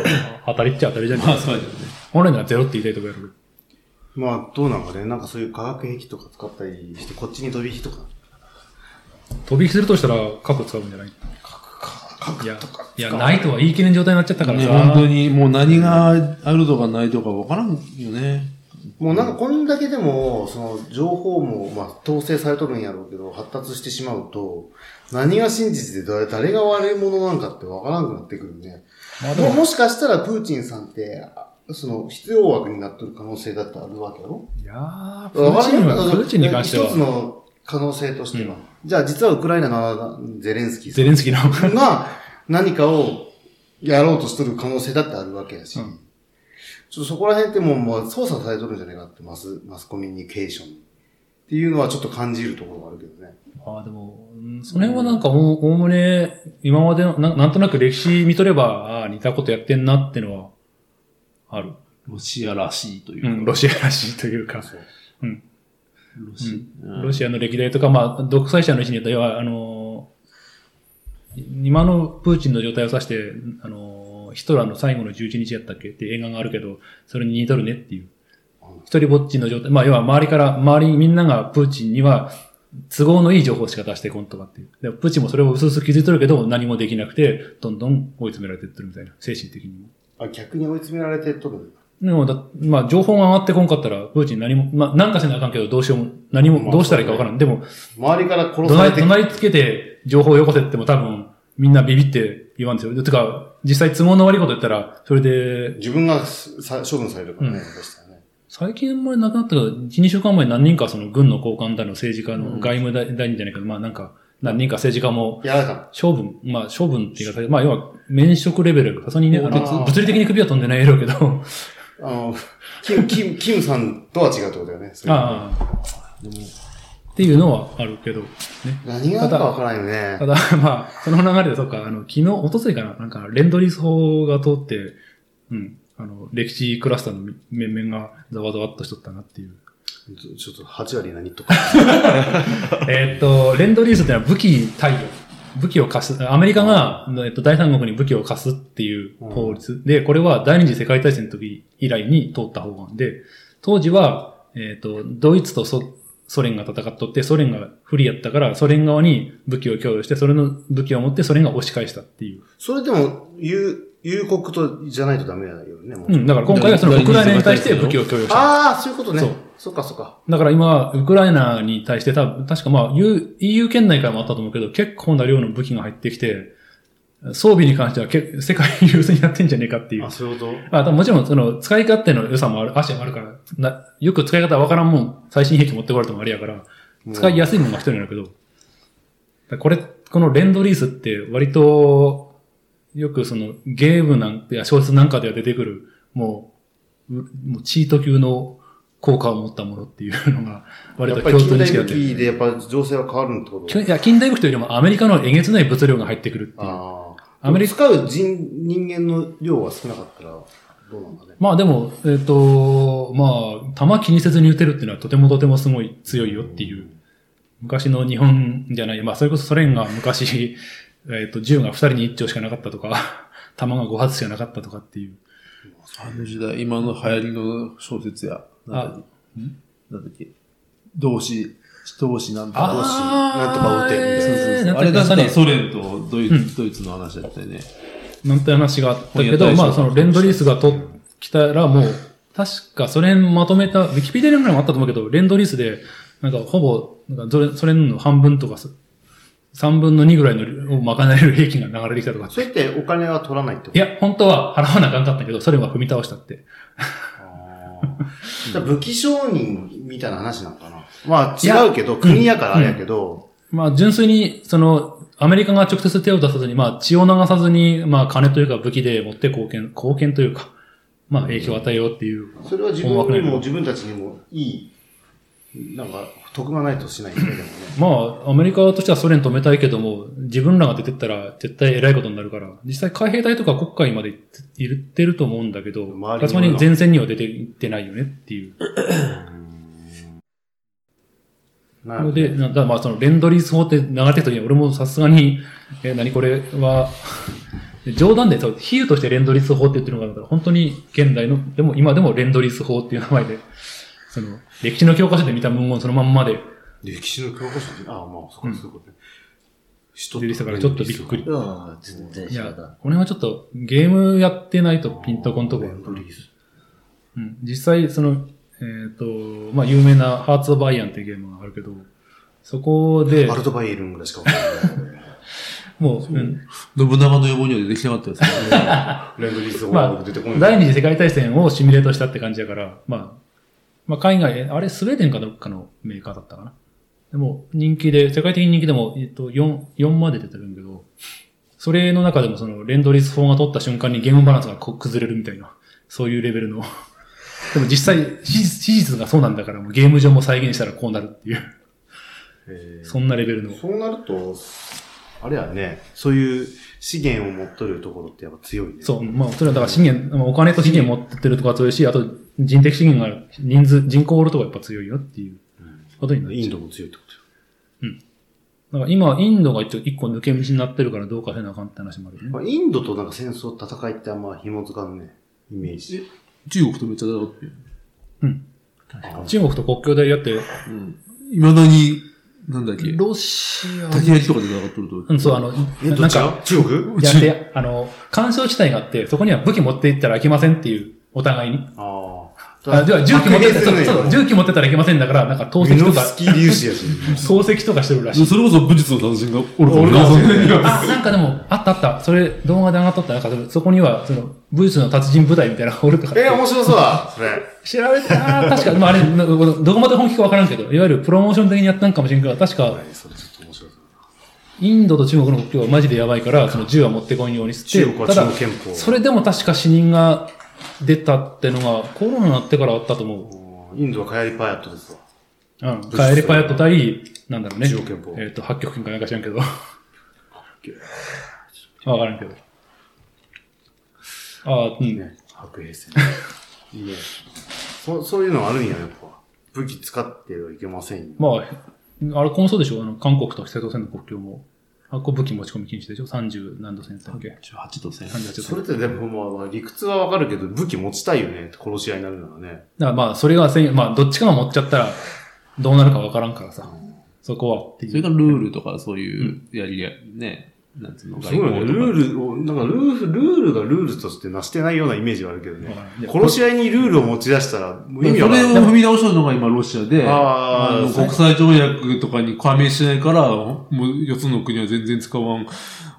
Speaker 1: 当たりっちゃ当たりじゃん。
Speaker 3: まあ、そうだよね。
Speaker 1: 俺ならゼロって言いたいとこやろ。
Speaker 4: まあ、どうなんかね。なんかそういう化学兵器とか使ったりして、こっちに飛び火とか。
Speaker 1: 飛び火するとしたら、核使うんじゃない核か。核とか。いや、ないとは言い切れん状態になっちゃったから
Speaker 3: ね
Speaker 1: さ。
Speaker 3: 本当に、もう何があるとかないとかわからんよね。
Speaker 4: もうなんかこんだけでも、その情報も、まあ、統制されとるんやろうけど、発達してしまうと、何が真実で誰誰が悪いものなんかってわからなくなってくるね。
Speaker 1: まあで
Speaker 4: も
Speaker 1: も
Speaker 4: もしかしたらプーチンさんって、あその、必要枠になっとる可能性だってあるわけやろ
Speaker 1: いやー、プーチンは、プーチンに関して
Speaker 4: 一つ
Speaker 1: は、
Speaker 4: の可能性としては。
Speaker 1: う
Speaker 4: じゃあ実はウクライナのゼレンスキーさ
Speaker 1: ゼレンスキーの、
Speaker 4: んが何かをやろうとしとる可能性だってあるわけやし、
Speaker 1: うん
Speaker 4: ちょっとそこら辺ってもうもう操作されとるんじゃないかって、マスマスコミュニケーションっていうのはちょっと感じるところがあるけどね。
Speaker 1: ああ、でも、うんその辺はなんかお、おおむね、今までのな、なんとなく歴史見とれば、ああ、似たことやってんなってのは、ある。
Speaker 3: ロシアらしいという
Speaker 1: う
Speaker 3: か。
Speaker 1: ん、ロシアらしいというか、
Speaker 3: ロシア。
Speaker 1: ロシアの歴代とか、まあ、独裁者の位置によっては、要はあのー、今のプーチンの状態を指して、あのー、ヒトラーの最後の11日やったっけって映画があるけど、それに似とるねっていう。一人ぼっちの状態、まあ、要は周りから、周りみんながプーチンには、都合のいい情報しか出してこんとかっていう。でもプーチンもそれを薄々気づいとるけど、何もできなくて、どんどん追い詰められてってるみたいな、精神的にも。
Speaker 4: あ逆に追い詰められてとるんだ。
Speaker 1: でもだ、まあ、情報が上がってこんかったら、プーチン何も、まあ、なんかせなあかんけど、どうしようも、何
Speaker 4: ま
Speaker 1: も、
Speaker 4: あ
Speaker 1: どうしたらいいかわからん。でも、
Speaker 4: 周りから殺
Speaker 1: 怒
Speaker 4: さ
Speaker 1: 鳴
Speaker 4: れ
Speaker 1: り
Speaker 4: て
Speaker 1: 怒鳴りつけて、情報をよこせっても多分、みんなビビって言わんですよ。てか、実際都合の悪いこと言ったら、それで、
Speaker 4: 自分がさ処分されるからね、
Speaker 1: うん
Speaker 4: 下手したらね
Speaker 1: 最近まで亡くなったけど、1、2週間前に何人かその軍の高官だの政治家の外務大大臣じゃないけど、まあなんか、何人か政治家も、
Speaker 4: やられたの。
Speaker 1: 処分、まあ処分っていうか、まあ要は、免職レベル、さすがにね、あの
Speaker 4: あー
Speaker 1: 物理的に首は飛んでないやろうけど、
Speaker 4: あの、キム、キム、キムさんとは違うってことだよね。そ れ
Speaker 1: ああ、っていうのはあるけど、ね。
Speaker 4: 何があったかわからんよね
Speaker 1: た。だ、まあ、その流れで、そっか、あの、昨日、おとついかな、なんか、レンドリス法が通って、うん、あの、歴史クラスターの面々がざわざわっとしとったなっていう。
Speaker 4: ちょちょっと8割何とか。
Speaker 1: えーっと、レンドリースってのは武器貸与。武器を貸す。アメリカが、えっと、第三国に武器を貸すっていう法律。で、これは第二次世界大戦の時以来に通った法案で、当時は、えーっと、ドイツとソソ連が戦っとって、ソ連が不利やったから、ソ連側に武器を供与して、それの武器を持ってソ連が押し返したっていう。
Speaker 4: それでも、友、友国と、じゃないとダメだよね、もう。
Speaker 1: うん、だから今回はそのウクライナに対して武器を供与した。
Speaker 4: ああ、そういうことね。
Speaker 1: そ
Speaker 4: そうう。そっかそっか。
Speaker 1: だから今、ウクライナに対して多分、確かまあ、EU EU 圏内からもあったと思うけど、結構な量の武器が入ってきて、装備に関してはけ世界優先になってんじゃねえかっていう。
Speaker 4: あ、そういうこ
Speaker 1: あ多分もちろん、その、使い勝手の良さもある、足もあるから、なよく使い方わからんもん、最新兵器持ってこられてもあれやから、
Speaker 4: と
Speaker 1: 使いやすいものが一人なんだけど、だからこれ、このレンドリースって割と、よくそのゲームなんて、小説なんかでは出てくる、もう、うもうチート級の効果を持ったものっていうのが、割
Speaker 4: やっ
Speaker 1: と
Speaker 4: ぱ
Speaker 1: 共
Speaker 4: り
Speaker 1: 通
Speaker 4: 近
Speaker 1: 認
Speaker 4: 代
Speaker 1: 識だっ
Speaker 4: 武
Speaker 1: て。
Speaker 4: 器でやっぱ情勢は変わるってこ
Speaker 1: きゅ
Speaker 4: と
Speaker 1: いや、近代武器というよりもアメリカのえげつない物量が入ってくるっていう。
Speaker 4: ああ。
Speaker 1: アメリカ、
Speaker 4: 使う人、人間の量が少なかったら、どうなんだね。
Speaker 1: まあでも、えっ、と、まあ、弾気にせずに撃てるっていうのはとてもとてもすごい強いよっていう。昔の日本じゃない、まあそれこそソ連が昔、 えっと、銃が二人に一丁しかなかったとか、 弾が五発しかなかったとかっていう。
Speaker 3: あの時代、今の流行りの小説や、なんだっけ、なんだっけ、同志、同志なんとか、
Speaker 4: あなんとか撃てみたいな
Speaker 1: えー
Speaker 3: あれ
Speaker 1: な
Speaker 3: だ
Speaker 1: ん
Speaker 3: っ
Speaker 1: とか
Speaker 3: た
Speaker 1: 撃
Speaker 3: ら
Speaker 1: て
Speaker 3: ソ連とドイツ、
Speaker 1: うん
Speaker 3: ドイツの話だったよね。
Speaker 1: なんて話があったけ
Speaker 3: 本
Speaker 1: ど、
Speaker 3: 屋大賞
Speaker 1: まあそのレンドリースがときたらもう、確かソ連まとめた、ウィキペディアぐらいもあったと思うけど、レンドリースで、なんかほぼ、なんかソ連ソ連の半分とかす、3分の2ぐらいのを賄える兵器が流れてきたとか。
Speaker 4: それってお金は取らないってこ
Speaker 1: い
Speaker 4: と
Speaker 1: や、本当は払わなあかんかったんやけど、ソ連は踏み倒したって。
Speaker 4: あーじゃあ武器商人みたいな話なのかなまあ違うけど、国やからあれやけど、
Speaker 1: まあ純粋に、その、アメリカが直接手を出さずに、まあ血を流さずに、まあ金というか武器で持って貢献、貢献というか、まあ影響を与えようっていう。
Speaker 4: それは自
Speaker 1: 思惑
Speaker 4: 分
Speaker 1: な
Speaker 4: に
Speaker 1: いけど
Speaker 4: も、自分たちにもいい、なんか、得がないとしないんだけどね。
Speaker 1: まあ、アメリカとしてはソ連止めたいけども、自分らが出てったら絶対偉いことになるから、実際海兵隊とか国会まで行って行ってると思うんだけど、
Speaker 4: 周り
Speaker 1: さすがに前線には出て行ってないよねっていう。
Speaker 4: な
Speaker 1: ので、なんだまあそのレンドリース法って流れてる時に俺もさすがに、えー何これは、冗談で、そう、比喩としてレンドリース法って言ってるのかなと思ったら、本当に現代の、でも今でもレンドリース法っていう名前で、その、歴史の教科書で見た文言そのまんまで
Speaker 4: 歴史の教科書で、ああ、まあ、そうう
Speaker 1: か
Speaker 4: か、
Speaker 1: そ
Speaker 4: そういうことね。
Speaker 1: 出てきたからちょっとびっくり。
Speaker 2: うわ全然
Speaker 1: い
Speaker 2: 知
Speaker 1: や、
Speaker 2: ら
Speaker 1: こ
Speaker 2: な
Speaker 1: の辺はちょっとゲームやってないとピンとこんとこあるかなうん、実際、その、えっ、と、まあ、有名なハーツ・オブ・アイアンっていうゲームがあるけど、そこで
Speaker 4: ア、ルトバイエルンぐらいしかわからない。
Speaker 1: もう、うん、
Speaker 3: 信長の予防には出てきてなかったですね。
Speaker 4: レンドリス法が
Speaker 1: ま
Speaker 4: 僕
Speaker 1: あ
Speaker 4: 出てこない。、
Speaker 1: 第二次世界大戦をシミュレートしたって感じだから、まあ、まあ、海外、えあれ、スウェーデンかどっかのメーカーだったかな。でも、人気で、世界的に人気でも、えっと、4、4まで出てるんだけど、それの中でもその、レンドリス法が取った瞬間にゲームバランスがこう崩れるみたいな、そういうレベルの。でも実際、史実史実がそうなんだから、もうゲーム上も再現したらこうなるっていう、
Speaker 4: えー
Speaker 1: そんなレベルの。
Speaker 4: そうなると、あれやね、そういう資源を持っとるところってやっぱ強いね。
Speaker 1: そう、まあ、それはだから資源、まあお金と資源持ってるとか強いし、あと人的資源が人数、人口おるとかやっぱ強いよっていうことになっちゃう。
Speaker 4: インドも強いってことよ。
Speaker 1: だから今、インドが一応一個抜け道になってるからどうかせなあかんって話もあるよね。
Speaker 4: まあ、インドとなんか戦争、戦いってあんま紐づかんね、イメージ。
Speaker 3: 中国とめっちゃだろっていう。
Speaker 1: 中国と国境でやって、
Speaker 3: うん。未だに、なんだっけ、
Speaker 4: ロシア
Speaker 3: 竹焼きとかで戦っとると。
Speaker 1: うん、そう、あの、
Speaker 4: え、ど
Speaker 1: な
Speaker 4: っ
Speaker 1: ん
Speaker 4: ちが
Speaker 1: か、
Speaker 4: 中国
Speaker 1: いやって、あの、干渉地帯があって、そこには武器持っていったらいけませんっていう、お互いに。
Speaker 4: ああ。
Speaker 1: あ、では銃器持ってったそうそう、
Speaker 4: 銃
Speaker 1: 銃器持ってったらいけませんだから、なんか投
Speaker 4: ミ
Speaker 1: 石と
Speaker 4: ノフ
Speaker 1: か、
Speaker 4: スキー粒子やし。
Speaker 1: 投石とかしてるらしい。
Speaker 3: それこそ武術の達人がおるか
Speaker 4: 俺かもしれない
Speaker 1: あ、なんかでも、あったあった。それ、動画で上がっとった。なんかそれ、そこには、その、武術の達人部隊みたいなのがおるとかって。
Speaker 4: えー、面白そうだ、それ。
Speaker 1: 調べて、あー確か、まあ、あれ、などこまで本気かわからんけど、いわゆるプロモーション的にやったんかもしれんけど、確か、
Speaker 4: はいそれちょっと面白そう。
Speaker 1: インドと中国の国境はマジでやばいから、その銃は持ってこんようにして、
Speaker 4: 中国は
Speaker 1: ただ
Speaker 4: 中国憲法
Speaker 1: それでも確か死人が出たってのが、コロナになってからあったと思う。
Speaker 4: おーインドはカヤリパーヤットですわ。
Speaker 1: うん。カエレパヤット対、なんだろうね。
Speaker 4: 中国憲法
Speaker 1: えっ、と、八極拳かなんか知らんけど。 わからんけど。ああ、うん。
Speaker 4: ね。白兵戦。いいね。そそういうのあるんや、やっぱ。武器使ってはいけませんよ。
Speaker 1: まあ、あれ、このそうでしょあの、韓国と北朝鮮の国境も。あ、これ武器持ち込み禁止でしょ ?30 何度戦だっけ
Speaker 3: 18度戦。
Speaker 1: ?38 度
Speaker 4: そ
Speaker 1: 線。
Speaker 4: れってでも、まあ、まあ、理屈はわかるけど、武器持ちたいよね。殺し合いになるならね。
Speaker 1: だからまあ、それがせん、まあ、どっちかが持っちゃったら、どうなるかわからんからさ。そこはっていう
Speaker 3: それからルールとかそういうやりや、ね、なんつうの、
Speaker 4: すごいね。
Speaker 3: とか
Speaker 4: ルールを、なんかルール、ルールがルールとしてなしてないようなイメージはあるけどね
Speaker 1: わかんない。
Speaker 4: 殺し合いにルールを持ち出したら、もう意味
Speaker 3: そ
Speaker 4: わか
Speaker 3: れ
Speaker 4: ら
Speaker 3: を
Speaker 4: ない。
Speaker 3: 踏み直したのが今ロシアで、
Speaker 4: あー
Speaker 3: の
Speaker 4: そう
Speaker 3: 国際条約とかに加盟しないから、もう4つの国は全然使わん、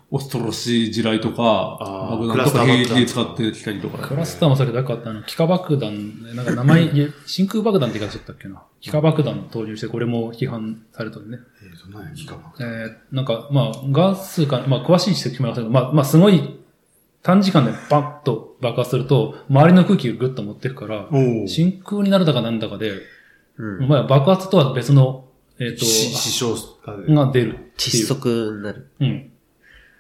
Speaker 3: 恐ろしい地雷とか、
Speaker 4: あー
Speaker 3: 爆弾とか
Speaker 4: クラ
Speaker 3: 兵
Speaker 4: ス
Speaker 3: 器
Speaker 4: ター爆弾
Speaker 3: で使ってきたりとか。
Speaker 1: クラスターもそれだかったあの、気化爆弾、なんか名前、いや真空爆弾って言い方しとったっけな。気化爆弾投入して、これも批判されとるね。
Speaker 4: えーと、何や、機械爆
Speaker 1: えー、なんか、まあ、ガスか、まあ、詳しい指摘もありませんけど、まあ、まあ、すごい、短時間でバッと爆発すると、周りの空気をグッと持ってくから、
Speaker 4: おお。
Speaker 1: 真空になるだかなんだかで、
Speaker 2: うん。
Speaker 1: まあ、爆発とは別の、えっ、
Speaker 4: し死傷あ
Speaker 1: と、が出るってい
Speaker 2: 窒
Speaker 1: う。
Speaker 2: 息になる。
Speaker 1: うん。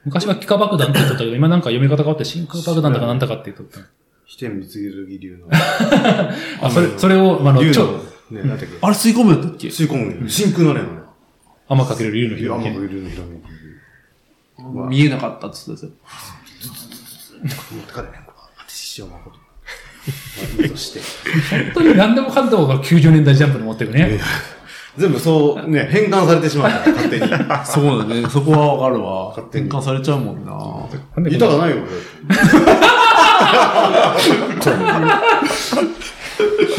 Speaker 1: 昔は気化爆弾って言っとったけど、今なんか読み方変わって真空爆弾だかなんだかって言っとった。
Speaker 4: 飛天三剣流の。
Speaker 1: あ、それ、それを、まああの、
Speaker 4: 竜
Speaker 1: ち
Speaker 4: の
Speaker 1: ょ、、
Speaker 4: ね、なんだっけ。
Speaker 3: あれ吸い込むやったっけ
Speaker 4: 吸い込むよ。真空になれんのよ。
Speaker 1: 雨かける竜の
Speaker 4: いや、
Speaker 1: 広
Speaker 4: あん
Speaker 1: げ。
Speaker 4: まり竜のひらめき。わ
Speaker 3: 見えなかったって言ってたや
Speaker 4: 持ってかれへんか。私、塩誠。まあいいとして。
Speaker 1: 本当に何でもかんでもが90年代ジャンプに持ってくね。
Speaker 4: 全部そう、ね、変換されてしまうから、勝手に。
Speaker 3: つよ。そうだね。そこはわかるわ。
Speaker 4: 勝手に
Speaker 3: 転換されちゃうもんな。
Speaker 1: なんでこんな
Speaker 4: 痛がないよ、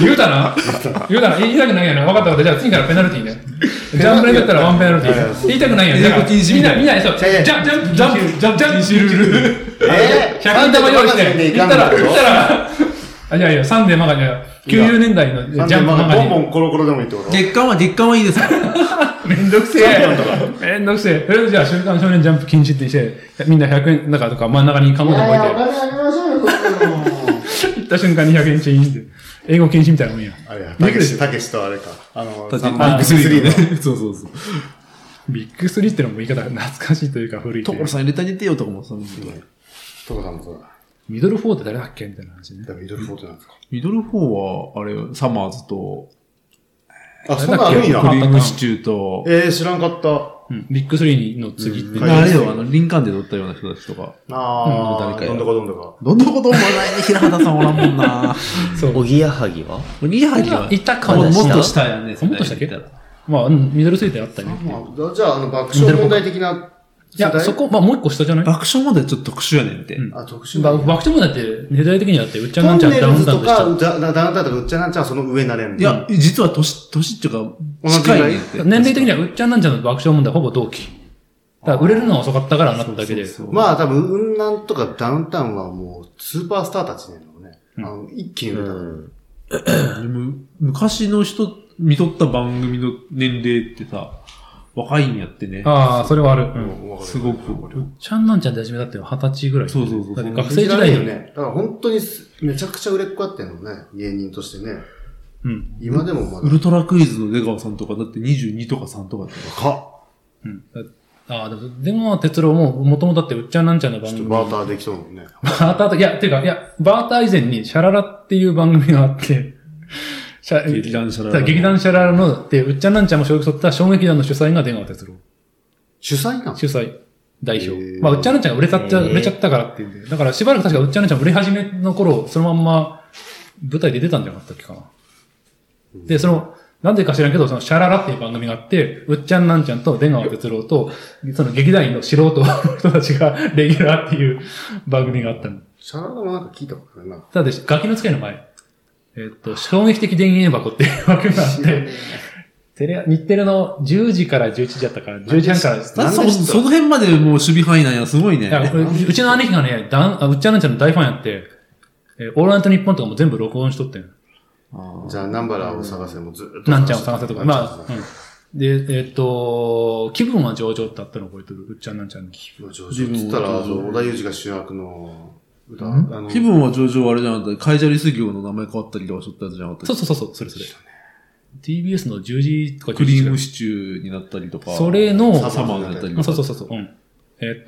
Speaker 1: 言うたな言うたな言いたくないやな。分かった分かった。じゃあ次からペナルティーね。ジャンプラインだったらワンペナルティ
Speaker 4: いやいや
Speaker 1: ー。言いたくないやん。
Speaker 3: 英語禁止
Speaker 1: み
Speaker 3: み
Speaker 1: ん
Speaker 3: た
Speaker 1: な、
Speaker 3: い
Speaker 1: みんな、そう。ジ
Speaker 4: いや
Speaker 1: ャ
Speaker 4: いや
Speaker 1: ンプ、ジャンプ、ジャンプ、ジャンプ、ジャンプ、禁止ルール。
Speaker 4: え
Speaker 1: 100円玉用意して。言ったら、言ったら、あ、いやいや、サンデーマガジンや。90年代のジ
Speaker 4: ジャン
Speaker 1: ャンプマガジ
Speaker 4: ボンボ
Speaker 1: ン。
Speaker 4: ンコロコロでもいいってこと
Speaker 3: 月間は、月間はいい ですか
Speaker 1: めんどくせえ。めんどくせえ。とりあえずじゃあ、週刊少年ジャンプ禁止ってして、みんな100円中とか真ん中にカモでも置いて。
Speaker 4: 金あげましょうよ、
Speaker 1: 行った瞬間に100円チェンジって。英語禁止みたいなもんや。
Speaker 4: あれや、たけし、たけしとあれか。あの、
Speaker 3: 確か
Speaker 4: 三
Speaker 3: に
Speaker 4: 番
Speaker 3: ビッグスリーね。 そうそうそう。
Speaker 1: ビッグスリーってのも言い方懐かしいというか古いという
Speaker 3: 所
Speaker 1: か。
Speaker 3: さん入れてあげてよとかもその時は
Speaker 4: トコさんもそうだ。
Speaker 1: ミドルフォーって誰だっけみたいな話ね。
Speaker 4: でも、ミドルフォートなんですか。
Speaker 3: ミドル4は、あれよ、サマーズと、
Speaker 4: あ、そんなんあるん
Speaker 1: あった
Speaker 3: ク
Speaker 4: や。
Speaker 3: リームシチューと、
Speaker 4: えー、知らんかった。
Speaker 1: うん。ビッグスリーの次って。
Speaker 4: うん
Speaker 1: ま
Speaker 3: あれよ、あの、リンカーンで撮ったような人たちとか。
Speaker 4: あ
Speaker 3: うん誰
Speaker 4: ー、
Speaker 3: かや
Speaker 4: どんどかどんどか。
Speaker 3: どんなこともないね、平畑さんおらんもんな。
Speaker 1: あそう。
Speaker 2: おぎやはぎは
Speaker 3: リハリは、
Speaker 1: いたか
Speaker 3: も
Speaker 1: も
Speaker 3: も
Speaker 1: しれ
Speaker 3: っ
Speaker 1: ない
Speaker 3: と下やね。
Speaker 1: もっと下っけ
Speaker 3: 世代で
Speaker 1: まあ、うんミドルスリーってあったね。
Speaker 4: まあじゃあ、あの、爆笑問題的な。
Speaker 1: いや、そ。こ、まあもう一個下じゃない
Speaker 3: 爆笑問題ちょっと特殊やねんって。
Speaker 1: うん
Speaker 4: あ、特殊
Speaker 1: 爆爆笑もだって、値段的にだって、うっちゃん
Speaker 4: ト
Speaker 1: なん
Speaker 4: ン
Speaker 1: ちゃ
Speaker 4: ネ
Speaker 1: ん、ダウ
Speaker 4: ル
Speaker 1: ン
Speaker 4: ズ
Speaker 1: タウ
Speaker 4: と
Speaker 1: ンとしちゃ
Speaker 4: か、
Speaker 1: う
Speaker 4: うだだダウンタウンとか、うっちゃなんちゃんはその上になれんの
Speaker 3: いや、実は年、年っていうか、
Speaker 4: 同じぐ
Speaker 3: 近い
Speaker 4: らい
Speaker 3: ねんって。
Speaker 1: 年齢的にはうっちゃんなんちゃんの爆笑問題ほぼ同期。だから売れるのは遅かったからなっただけで。
Speaker 3: そうそうそう
Speaker 4: まあ多分、雲南とかダウンタウンはもうスーパースターたちねんのね。
Speaker 1: うん
Speaker 4: あの一気に売れた。
Speaker 2: ん。
Speaker 3: でも昔の人、見とった番組の年齢ってさ、若いんやってね。
Speaker 1: ああ、それはある。うん。
Speaker 4: もうわかる
Speaker 3: すごく。
Speaker 1: ちゃんなんちゃんって始めたって二十歳ぐらい。
Speaker 3: そうそうそう
Speaker 1: だって学生時代
Speaker 4: よ。ね。だから本当にすめちゃくちゃ売れっ子やってんのね。芸人としてね。
Speaker 1: うん。
Speaker 4: 今でもま
Speaker 3: ウ
Speaker 4: だ。
Speaker 3: ルトラクイズの出川さんとか、だって22とか3とかだったよ
Speaker 4: か。
Speaker 1: うん。ああ、でも、でも、哲郎も、もともとだって、うっちゃんなんちゃんの番
Speaker 4: ちょ
Speaker 1: 組。
Speaker 4: っとバーターできそうもんね。
Speaker 1: バーターと、いや、ていうか、いや、バーター以前に、シャララっていう番組があって、シャ
Speaker 3: 劇団シャララ
Speaker 1: そう劇団シャララの、で、うっちゃんなんちゃんも衝撃取った小劇団の主催が出川哲郎。
Speaker 4: 主催なの
Speaker 1: 主催、代表
Speaker 4: へー。
Speaker 1: まあ、うっちゃんなんちゃんが売れたっちゃ、
Speaker 2: へー
Speaker 1: 売れちゃったからっていうんで。だから、しばらく確かうっちゃんなんちゃん売れ始めの頃、そのまんま、舞台で出たんじゃなかったっけかな。で、その、なんでか知らんけど、その、シャララっていう番組があって、うっちゃんなんちゃんと出川哲郎と、その劇団員の素人の人たちがレギュラーっていう番組があったの。
Speaker 4: シャララもなんか聞いたことないな。
Speaker 1: ただし、ガキの使いの前。えっと、衝撃的電源箱っていう枠があって、テレ、日テレの10時から11時だったから、10時半から。
Speaker 3: だって
Speaker 4: なん
Speaker 3: そ
Speaker 4: で知っ
Speaker 3: その辺までもう守備範囲なんや、すごいね
Speaker 1: い。や、これうちの兄貴がね、ダン、あうっちゃんなんちゃんの大ファンやって、えーオールナイトニッポンとかも全部録音しとってん。
Speaker 3: あー
Speaker 4: じゃあ、ナンバラを探せもずっと。
Speaker 1: なんちゃんを探せとか。まあ、
Speaker 4: あ、
Speaker 1: うん。で、えーっと、気分は上々ってあったの覚えてるうっちゃんなんちゃんの。
Speaker 4: もう上手って言ったら、あの、小田裕二が主役の歌。あの
Speaker 3: 気分は上々あれじゃなかった。カイジャリス業の名前変わったりとかしょったやつじゃなかった
Speaker 1: そう
Speaker 3: っ
Speaker 1: そうそうそう、それそれ。TBS の10時とか
Speaker 3: けク
Speaker 1: 11
Speaker 3: リ
Speaker 1: 時
Speaker 3: ー
Speaker 1: か
Speaker 3: ムシチューになったりとか。
Speaker 1: それの
Speaker 3: サマーになったりと
Speaker 1: あ
Speaker 3: か。
Speaker 1: そうそう
Speaker 3: う。
Speaker 1: そうそう。うん。えっ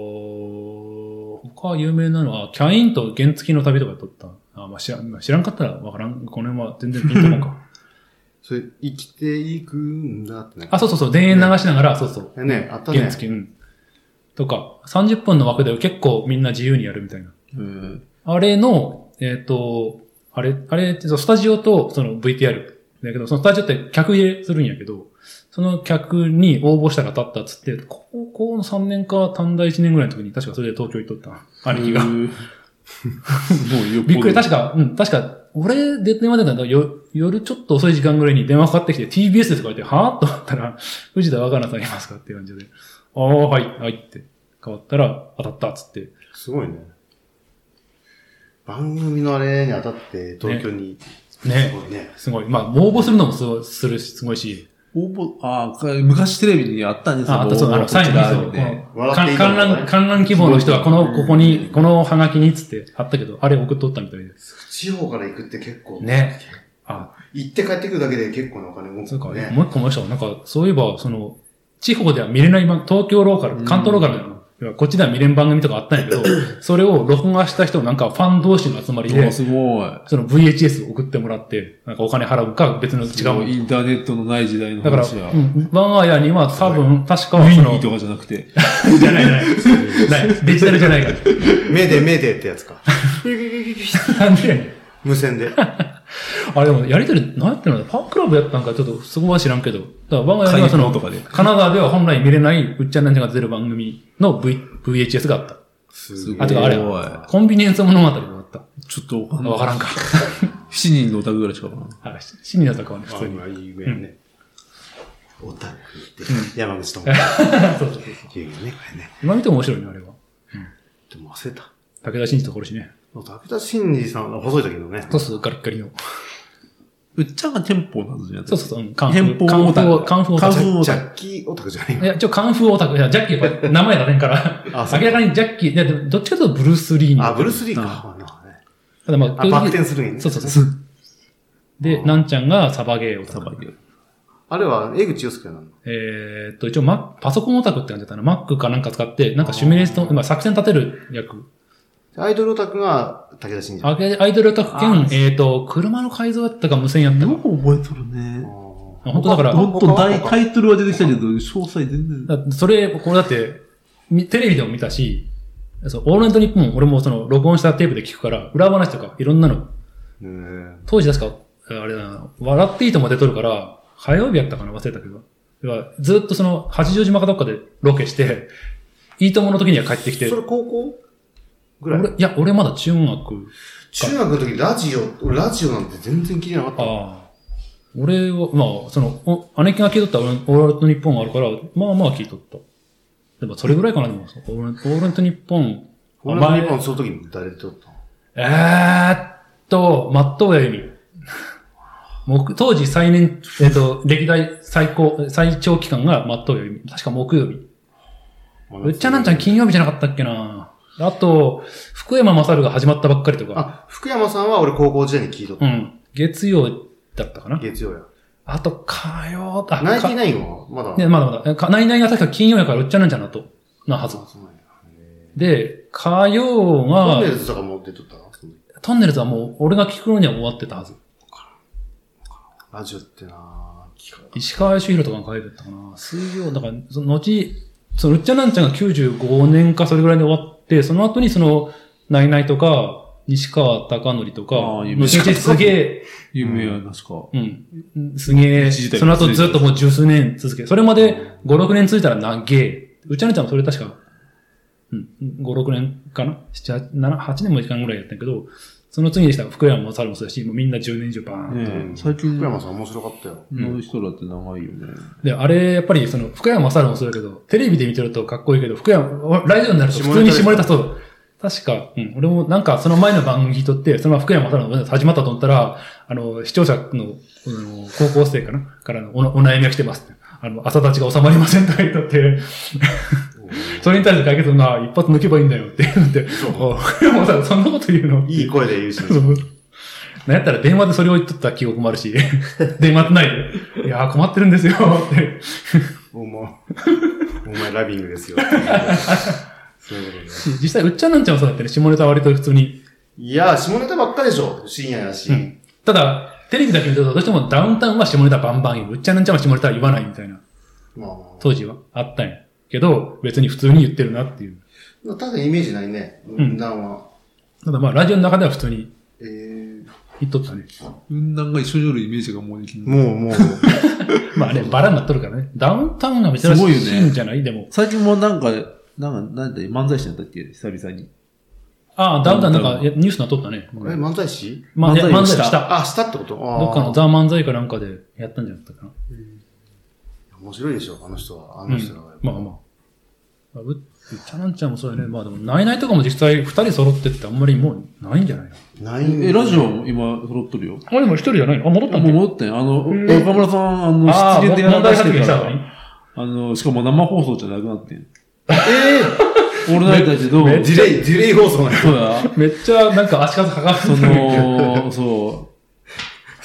Speaker 1: と、他有名なのは、キャインと原付きの旅とか撮った。あ、まあ、知らん、まあ知らんかったらわからん。この辺は全然ピンとこんか。
Speaker 4: それ、生きていくんだってね。
Speaker 1: あ、そうそうそう、田園流しながら、そうそう。
Speaker 4: ね、あったね。
Speaker 1: 原付き、うん。とか、30分の枠で結構みんな自由にやるみたいな。
Speaker 3: うん。
Speaker 1: あれの、えっ、と、あれ、あれ、そうスタジオとその VTR。だけど、そのスタジオって客入れするんやけど、その客に応募したら当たったっつって、高校の3年か短大1年ぐらいの時に、確かそれで東京行っとったな。兄貴が
Speaker 3: へー。もうよっぽど
Speaker 1: びっくり、確か、うん、確か、俺で電話出たんだよ、夜ちょっと遅い時間ぐらいに電話かかってきて、TBS ですとか言って、はぁと思ったら、 藤田若菜さんいますかっていう感じで、ああ、はい、はいって、変わったら、当たったっつって。
Speaker 4: すごいね。番組のあれに当たって、東京に。
Speaker 1: ね
Speaker 4: すごいね。
Speaker 1: すごい。まあ、応募するのもすごい、するし、すごいし。
Speaker 3: 応募、ああ、昔テレビにあったんです
Speaker 1: あ、あとそう、あの、サインですよ。この
Speaker 4: 笑っていいの
Speaker 1: 観
Speaker 4: かね
Speaker 1: 覧、観覧希望の人は、この、ここに、このハガキにっつって、あったけど、あれ送っとったみたいです。
Speaker 4: 地方から行くって結構。
Speaker 1: ね。あ、
Speaker 4: 行って帰ってくるだけで結構なお金も。
Speaker 1: そうか、
Speaker 4: ね。
Speaker 1: もう一個思いましたわ。なんか、そういえば、その、地方では見れない番、東京ローカル、関東ローカルだよなこっちでは見れん番組とかあったんやけ ど、それを録画した人をなんかファン同士の集まり
Speaker 3: あ
Speaker 1: で
Speaker 3: あ、、すごい。
Speaker 1: その VHS を送ってもらって、なんかお金払うか別の
Speaker 3: 違う。
Speaker 1: 違う。
Speaker 3: インターネットのない時代の
Speaker 1: だから、
Speaker 3: 話や。
Speaker 1: う
Speaker 3: ウ
Speaker 1: ん、ワンアイアには多分、確か、そ
Speaker 3: ィニー
Speaker 1: の、
Speaker 3: とかじゃなくて。
Speaker 1: じゃない、じゃない。ない、デジタルじゃないか
Speaker 4: 目で目でってやつか。
Speaker 1: ら。 なんで、
Speaker 4: 無線で。
Speaker 1: あれでも、やりとり、なんていうのファンクラブやったんか、ちょっと、そこは知らんけど。だから、我が家にはそ
Speaker 3: 開
Speaker 1: の、
Speaker 3: 放とかで
Speaker 1: カナダでは本来見れない、うっちゃんなんちゃんが出る番組の v VHS があった。
Speaker 4: す
Speaker 1: あ、てかあれ
Speaker 3: おい
Speaker 1: や、コンビニエンス物語があった。
Speaker 3: ちょっとわかんない。
Speaker 1: わからんか。
Speaker 3: 7人のお宅ぐらいしかわからん。
Speaker 1: あ、死になったかはね、普
Speaker 4: あ
Speaker 1: 通に。
Speaker 4: まあ、いいぐらいね。オタクって、山口 智
Speaker 1: そうそうそう
Speaker 4: 子。いうね、これね。
Speaker 1: 今見ても面白いね、あれは。
Speaker 4: でも忘れた。
Speaker 1: 武田真治と殺しね。
Speaker 4: 武田真治さん、細い時のね。
Speaker 1: そうそう、ガリッガリの。
Speaker 3: うっちゃんが店舗なんじゃな
Speaker 1: そうそうそう、うん、カンフ
Speaker 3: 店
Speaker 1: ー。
Speaker 3: 舗
Speaker 1: カンフーを、カンフーオタ
Speaker 3: カンフ
Speaker 1: ク。
Speaker 3: ーオ
Speaker 4: ジ
Speaker 3: タ
Speaker 4: ャ
Speaker 3: ク
Speaker 4: ッキーオタクじゃない
Speaker 1: いや、ちょ、カンフーオタク。いや、ジャッキーやっぱ名前出せんから。
Speaker 4: あそう
Speaker 1: 明らかにジャッキー、いや、でもどっちかというとブルース・リーに。
Speaker 4: あ、ブルースリーか。なんかね
Speaker 1: ただまあ、
Speaker 4: あ、バク転するんやね
Speaker 1: そうそうそう。で、なんちゃんがサバゲーオタ
Speaker 3: サバ
Speaker 1: ク。
Speaker 3: ゲー。
Speaker 4: あれは、江口洋介なの
Speaker 1: えーっと、一応、マパソコンオタクって感じだったな。Mac かなんか使って、なんかシミュレーション、まあ作戦立てる役。
Speaker 4: アイドルオタクが武田真治。
Speaker 1: アイアイドルオタク兼、えーっと、車の改造やったか無線やったか。
Speaker 3: く覚えとるね
Speaker 4: あ
Speaker 1: 本当だから、
Speaker 3: 本当大タイトルは出てきたけど、詳細全然。
Speaker 1: だってそれ、これだって、みテレビでも見たし、そうオールナイトニッポン、俺もその、録音したテープで聞くから、裏話とか、いろんなの、
Speaker 4: ーね
Speaker 1: 当時確か、あれだな、笑っていいとも出とるから、火曜日やったかな、忘れたけど。要はずっとその、八丈島かどっかでロケして、いいともの時には帰ってき
Speaker 4: え
Speaker 1: て、
Speaker 4: それ高校ぐらい
Speaker 1: 俺、いや、俺まだ中学、
Speaker 4: 中学の時ラジオ、俺ラジオなんて全然聞いてなかった。
Speaker 1: ああ。俺は、まあ、その、お姉貴が聞いとったら俺オールナイトニッポンがあるから、まあまあ聞いとった。でもそれぐらいかな、でも。オールオールンと日本。
Speaker 4: 俺の日本その時に誰で撮ったの
Speaker 1: えーっと、マット親指。木、当時最年、えっと、歴代最高、最長期間がマット親指。確か木曜日。うっちゃなんちゃん金曜日じゃなかったっけなあと、福山雅治が始まったばっかりとか。
Speaker 4: あ、福山さんは俺高校時代に聞いとっ
Speaker 1: う
Speaker 4: た。
Speaker 1: ん。月曜だったかな
Speaker 4: 月曜や。
Speaker 1: あと、火曜、あ、
Speaker 4: ナインティ
Speaker 1: か
Speaker 4: ナインはまだ。
Speaker 1: ね、まだまだ。えかナイナイが確か金曜やからうっちゃなんちゃんだと。なはず。
Speaker 4: あそうなんやへ
Speaker 1: で、火曜
Speaker 4: ートン
Speaker 1: が
Speaker 4: ネ、ルズとか持ってとったのその時
Speaker 1: トンネルズはもう、俺が聞くのには終わってたはず。
Speaker 4: ラジオってなぁ、聞かない。
Speaker 1: 石川義弘とかが書いてあったかな。水曜、だから、その後、そのうっちゃなんちゃんが95年かそれぐらいで終わって、その後にその、ナイナイとか、西川貴教とか、
Speaker 3: ああ
Speaker 1: 後々すげえ、
Speaker 3: 有名や、確か。
Speaker 1: うん、すげえ、
Speaker 3: 一時代
Speaker 1: その後ずっともう十数年続け、それまで5、6年続いたら長え。うちゃんちゃんもそれ確か、うん、5、6年かな ?7、7、8年も時間ぐらいやったんやけど、その次でしたら福山雅治もそうだし、もうみんな10年以上バーンと
Speaker 3: ね
Speaker 4: うん
Speaker 3: え最近
Speaker 4: 福
Speaker 3: の
Speaker 4: 山さん面白かったよ。
Speaker 3: 人らって長いよね。
Speaker 1: で、あれ、やっぱり、その、福山雅治もそうだけど、テレビで見てるとかっこいいけど、福山、ラジオになると普通に下
Speaker 4: 下
Speaker 1: ネ
Speaker 4: ネ
Speaker 1: タ
Speaker 4: タ
Speaker 1: そう。確か、うん、俺もなんか、その前の番組聞いとって、そのまま福山雅治の始まったと思ったら、あの、視聴者の、あの、高校生かなからのおお悩みが来てますって。あの、朝立ちが収まりませんとか言っとって、それに対して解決な、一発抜けばいいんだよって言って、
Speaker 4: そう
Speaker 1: お福山雅治そんなこと言うの
Speaker 4: いい声で言うし。
Speaker 1: そうなんやったら電話でそれを言っとった記憶もある し、電話つないで、いやー困ってるんですよって。
Speaker 4: お前、お前ラビングですよ。そういうことね。
Speaker 1: 実際、うっちゃんなんちゃんもそうだったね。下ネタは割と普通に。
Speaker 4: いやー、下ネタばっかでしょ。深夜やし。
Speaker 1: うん。ただ、テレビだけ見てると、どうしてもダウンタウンは下ネタバンバン言う。うっちゃんなんちゃんは下ネタは言わないみたいな。
Speaker 4: まあまあ
Speaker 1: 当時は。あったんや。けど、別に普通に言ってるなっていう。
Speaker 4: まあ。ただイメージないね。
Speaker 1: ん
Speaker 4: なんは。
Speaker 1: ただまあ、ラジオの中では普通に
Speaker 4: えー、
Speaker 1: 言っとったね。
Speaker 3: 雲南が一緒におるイメージがもうできない。
Speaker 4: もう、もう。
Speaker 1: まあ、あれ、バラになっとるからね。ダウンタウンが珍
Speaker 3: すごい
Speaker 1: しい
Speaker 3: よね
Speaker 1: んじゃないでも。
Speaker 3: 最近もなんか、なんか、なんだ漫才師やったっけ久々に。
Speaker 1: ああ、ダウンタウンなん
Speaker 3: ダウン
Speaker 1: か
Speaker 3: タウン
Speaker 1: いやニュースなっとったね。
Speaker 4: え、漫才師
Speaker 1: まあ、いや
Speaker 3: 漫才を
Speaker 1: 漫
Speaker 3: し
Speaker 1: 才
Speaker 3: た
Speaker 1: をした。
Speaker 4: あ、したってことあー
Speaker 1: どっかのザ・漫才かなんかでやったんじゃなかったかな。
Speaker 4: 面白いでしょ、あの人は。あの人らは。
Speaker 1: まあまあ。ううっちゃなんちゃんもそうだよね。まあでも、ナイナイとかも実際二人揃ってってあんまりもうないんじゃないの
Speaker 4: ないん
Speaker 3: え、ラジオも今、揃っとるよ。
Speaker 1: あ、でも一人じゃないのあ、戻ったん
Speaker 3: もう
Speaker 1: だ。
Speaker 3: 戻ってん。あの、岡村さん、あの、
Speaker 1: あー
Speaker 3: 失言でやらかし
Speaker 1: 問題発
Speaker 3: てるか
Speaker 1: 言したのに
Speaker 3: ら。あの、しかも生放送じゃなくなってん。ええー、俺ないだけど、
Speaker 4: ディレイ、ディレイ放送なの
Speaker 3: そうだ。
Speaker 1: めっちゃなんか足数かかる。
Speaker 3: その、そう。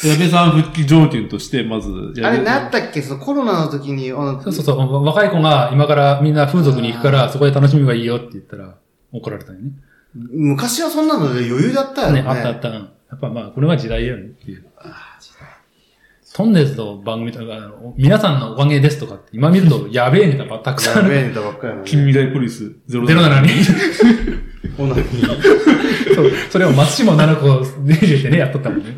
Speaker 3: 矢部さん復帰条件として、まず、
Speaker 4: あれ、な
Speaker 3: な
Speaker 4: ったっけそのコロナの時に、あの
Speaker 1: そうそうそう。若い子が今からみんな風俗に行くからそこで楽しみがいいよって言ったら怒られたよね。
Speaker 4: 昔はそんなので余裕だったよね。
Speaker 1: ね、あったあった。うんやっぱまあ、これは時代やよねっていう。トンネルズの番組とか、あの皆さんのおかげですとかって、今見るとやべえネタばたくさんあ
Speaker 4: や
Speaker 1: る。
Speaker 4: べえネタばっかりなのに。
Speaker 3: 近未来ポリス
Speaker 1: ゼロ
Speaker 3: 07。
Speaker 1: なのに。
Speaker 4: オナニー。
Speaker 1: そうそれを松島奈々子ねじれてね、やっとったもんね。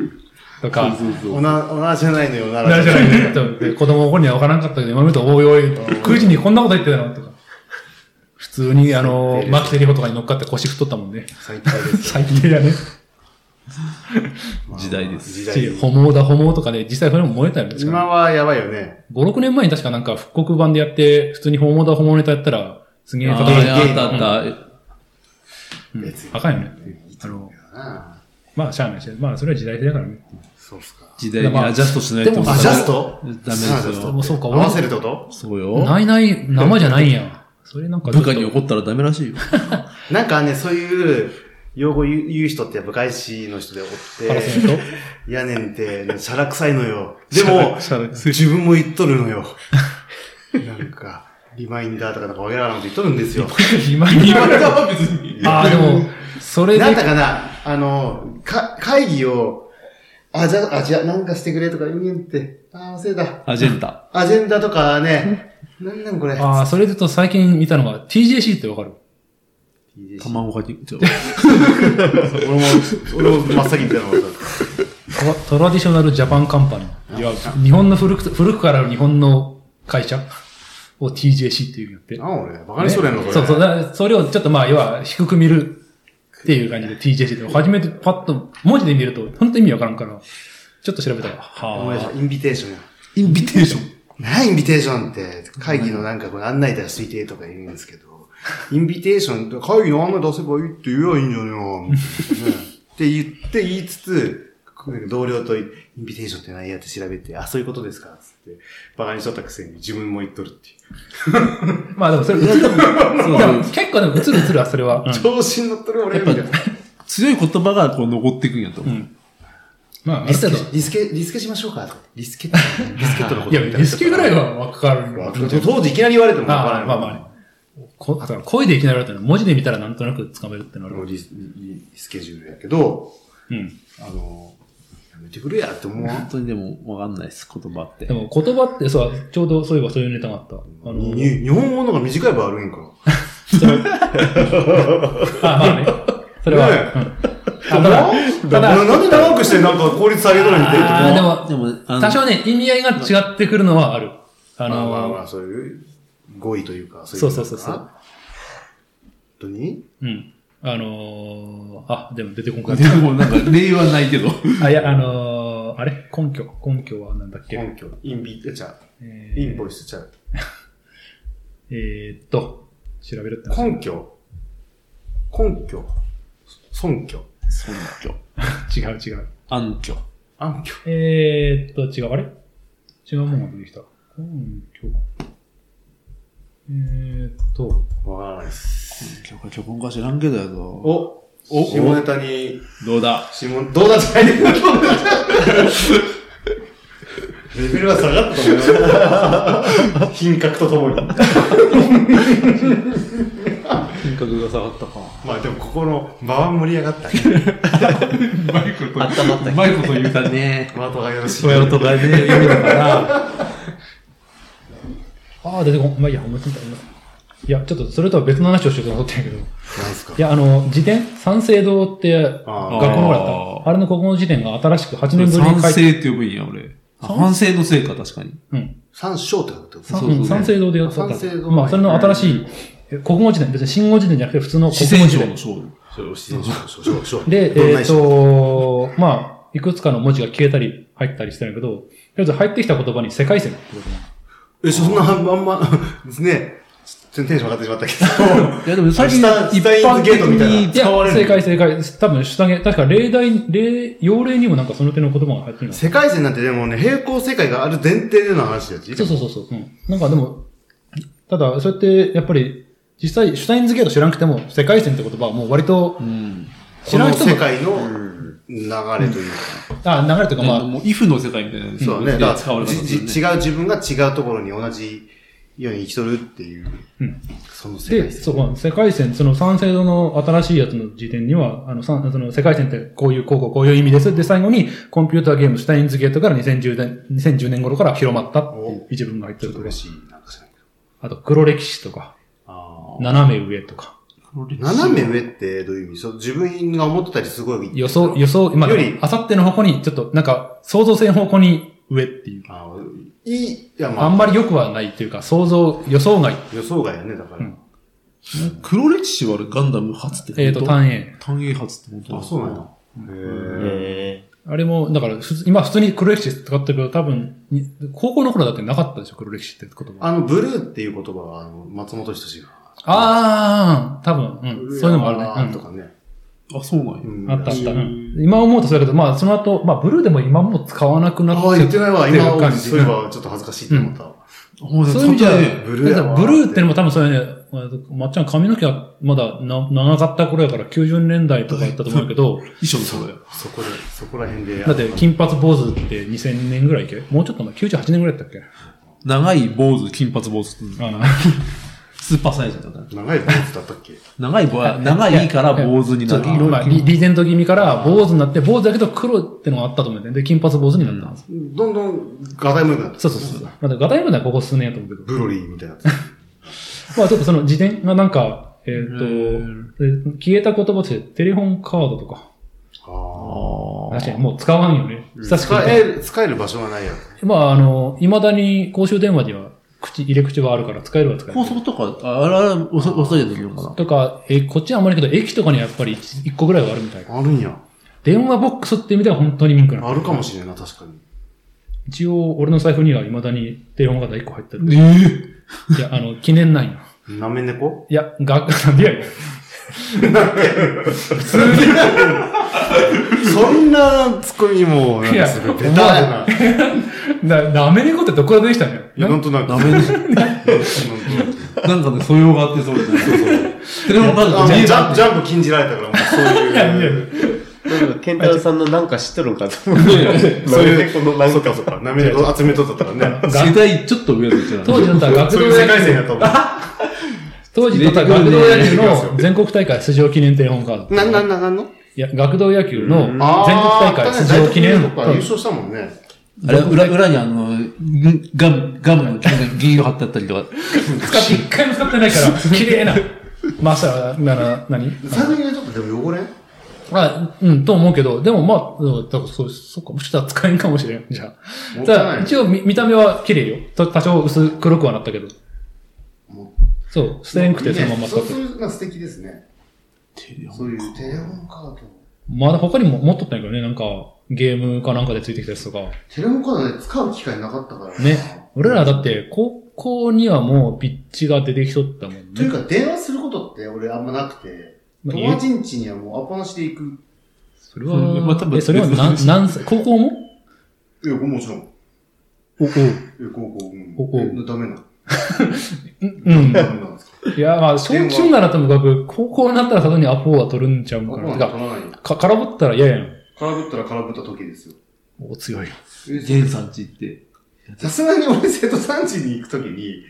Speaker 1: とか、
Speaker 3: そうそう
Speaker 4: オナ、オナじゃないのよ、オナ
Speaker 1: な
Speaker 4: ラ
Speaker 1: る
Speaker 4: じ
Speaker 1: じ
Speaker 4: ゃ
Speaker 1: ゃ
Speaker 4: な。
Speaker 1: ないいね。とで子供の頃には分からんかったけど、今見ると、おいおい、9時にこんなこと言ってたのとか。普通に、あの、牧瀬里穂とかに乗っかって腰太ったもんね。
Speaker 4: 最低です。
Speaker 1: 最低だね。
Speaker 3: 時代です
Speaker 4: 時代です
Speaker 1: ホモだホモとかで、実際それも燃えたんです
Speaker 4: 今
Speaker 1: か
Speaker 4: はやばいよね。
Speaker 1: ら。5、6年前に確かなんか復刻版でやって、普通にホモだホモネタやったら、すげえ叩
Speaker 3: あ
Speaker 1: かれて、
Speaker 3: ーあったあった。
Speaker 1: うん
Speaker 4: 別に
Speaker 1: あかんよね。あの、
Speaker 4: ああ
Speaker 1: まあ、しゃあないし、まあ、それは時代性だからね。
Speaker 4: そうっすか。
Speaker 3: 時代にアジャストしないと。
Speaker 1: でも
Speaker 4: アジャスト
Speaker 3: ダメです
Speaker 4: アジャス
Speaker 1: で
Speaker 4: ト
Speaker 3: よ。
Speaker 1: もそうか、
Speaker 4: 合
Speaker 1: 俺
Speaker 4: わせるってこと
Speaker 3: そうよ。
Speaker 1: ないない、生じゃないんや。それなんかちょ
Speaker 3: 部
Speaker 1: っと、
Speaker 3: 下に怒ったらダメらしいよ。
Speaker 4: なんかね、そういう用語言う言う人ってやっぱ外資の人でおっ
Speaker 1: ハラスメン
Speaker 4: て、
Speaker 1: ト
Speaker 4: いやねんって、ね、シャラ臭いのよ。でも、
Speaker 3: シャラ臭い
Speaker 4: 自分も言っとるのよ。なんか、リマインダーとかなんかわけわからんこと言っとるんですよ。
Speaker 1: 今に
Speaker 3: 今だは別に。
Speaker 1: ああ、で も、それで、
Speaker 4: なんだかな、あの、か、会議を、あ、じゃ、あ、じゃ、なんかしてくれとか言うんって、あ、忘れた。
Speaker 3: アジェンダ。
Speaker 4: アジェンダとかね、なんなんこれ。
Speaker 1: ああ、それで言うと最近見たのが TJC ってわかる
Speaker 3: 卵かけ、ちょ、
Speaker 4: 俺も、俺も真っ先に見たの忘れた。
Speaker 1: トラトラディショナルジャパンカンパニー。いや、日本の古く、古くからある日本の会社を TJC っていうんやって。
Speaker 4: な俺、バカにしとるやんの、こ
Speaker 1: ね
Speaker 4: れ。
Speaker 1: そうそう。だからそれをちょっとまあ、要は低く見るっていう感じで TJC って、初めてパッと文字で見ると、本当意味わからんから、ちょっと調べたら、
Speaker 4: お前じゃ
Speaker 1: は
Speaker 4: インビテーションや。
Speaker 3: インビテーション。
Speaker 4: 何インビテーションって、会議のなんかこの案内だ推定とか言うんですけ ど、インビテーションって会議の案内出せばいいって言えばいいんじゃねえのみたいなねって言って言いつつ、同僚とインビテーションって何やって調べて、あ、そういうことですかつって、バカにしとったくせに自分も言っとるっていう。
Speaker 1: まあでもそれ映る。で
Speaker 3: そう
Speaker 1: も結構でも映る映るわ、それは。
Speaker 4: 調子に乗ってる俺みたいな。
Speaker 3: 強い言葉がこう残っていくんやと思う。
Speaker 1: うんまあ、
Speaker 4: リ
Speaker 1: リ
Speaker 4: ス
Speaker 1: ス
Speaker 4: ケ
Speaker 1: ケ、
Speaker 4: リスケ、リスケしましょうかとか。リスケって、リスケットのこ
Speaker 1: い
Speaker 4: と
Speaker 1: や、
Speaker 4: を言った
Speaker 1: リスケぐらい
Speaker 4: は。
Speaker 1: はわかるわ。
Speaker 4: 当時いきなり言われてもわからない。
Speaker 1: まあまあまこだから声でいきなりだったら、文字で見たらなんとなくつかめるってな
Speaker 4: 俺も
Speaker 1: る。
Speaker 4: リスリリスケジュールやけど、
Speaker 1: うん。
Speaker 4: あの、やめてくれやって思わ
Speaker 3: 本
Speaker 4: ん。
Speaker 3: 当にでもわかんないです、言葉って
Speaker 1: で。も言葉ってさ、ちょうどそういえばそういうネタがあった。あの、
Speaker 4: に日本語の方が短い場合あるんか。
Speaker 1: それあ、まあね。それは。
Speaker 4: ねえ
Speaker 1: うんあただ、ただ
Speaker 4: ななんで長くしてなんか効率下げとるんって。
Speaker 1: あーでも
Speaker 3: でも、あの
Speaker 1: 多少ね、意味合いが違ってくるのはある。あ
Speaker 4: あのまあま
Speaker 1: の
Speaker 4: あ、そういう語彙というか、
Speaker 1: そう
Speaker 4: い
Speaker 1: そうそうそう
Speaker 4: のかな本当に
Speaker 1: ー、うん。あのー、あ、でも出てこんかっ
Speaker 3: で
Speaker 1: た。
Speaker 3: もなんか、例はない けど。
Speaker 1: あ、いや、あのー、あれ根拠。根拠はなんだっけ
Speaker 4: 根拠、インビ、えちゃう
Speaker 1: え
Speaker 4: インボ
Speaker 1: ー
Speaker 4: イスちゃう。
Speaker 1: えーっと、調べるって話
Speaker 4: 根拠、根拠、尊虚、
Speaker 3: 尊虚。
Speaker 1: 違う違う。
Speaker 3: 暗虚。
Speaker 4: 暗虚。
Speaker 1: えーっと、違う。あれ違うもんが出てきた。根拠。えーっと、
Speaker 4: わからないです。
Speaker 3: 虚か虚婚か知らんけどやぞ。
Speaker 4: お、お、下ネタに、
Speaker 3: どうだ
Speaker 4: 下、どうだって書いてるレベルは下がったと思います。品格とともに。
Speaker 3: 品格が下がったか。
Speaker 4: まあでもここの場は盛り上がったね。
Speaker 3: うまいこと、
Speaker 2: 温まった
Speaker 3: うまいこと言うたね。
Speaker 4: パートがよろしい。
Speaker 3: そうやるとかね、意味だから。
Speaker 1: ああ、出てこん。まあいいや、思いついた。今いや、ちょっとそれとは別の話をしようと思ってんやけど。
Speaker 4: なんすか
Speaker 1: いや、あの、辞典三省堂って、学校
Speaker 4: あ
Speaker 1: の
Speaker 4: ー
Speaker 1: ほら
Speaker 3: あ
Speaker 1: あった。
Speaker 3: ー
Speaker 1: あれの国語の辞典が新しく8年ぶり
Speaker 3: 賛
Speaker 1: に書いて、
Speaker 3: 成って呼ぶんや、俺。反省のせいか、確かに。
Speaker 1: うん。
Speaker 4: 三章ってこと
Speaker 3: 三
Speaker 1: うん三省堂でやってた。
Speaker 4: 三省堂
Speaker 1: まあ、それの新しい、え国語辞典、別に新語辞典じゃなくて普通の
Speaker 3: 四
Speaker 1: 国語
Speaker 3: 川
Speaker 1: 辞
Speaker 3: 省の
Speaker 1: 典。
Speaker 3: 章。
Speaker 4: そう、四章、章、章。
Speaker 1: で、
Speaker 4: どんな
Speaker 1: えっ、と、まあ、いくつかの文字が消えたり入ったりしてるけど、とりあえず入ってきた言葉に世界線ってことなの
Speaker 4: え、そんな、あんま、 ね、ちょっとテンション上がってしまったけど。
Speaker 3: いや、でも最近、
Speaker 4: 下
Speaker 3: 一般的に
Speaker 1: いや
Speaker 3: 使われ、る。
Speaker 1: 正解正解。多分、下げ、確か例題、例、要例にもなんかその手の言葉が入ってるの。
Speaker 4: 世界線なんてでもね、平行世界がある前提での話だし。
Speaker 1: そうそうそうそう。うん。なんかでも、ただ、そうやって、やっぱり、実際、シュタインズゲート知らなくても、世界線って言葉はもう割と
Speaker 3: う、ん。
Speaker 1: 知
Speaker 4: こ
Speaker 1: ら
Speaker 4: の
Speaker 1: ん人も
Speaker 4: 世、界の
Speaker 2: ん
Speaker 4: 流れというか。
Speaker 1: あ、流れとか、ま
Speaker 3: まあ、
Speaker 1: あ、
Speaker 3: もう、イフの世界みたいな。
Speaker 4: そうね。
Speaker 3: ん
Speaker 4: だ
Speaker 3: 使
Speaker 4: か
Speaker 3: わ
Speaker 4: ら、
Speaker 3: れたんだ
Speaker 4: じ
Speaker 3: ね
Speaker 4: じ違う自分が違うところに同じように生きとるっていう、
Speaker 1: うん。
Speaker 4: その世界
Speaker 1: で、
Speaker 4: 線。
Speaker 1: そこ、世界線、その三省堂の新しいやつの時点には、あの、三その世界線ってこういう、こうこう、こういう意味です。で、最後に、コンピューターゲーム、シュタインズゲートから2010年、2010年頃から広まったっていう一文が入って
Speaker 4: ちょ
Speaker 1: るとか
Speaker 4: っと嬉、しい、なんか知らんけど。
Speaker 1: あと、黒歴史とか、
Speaker 4: あ
Speaker 1: 斜め上とか、
Speaker 4: 斜め上ってどういう意味そう自分が思ってたりすごい。
Speaker 1: 予想、予想、まあ
Speaker 4: より、
Speaker 1: あさっての方向に、ちょっと、なんか、想像線方向に上っていう。
Speaker 4: あいい、いやまあ、
Speaker 1: あんまり良くはないというか、想像、予想外。
Speaker 4: 予想外やね、だから。
Speaker 1: うん
Speaker 3: 黒歴史はあれガンダム初って
Speaker 1: えっ、と、
Speaker 3: 単
Speaker 1: 単円。
Speaker 3: 影初ってこと
Speaker 4: あ、そうなんだ。へ
Speaker 2: へ
Speaker 4: え。
Speaker 1: あれも、だから、普通今普通に黒歴史使ってるけど、多分、に高校の頃だってなかったでしょ、黒歴史って言葉。
Speaker 4: あの、ブルーっていう言葉は、あの、松本人志が。
Speaker 1: ああー、多分、
Speaker 4: ブ
Speaker 1: う
Speaker 4: ル
Speaker 1: ん。
Speaker 4: ー
Speaker 1: そういうのもあるね。
Speaker 4: や
Speaker 1: うん
Speaker 4: なとかね。
Speaker 3: あ、そうなんや。
Speaker 4: うん
Speaker 1: あったあった。う
Speaker 4: うん
Speaker 1: ん今思うとそうだけど、まあ、その後、まあ、ブルーでも今もう使わなくなっ
Speaker 4: ああ、
Speaker 1: ちゃ
Speaker 4: 言
Speaker 1: っ
Speaker 4: っててないわ。
Speaker 1: ってる
Speaker 4: 今
Speaker 1: 感、じ
Speaker 4: そういえばちょっと恥ずかしいって思ったわ。
Speaker 1: そういう意味じゃ
Speaker 3: あ、ね、
Speaker 4: ブルーやわ
Speaker 1: ブルーってのも多分そういうね、まっちゃん髪の毛はまだな長かった頃やから90年代とかやったと思うけ ど、
Speaker 3: 衣装のそうや。
Speaker 4: そこで、そこら辺で。
Speaker 1: だって金髪坊主って2000年ぐらいいけもうちょっと前、98年ぐらいだったっけ
Speaker 3: 長い坊主、金髪坊主。
Speaker 1: あ
Speaker 3: スーパーサイズだった。
Speaker 4: 長い坊主だったっけ
Speaker 3: 長い坊主、長いから坊主になる。
Speaker 1: ちょっとまあ、リリーゼント気味から坊主になって、坊主だけど黒ってのがあったと思うんだよね。で、金髪坊主になったんです。
Speaker 4: どんどん、ガタイも良くなった。
Speaker 1: そうそうそう。まあ、ガタイムはここ数年やと思うけど。
Speaker 4: ブロリーみたいなやつ。
Speaker 1: まあ、ちょっとその自伝がなんか、えっ、と、えー消えた言葉として、テレホンカードとか。
Speaker 4: あ
Speaker 3: あ
Speaker 1: 確かにもう使わんよね。
Speaker 4: あ。
Speaker 1: 久しく
Speaker 4: 使える、使える場所がないやつ。
Speaker 1: まあ、あの、未だに公衆電話には口、入れ口はあるから使えるは使え
Speaker 3: 高
Speaker 1: る。
Speaker 3: 速とか、ああれ、あれ、おさ、おさじゃできるのかな
Speaker 1: とか、えーこっちはあんまりけど、駅とかにはやっぱり一一個ぐらいはあるみたい。
Speaker 4: あるんや。
Speaker 1: 電話ボックスって意味では本当にミンクなの
Speaker 4: あるかもしれんな、確かに。
Speaker 1: 一応、俺の財布には未だにテレホン型1個入ってる。
Speaker 3: え
Speaker 1: いや、あの、記念ないな。
Speaker 4: なめ猫
Speaker 1: いや、が、 なんでやねん。普通に、
Speaker 4: そんなツッコミも、な
Speaker 1: い
Speaker 4: んか
Speaker 1: や
Speaker 4: すごいベタだな。
Speaker 1: な、なめ猫ってどこからできたのよ。
Speaker 4: いや、なんとなく。
Speaker 3: ダメです。なんかね、素養があってそうですね。そうそう。テレホンカード
Speaker 4: あ
Speaker 3: っ
Speaker 4: ジ
Speaker 3: て自由だ
Speaker 4: ャンジャンプ禁じられたから、もうそういう。
Speaker 2: なんか、ケンタロウさんのなんか知っとるんかと思っ
Speaker 3: ね
Speaker 2: て。
Speaker 4: そういう
Speaker 2: なんでこのなん
Speaker 4: そっ
Speaker 2: か
Speaker 4: かそっか。なめ猫集めとったからね。
Speaker 3: 世代ちょっと上だったら
Speaker 1: 当時だったら学
Speaker 4: そうい
Speaker 1: 童
Speaker 4: う世界
Speaker 1: 野
Speaker 4: 線
Speaker 1: 球、
Speaker 4: やと思う。
Speaker 1: 当時だったら学童野球の全国大会出場記念テレホンカード。
Speaker 4: な、な、な、なんの
Speaker 1: いや、学童野球の全国
Speaker 4: あ
Speaker 1: 大会
Speaker 4: ー
Speaker 1: 出場記念
Speaker 4: 大。学の時とか優勝したもんね。
Speaker 3: あれ、裏、裏にあの、ガム、ガムの銀色貼ってあったりとか。
Speaker 1: 使って、一回も使ってない から、綺麗な。まさ、なら、何
Speaker 4: 財布に入れとくとでも汚れん
Speaker 1: あ、うん、と思うけど、でもまあうん、だからそう、そっか、もしかしたら使えんかもしれん、じゃ
Speaker 4: も
Speaker 1: あ。
Speaker 4: ったい
Speaker 1: た
Speaker 4: ない
Speaker 1: だ、一応見、見た目は綺麗よ。と多少薄黒くはなったけど
Speaker 4: も。
Speaker 1: そう、捨てんくてそのまま使っ
Speaker 4: そう
Speaker 1: て
Speaker 4: そ
Speaker 1: る。
Speaker 4: ういうのは素敵ですね。そういうテレホンカード。
Speaker 1: まだ他にも持っとったんやけどね、なんか、ゲームかなんかでついてきたやつとか。
Speaker 4: テレホンカードね、使う機会なかったからな
Speaker 1: ね。俺らだって、高校にはもうピッチが出てきとったもん
Speaker 4: という
Speaker 1: ね。
Speaker 4: か、電話することって俺あんまなくて、
Speaker 1: まあ
Speaker 4: 友達ん家にはもうアポなしで行く。
Speaker 1: それ
Speaker 3: まあ多
Speaker 1: は、
Speaker 3: 分
Speaker 1: え、それは何、何歳高校も
Speaker 4: え、もちろん。
Speaker 1: おお
Speaker 4: え、高校。うん
Speaker 1: 高校
Speaker 4: えダメな。
Speaker 1: うん。
Speaker 4: ダメなんですか
Speaker 1: いや、まあ、小
Speaker 4: でも
Speaker 1: 中ならともかく、高校になったらさすがにアポは取るんちゃう
Speaker 4: ア
Speaker 1: んか
Speaker 4: ポ
Speaker 1: な。
Speaker 4: なん
Speaker 1: て
Speaker 4: か
Speaker 1: か、
Speaker 4: 取らないよ。
Speaker 1: か空振ったら嫌やん。
Speaker 4: 空振ったら空振った時ですよ。
Speaker 1: お、強い。
Speaker 4: え
Speaker 3: ゲンさんちって。
Speaker 4: さすがに俺生徒さん家に行くときに、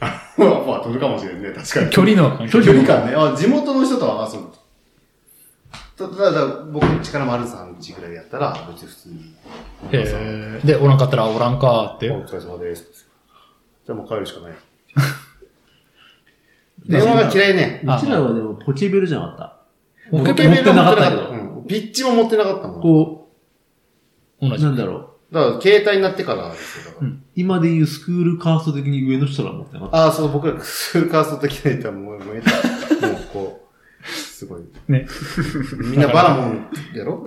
Speaker 4: あアポは取るかもしれんね、確かに。
Speaker 1: 距離の、
Speaker 4: 距離感ね。あ、地元の人とは遊ぶ。たただ、僕の力もあるさん家ぐらいやったら、別に普通に。
Speaker 1: へえ。で、おらんかったらおらんかーって。
Speaker 4: お疲れ様です。じゃあもう帰るしかない。電話が嫌いね。
Speaker 1: あ
Speaker 3: うちらはでもポケベルじゃなか
Speaker 1: ポ
Speaker 3: っ
Speaker 1: ケ
Speaker 3: た。
Speaker 1: ベ
Speaker 3: 持ってなかったけ
Speaker 4: う
Speaker 3: ど。
Speaker 4: んピッチも持ってなかったもん。
Speaker 3: こ
Speaker 1: 同
Speaker 3: う、
Speaker 1: じ
Speaker 3: な。んだろ
Speaker 4: だから、携帯になってからですよ。だから
Speaker 1: うん
Speaker 3: う。今でいうスクールカースト的に上の人ら持ってなかった。
Speaker 4: ああ、そう、僕ら、スーカーソット機内ってもう、もう、ええもう、こう、すごい。
Speaker 1: ね。
Speaker 4: みんなバラモンやろ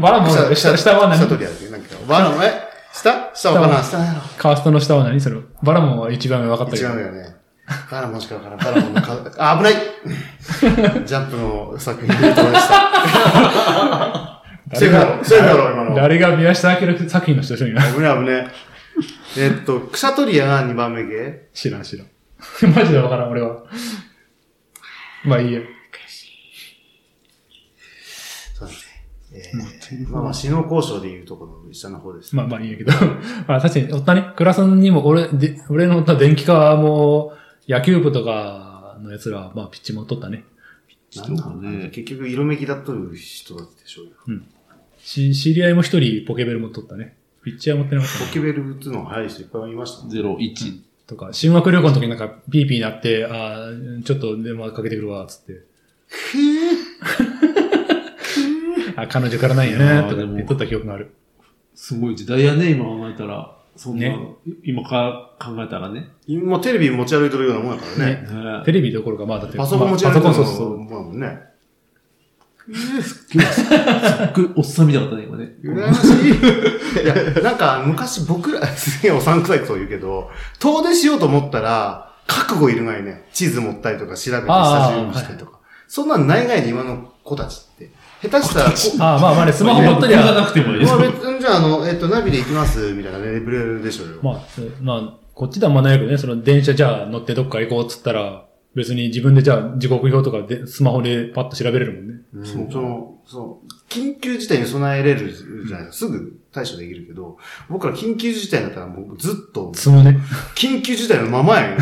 Speaker 1: バラモン、下、下は
Speaker 4: 下と
Speaker 1: 何
Speaker 4: りあるなんか、バラモン、え下下はバラモン。下やろ。
Speaker 1: カーストの下は何それバラモンは一番目分かったけ
Speaker 4: 違
Speaker 1: ど
Speaker 4: うん。だよね。バラモンしかわからん。バラモンのか、あ、危ないジャンプの作品で飛ばした。セーフだろ、セーフだろ、今の。
Speaker 1: 誰が宮下明作品の人でしょ今。
Speaker 4: 危ね危ね。えっと、草取り屋が2番目芸
Speaker 1: 知らん知らん。 マジで分からん、俺は。まあいいよ。
Speaker 4: そうですね。えー、まあまあ、死の交渉でいうところの下の方です。
Speaker 1: まあまあいいやけど。 まあ確かに、おったね、クラスにも、俺、で俺のおった電気科はもう、野球部とかのやつらは、まあピッチも取ったね。
Speaker 4: なんなのね。結局、色めきだっとる人だってでしょうよ。
Speaker 1: し、知り合いも一人ポケベルも取ったね。ピッチは持ってなかったね
Speaker 4: ポケベル打つの早い人いっぱいいましたもん。
Speaker 3: ゼロ、一。
Speaker 1: とか、修学旅行の時になんか、ピーピーなって、あーちょっと電話かけてくるわ、つって。あ、彼女からないよね、とか言っとった記憶がある。
Speaker 3: すごい時代やね、今考えたら。そんな
Speaker 1: ね、
Speaker 3: 今か考えたらね。
Speaker 4: 今、テレビ持ち歩いてるようなもんやから
Speaker 1: ね
Speaker 4: ね。
Speaker 3: ね
Speaker 1: テレビどころか、まあだって、
Speaker 4: パソコン持ち
Speaker 1: まあ
Speaker 4: 歩い
Speaker 1: パ
Speaker 4: て
Speaker 1: ソコン
Speaker 4: る
Speaker 1: そうそう
Speaker 4: よ
Speaker 1: う。
Speaker 4: なもんやもんね。
Speaker 3: すっごいおっさんみたかったね、今ね。
Speaker 4: 羨ましい。いや、なんか昔僕ら、すげえおさんくさいこと言うけど、遠出しようと思ったら、覚悟いるがいね。地図持ったりとか調べて
Speaker 1: あー
Speaker 4: 下準備したりとか。そんなんないがいで今の子たちって。下手したら、
Speaker 1: あ
Speaker 4: こ
Speaker 1: ーまあまあね、スマホ持っとり
Speaker 3: これが
Speaker 1: ゃ、
Speaker 3: なくてもいい。
Speaker 4: まあ別にじゃあ、あの、えっと、ナビで行きます、みたいなね、レベルでしょうよ。
Speaker 1: まあ、そうまあ、こっちではあんまないけどね、その電車じゃあ乗ってどっか行こうっつったら、別に自分でじゃあ時刻表とかで、スマホでパッと調べれるもんね。
Speaker 4: うんその、そう、緊急事態に備えれるじゃないですか。すぐ対処できるけど、僕ら緊急事態だったらもうずっと、
Speaker 1: そのね。
Speaker 4: 緊急事態のままやね。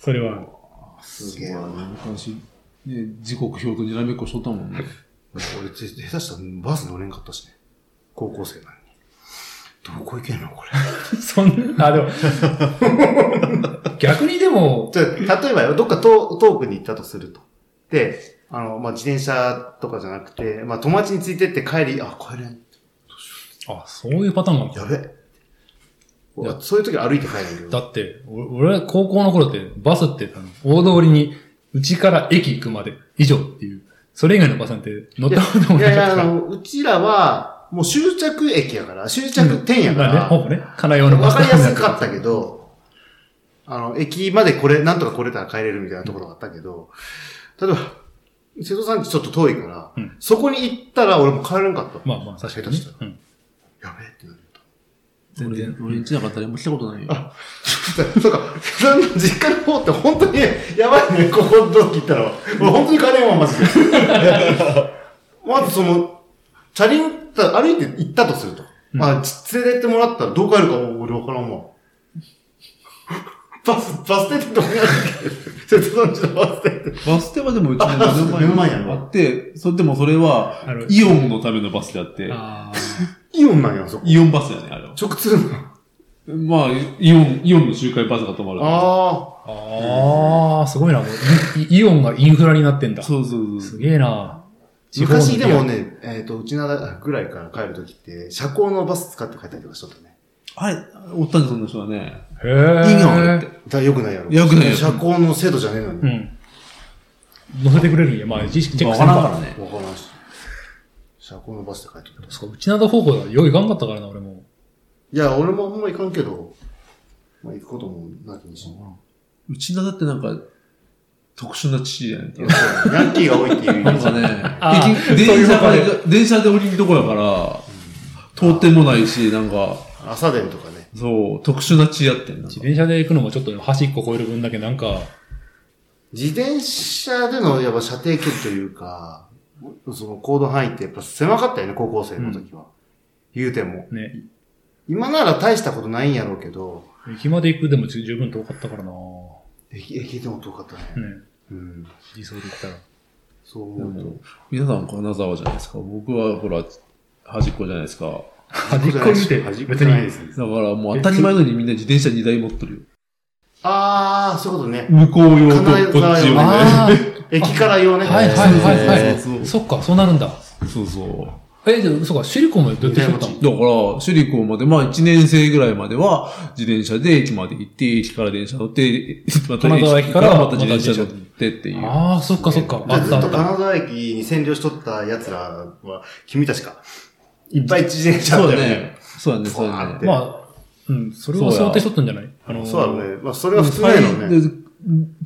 Speaker 1: それは。
Speaker 4: す
Speaker 2: げえ
Speaker 3: 昔、ね、時刻表とにらめっこしとったもんね。
Speaker 4: 俺、ぜ下手したらバス乗れんかったしね。高校生なのに。どこ行けんの これ。
Speaker 1: そんな、あ、 でも、逆にでも、
Speaker 4: じゃあ例えばよ、どっか遠遠くに行ったとすると。で、あの、まあ、自転車とかじゃなくて、まあ、友達についてって帰り、あ、帰れん。
Speaker 1: あ、そういうパターンがある
Speaker 4: やべ。うわそういう時は歩いて帰るんだ
Speaker 1: だって、お俺、高校の頃って、バスって、あの、大通りに、うちから駅行くまで、以上っていう。それ以外のバスなんて、乗っ
Speaker 4: け
Speaker 1: たこと
Speaker 4: ど。
Speaker 1: も
Speaker 4: いや
Speaker 1: ないかっ
Speaker 4: や、
Speaker 1: たか
Speaker 4: あ
Speaker 1: ら。
Speaker 4: の、うちらは、もう終着駅やから、終着点やか
Speaker 1: まあね、
Speaker 4: ら、
Speaker 1: ほぼね、金用の
Speaker 4: わかりやす
Speaker 1: った
Speaker 4: かったけど、あの、駅までこれ、なんとか来れたら帰れるみたいなところがあったけど、例えば、瀬戸さんちちょっと遠いから、
Speaker 1: うん
Speaker 4: そこに行ったら俺も帰れんかった。
Speaker 1: まあまあ、確かにね
Speaker 4: 下手し。
Speaker 1: うん。
Speaker 4: やべえってなる。
Speaker 3: 全然、俺んちなかったら、もう来たことないよ。
Speaker 4: そうか、瀬戸さんの実家の方って本当にやばいね、ここの時行ったら。俺本当に帰れんわ、マジ で。まずその、チャリン、歩いて行ったとすると。
Speaker 1: うん
Speaker 4: まあ、連れてってもらったらどう帰るかも俺わからんわ。バス、バス停ってどこにあるっけ瀬戸さんちのバス停って。
Speaker 3: バス停はでもうち
Speaker 4: あ
Speaker 3: の目の
Speaker 4: 目の
Speaker 3: 前
Speaker 4: 前や
Speaker 3: に
Speaker 4: ろ
Speaker 3: あって、それでもそれは
Speaker 1: ある、
Speaker 3: イオンのためのバスであって、
Speaker 1: あ
Speaker 4: イオンなんや、そこ。
Speaker 3: イオンバスやね、あれは。
Speaker 4: 直通の。
Speaker 3: まあ、イオン、イオンの周回バスが止まる。
Speaker 4: あ
Speaker 1: あ。ああ、すごいな。もうイイオンがインフラになってんだ。
Speaker 3: そうそうそ
Speaker 1: す
Speaker 3: う。
Speaker 1: げえな。
Speaker 4: ー。昔でもね、えっ、と、うちなぐらいから帰るときって、車高のバス使って帰ったりとかしとったね。
Speaker 3: あれ、おったんじゃんそんな人はね。
Speaker 1: 地方の。へえ。
Speaker 3: いいのあれって。
Speaker 4: だから良くないやろ。
Speaker 3: 良くないやろ
Speaker 4: 車高の制度じゃねえのに。
Speaker 1: うん。乗せてくれるんや。まあ、知識チェッ
Speaker 3: ま
Speaker 1: ク
Speaker 3: あ
Speaker 1: せん
Speaker 3: わからんからね。
Speaker 4: わからんし。車高のバスで帰ってくる。
Speaker 1: そう、うちなど方向だ。よういかんかったからな、俺も。
Speaker 4: いや、俺もあんま行かんけど、まあ行くこともなきにしも
Speaker 3: うちのだってなんか、特殊な地じゃない
Speaker 4: あらんヤンキーが多いっていうイメ
Speaker 3: な
Speaker 4: ー
Speaker 3: ん
Speaker 4: ジ
Speaker 3: かね
Speaker 1: あ、ー
Speaker 3: 駅
Speaker 1: そういう
Speaker 3: 電車
Speaker 1: こと
Speaker 3: が
Speaker 1: ね、
Speaker 3: 電車で降りるとこやから、通ってもないし、なんか、
Speaker 4: 朝電とかね。
Speaker 3: そう、特殊な地やってんなんか
Speaker 1: 自転車で行くのもちょっと端っこ越える分だけなんか、
Speaker 4: 自転車でのやっぱ射程距離というか、その行動範囲ってやっぱ狭かったよね、高校生の時は。言うても。
Speaker 1: ね、
Speaker 4: 今なら大したことないんやろうけど、
Speaker 1: 駅まで行くでも十分遠かったからな。ね。
Speaker 4: 駅、駅でも遠かったね。うん。
Speaker 1: 理想で言ったら。
Speaker 4: そう思うと。
Speaker 3: 皆さん金沢じゃないですか。僕はほら、端っこじゃないですか。
Speaker 1: 端っこ見て、
Speaker 4: 端っこ
Speaker 1: 別
Speaker 4: じゃないで
Speaker 1: に。
Speaker 4: すね
Speaker 3: だ。からもう当たり前のようにみんな自転車2台持ってるよ。
Speaker 4: あー、そういうことね。
Speaker 3: 向こう用と
Speaker 4: 金
Speaker 3: こ
Speaker 4: 沢
Speaker 3: っち
Speaker 4: 用
Speaker 3: 用
Speaker 4: ね
Speaker 3: ね。
Speaker 1: あ
Speaker 4: 駅から用
Speaker 1: あ、
Speaker 4: ね。
Speaker 1: はいはいはいは
Speaker 3: そうそう
Speaker 1: い。そっか、そうなるんだ。
Speaker 3: そうそう。
Speaker 1: え、じゃあ、そっか、シリコンもどうやってしとったの
Speaker 3: だから、首里校まで、まあ1年生ぐらいまでは自転車で駅まで行って、駅から電車 乗って、また
Speaker 1: 金沢駅から
Speaker 3: また自転車乗ってっていう。
Speaker 1: ああ、そっかそっか。あっ
Speaker 4: ず
Speaker 1: た
Speaker 4: っ
Speaker 1: あ
Speaker 4: と
Speaker 1: った。
Speaker 4: 金沢駅に占領しとった奴らは、君たちか。いっぱい自転車あ
Speaker 3: そ
Speaker 4: っ
Speaker 3: う
Speaker 4: た
Speaker 3: だ
Speaker 4: よ
Speaker 3: ね
Speaker 4: ね。。
Speaker 3: そうだね、そう
Speaker 4: そう
Speaker 3: だ
Speaker 4: あっ
Speaker 3: ね。
Speaker 4: て
Speaker 1: まあ、うん、それを想定しとったんじゃないあの、
Speaker 4: そうだね。まあ、それは普通やろね。
Speaker 3: で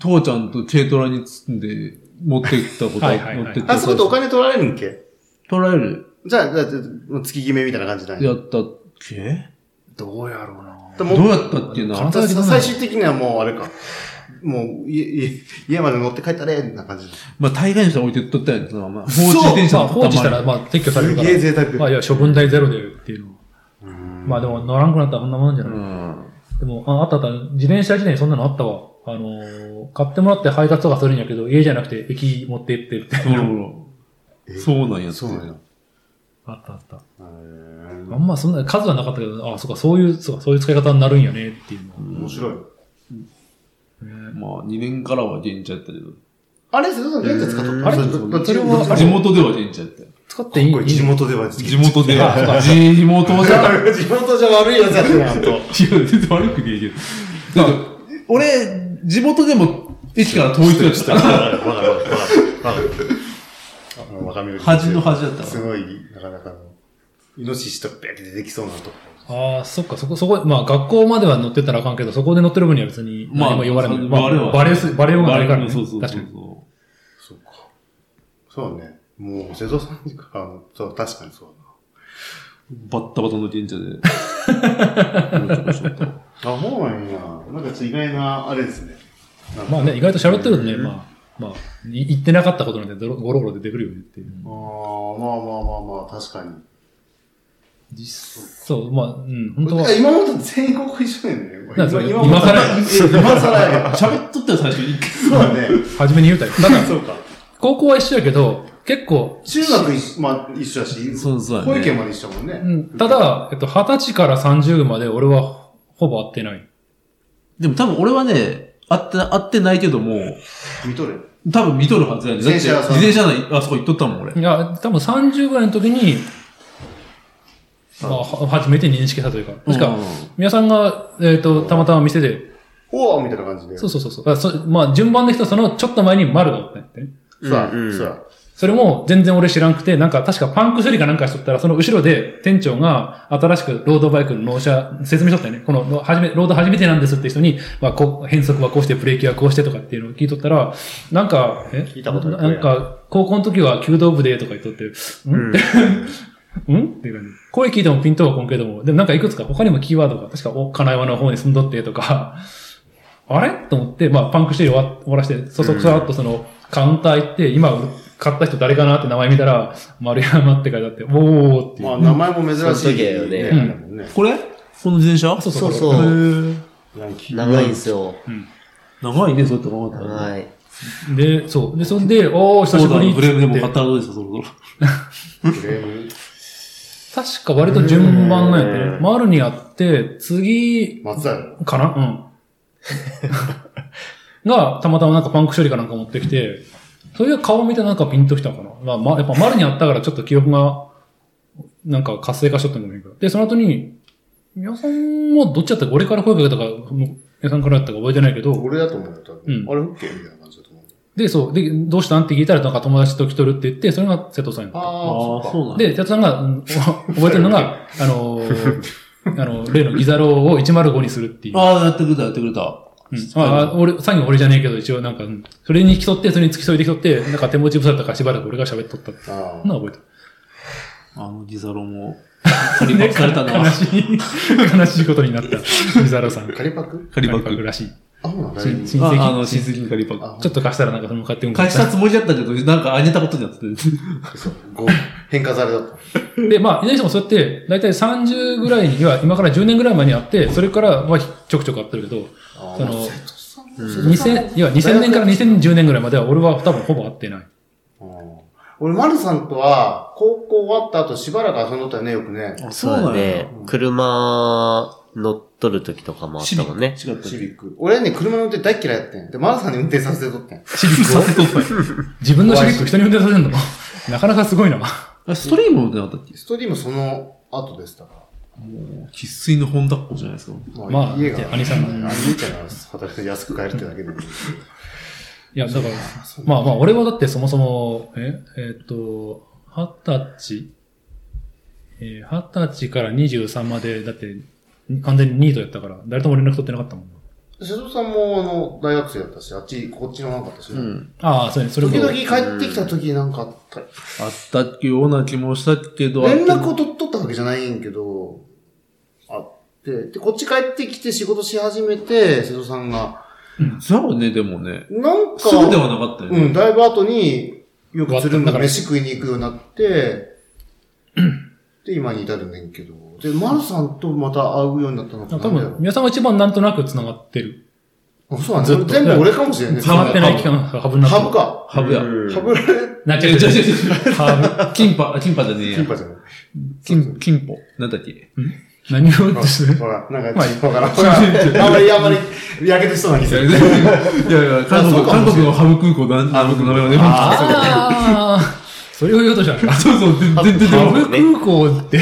Speaker 3: 父ちゃんと軽トラに積んで持って行ったこと
Speaker 1: はいはいはい
Speaker 3: 持ってった
Speaker 4: あそこでお金取られるんけ
Speaker 3: 取られる
Speaker 4: じゃあ、じゃあ、じゃあ月決めみたいな感じなんや。
Speaker 3: やったっけ
Speaker 1: どうやろうな。
Speaker 4: でも
Speaker 3: どうやったっけな
Speaker 1: 金沢
Speaker 4: 最
Speaker 1: 駅どうなの
Speaker 4: 終的にはもうあれか。もう、家、家家まで乗って帰ったれ、な感じ。
Speaker 3: まあ大概の人は置いてっとったやんそのまま。放
Speaker 4: そう
Speaker 3: 置自転車
Speaker 1: ま
Speaker 3: の
Speaker 1: あ、放置したら、
Speaker 3: ま
Speaker 1: まあ、撤去され
Speaker 4: す
Speaker 1: るか
Speaker 4: げえ
Speaker 1: ら。
Speaker 4: 贅沢。
Speaker 1: まあ、いや、処分代ゼロでっていうのは。まあ、でも、乗らんくなったらこんなもんじゃ
Speaker 3: あ
Speaker 1: ない。
Speaker 3: うん。
Speaker 1: でも、ああったあった。自転車時代にそんなのあったわ。あのー買ってもらって配達とかするんやけど、家じゃなくて駅持って行ってって。
Speaker 3: ほらほら。そうなんやって。
Speaker 4: そうなんや。
Speaker 1: あったあった。
Speaker 4: へ
Speaker 1: あ
Speaker 4: ー
Speaker 1: んまそんな数はなかったけど、あ、そうか、そういう、そうか、そういう使い方になるんやねっていうのは。
Speaker 4: 面白い。
Speaker 3: まあ2年からは現地やったけど。
Speaker 4: あれ、瀬戸さん、現在使っとった
Speaker 1: あれ
Speaker 4: どっち
Speaker 1: それは
Speaker 4: どっち
Speaker 3: 地元では神社やって。
Speaker 1: 使っていい
Speaker 4: これ地元では、
Speaker 3: 地元では。地元じゃ。いや、
Speaker 4: 地元じゃ悪いやつやったな、ほんと。
Speaker 3: 全然悪くねえけど。だって俺、地元でも駅から遠い人やった。
Speaker 4: わかるわかるわかる。あの若緑
Speaker 3: 端の端だったわ
Speaker 4: すごい、なかなかの、イノシシとペって出てきそうなとこ。
Speaker 1: ああ、そっか、そこ、そこ、まあ、学校までは乗ってたらあかんけど、そこで乗ってる分には別に、
Speaker 3: まあ
Speaker 1: 何も言われない。
Speaker 3: バレは
Speaker 1: バレす、バレようがないからね。
Speaker 3: そうそうそう
Speaker 1: 確かに。
Speaker 3: そ
Speaker 4: そうか。そうね。もう、瀬戸さんにからの、そう、確かにそう
Speaker 3: う。バッタバタの神社
Speaker 4: だな。あ、
Speaker 3: で。
Speaker 4: ほうなんや。なんかちょっと意外な、あれですね。なんか
Speaker 1: まあね、意外と喋ってるとね、まあ、まあ、い言ってなかったことなんて、どろゴロゴロ出てくるよねっていう。
Speaker 4: あーまあまあまあまあ、確かに。
Speaker 1: 実そう、まあ、うん、本当は。
Speaker 4: 今まで全員ここ一緒やね。
Speaker 1: なんか
Speaker 4: も
Speaker 1: 今更や
Speaker 4: え今更やね。
Speaker 3: 喋っとったよ、最初に。
Speaker 4: そうだね。
Speaker 1: 初めに言うたよ。ただ、
Speaker 4: そうか。
Speaker 1: 高校は一緒やけど、結構、
Speaker 4: 中学一緒、まあ一緒だし、
Speaker 3: そうそうやね
Speaker 4: 保育園まで一緒だもんね。
Speaker 1: うんただ、えっと、二十歳から三十まで俺はほぼ会ってない。
Speaker 3: でも多分俺はね、会って、会ってないけども、
Speaker 4: 見とる。
Speaker 3: 多分見とるはずやね。だって、
Speaker 4: 自転
Speaker 3: 自
Speaker 4: 車屋さん
Speaker 3: 転車のあそこ行っとったもん、俺
Speaker 1: い。や、多分三十ぐらいの時に、まあ、は初めて認識したというか。確か
Speaker 3: うん、
Speaker 1: 皆さんが、えっと、たまたま店で、
Speaker 4: おーみたいな感じで。
Speaker 1: そうそうそうそうあ。そまあ、順番で人そのちょっと前に丸がおったんやってね。
Speaker 4: そうだ、
Speaker 2: うんうん
Speaker 4: そう
Speaker 1: それも全然俺知らんくて、なんか確かパンク処理かなんかしとったら、その後ろで店長が新しくロードバイクの納車説明しとったよね。この、のはじめ、ロード初めてなんですって人に、まあ、こう、変速はこうして、ブレーキはこうしてとかっていうのを聞いとったら、なんか、え
Speaker 2: 聞いたことな
Speaker 1: な
Speaker 2: い
Speaker 1: んか、高校の時は弓道部でとか言っとって、んって、うんっていう感じ。声聞いてもピンとはこんけども、でもなんかいくつか他にもキーワードが、確か、お、金山の方に住んどってとか、あれと思って、まあ、パンクして終わ終わらして、そそくさっとその、カウンター行って、今、買った人誰かなって名前見たら、丸山って書いてあって、おーっていう。
Speaker 5: まあ、名前も珍しい。
Speaker 2: その時だよね
Speaker 5: ねだもんね
Speaker 3: これこの自転車
Speaker 1: そう
Speaker 2: そう
Speaker 1: そう
Speaker 2: そう。
Speaker 3: へー
Speaker 5: ランキー
Speaker 2: 長いんですよ。
Speaker 3: 長いね、そうやって考えたら。
Speaker 2: 長い。
Speaker 1: で、そう。で、そんで、おー、
Speaker 3: そ
Speaker 1: 久
Speaker 3: う
Speaker 1: し
Speaker 3: だ
Speaker 1: ぶり
Speaker 3: ブレームでも買っ
Speaker 1: 確
Speaker 3: たらどうですか、そろそろ。
Speaker 5: フレーム
Speaker 1: か割と順番なんやって
Speaker 2: う
Speaker 1: ね。
Speaker 2: ん
Speaker 1: 丸にあって、次、
Speaker 5: 松田やろ
Speaker 1: かなうん。 が、たまたまなんかパンク処理かなんか持ってきて、そういう顔見てなんかピンときたのかな。まあ、ま、やっぱ丸にあったからちょっと記憶が、なんか活性化しとったんじゃないか。で、その後に、皆さんもどっちだったか、俺から声かけたか、皆さんからやったか覚えてないけど、
Speaker 4: 俺だと思うよ、多分
Speaker 1: うん
Speaker 4: あれ、オッケーみたいな感じだと思う。
Speaker 1: で、そう、で、どうしたんって聞いたら、なんか友達と来とるって言って、それが瀬戸さんやった。
Speaker 4: あ
Speaker 3: ー
Speaker 4: あ、
Speaker 3: そうなんだ。
Speaker 1: で、哲さんが、うんお覚えてるのが、あのーあの、例のギザローを105にするっていう。
Speaker 3: ああ、やってくれた、やってくれた。
Speaker 1: うんまあ、俺、詐欺俺じゃねえけど、一応なんか、うんそれに競って、それに付き添いで競って、なんか手持ちぶされたからしばらく俺が喋っとったって。
Speaker 5: あ
Speaker 1: そんなの覚
Speaker 3: あのギザロも、取り巻かれた
Speaker 1: えてる。
Speaker 3: な
Speaker 1: 悲。しい、 悲しいことになった、ギザローさん。
Speaker 4: カリパク
Speaker 3: カリバッ
Speaker 1: カリバ
Speaker 3: ク。
Speaker 1: らしい。
Speaker 4: あ、そうなんだ。
Speaker 1: 親
Speaker 4: ち
Speaker 1: 親
Speaker 3: ああ
Speaker 1: 戚。
Speaker 3: の、
Speaker 1: 親
Speaker 3: 親
Speaker 1: 戚
Speaker 3: 戚にカリバック。
Speaker 1: ちょっと貸したらなんかその買ってうん
Speaker 3: 返したつもりだったけど、なんかあげたことになってて。
Speaker 4: そう。ご変化されだった。
Speaker 1: で、まあ、いずれにしてもそうやって、だいたい30ぐらいには、今から10年ぐらい前にあって、それからはちょくちょくあってるけど、
Speaker 4: あ
Speaker 1: そ
Speaker 4: ー
Speaker 1: の、
Speaker 2: うん
Speaker 1: 2000、いや、2000年から2010年ぐらいまでは、俺は多分ほぼ会ってない。
Speaker 4: うん俺、丸さんとは、高校終わった後しばらく遊んどったよね、よくね。
Speaker 3: あ
Speaker 2: そうだね。車乗っとる時とかもあっ
Speaker 3: シ
Speaker 2: た
Speaker 3: ビ
Speaker 2: もん
Speaker 3: ね
Speaker 2: ね。。
Speaker 3: 違った
Speaker 4: シ
Speaker 3: ね。
Speaker 4: ビック。俺はね、車乗って大っ嫌いやってん。で、丸さんに運転させてとってん。
Speaker 1: シビックを自分のシビック人に運転させるの なかなかすごいな。
Speaker 3: あストリームも出なかったっけ
Speaker 4: ストリームその後でしたか
Speaker 3: もう、生粋の本抱っこじゃないですか。
Speaker 4: ら。
Speaker 1: まあ
Speaker 4: 家
Speaker 1: いや
Speaker 4: が、
Speaker 1: 兄さん
Speaker 4: うん兄ちゃんが働いて安く帰るってだけで。
Speaker 1: いや、だから、まあまあ、俺はだってそもそも、え、えーっと、二十歳、えー二十歳から23まで、だって、完全にニートやったから、誰とも連絡取ってなかったもん。
Speaker 4: 瀬戸さんも、あの、大学生だったし、あっち、こっちのなんかったしね。
Speaker 3: ん。
Speaker 1: ああ、そうね、それも
Speaker 4: 時。々帰ってきた時なんかあった。
Speaker 3: あったような気もしたけど、
Speaker 4: 連絡
Speaker 3: あ
Speaker 4: を取っとったわけじゃないんやけど、あって、で、こっち帰ってきて仕事し始めて、瀬戸さんが、
Speaker 3: じゃあね、でもね、
Speaker 4: なんか、
Speaker 3: すぐではなかったよ
Speaker 4: う
Speaker 3: ね。
Speaker 4: ん、だいぶ後に、よく鶴
Speaker 1: だ
Speaker 4: 見
Speaker 1: から
Speaker 4: 飯食いに行くようになって、で、今に至るねんけど。で、丸さんとまた会うようになったのか
Speaker 1: 多
Speaker 4: な。みたい
Speaker 1: 分、皆さんが一番なんとなく繋がってる。
Speaker 4: なあそうなん
Speaker 1: ず
Speaker 4: だ、
Speaker 1: っと
Speaker 4: ね。全部俺かもしれないね。
Speaker 1: 繋がってない期間がハブになってる。
Speaker 4: ハブか。
Speaker 3: ハブや。
Speaker 4: ハブられ、
Speaker 1: なっちゃ
Speaker 3: 違う
Speaker 1: う。
Speaker 3: 違う違う違う。
Speaker 1: ハ
Speaker 3: 金パ、金パじゃねえ
Speaker 4: キ
Speaker 3: や
Speaker 4: ン。パじゃない。
Speaker 3: 金、金ポ。なんだっけ
Speaker 1: ブ。何を言おうとしてる
Speaker 4: ほら、なん
Speaker 1: ま
Speaker 4: か、
Speaker 1: あ
Speaker 4: ほら、ほら、あんまり、あんまり、やけてしそうな気
Speaker 3: い
Speaker 4: す
Speaker 3: や
Speaker 4: る。
Speaker 3: いやいや、韓
Speaker 4: あそ
Speaker 3: 国、
Speaker 4: うか
Speaker 3: 韓
Speaker 4: もしれない
Speaker 3: 国のハブ空港なん、ハブの名前はね、本
Speaker 1: ああ、 それを言おうとしたんか。
Speaker 3: 当にそうそう、全然
Speaker 1: ハ
Speaker 3: で
Speaker 1: ブ空港って、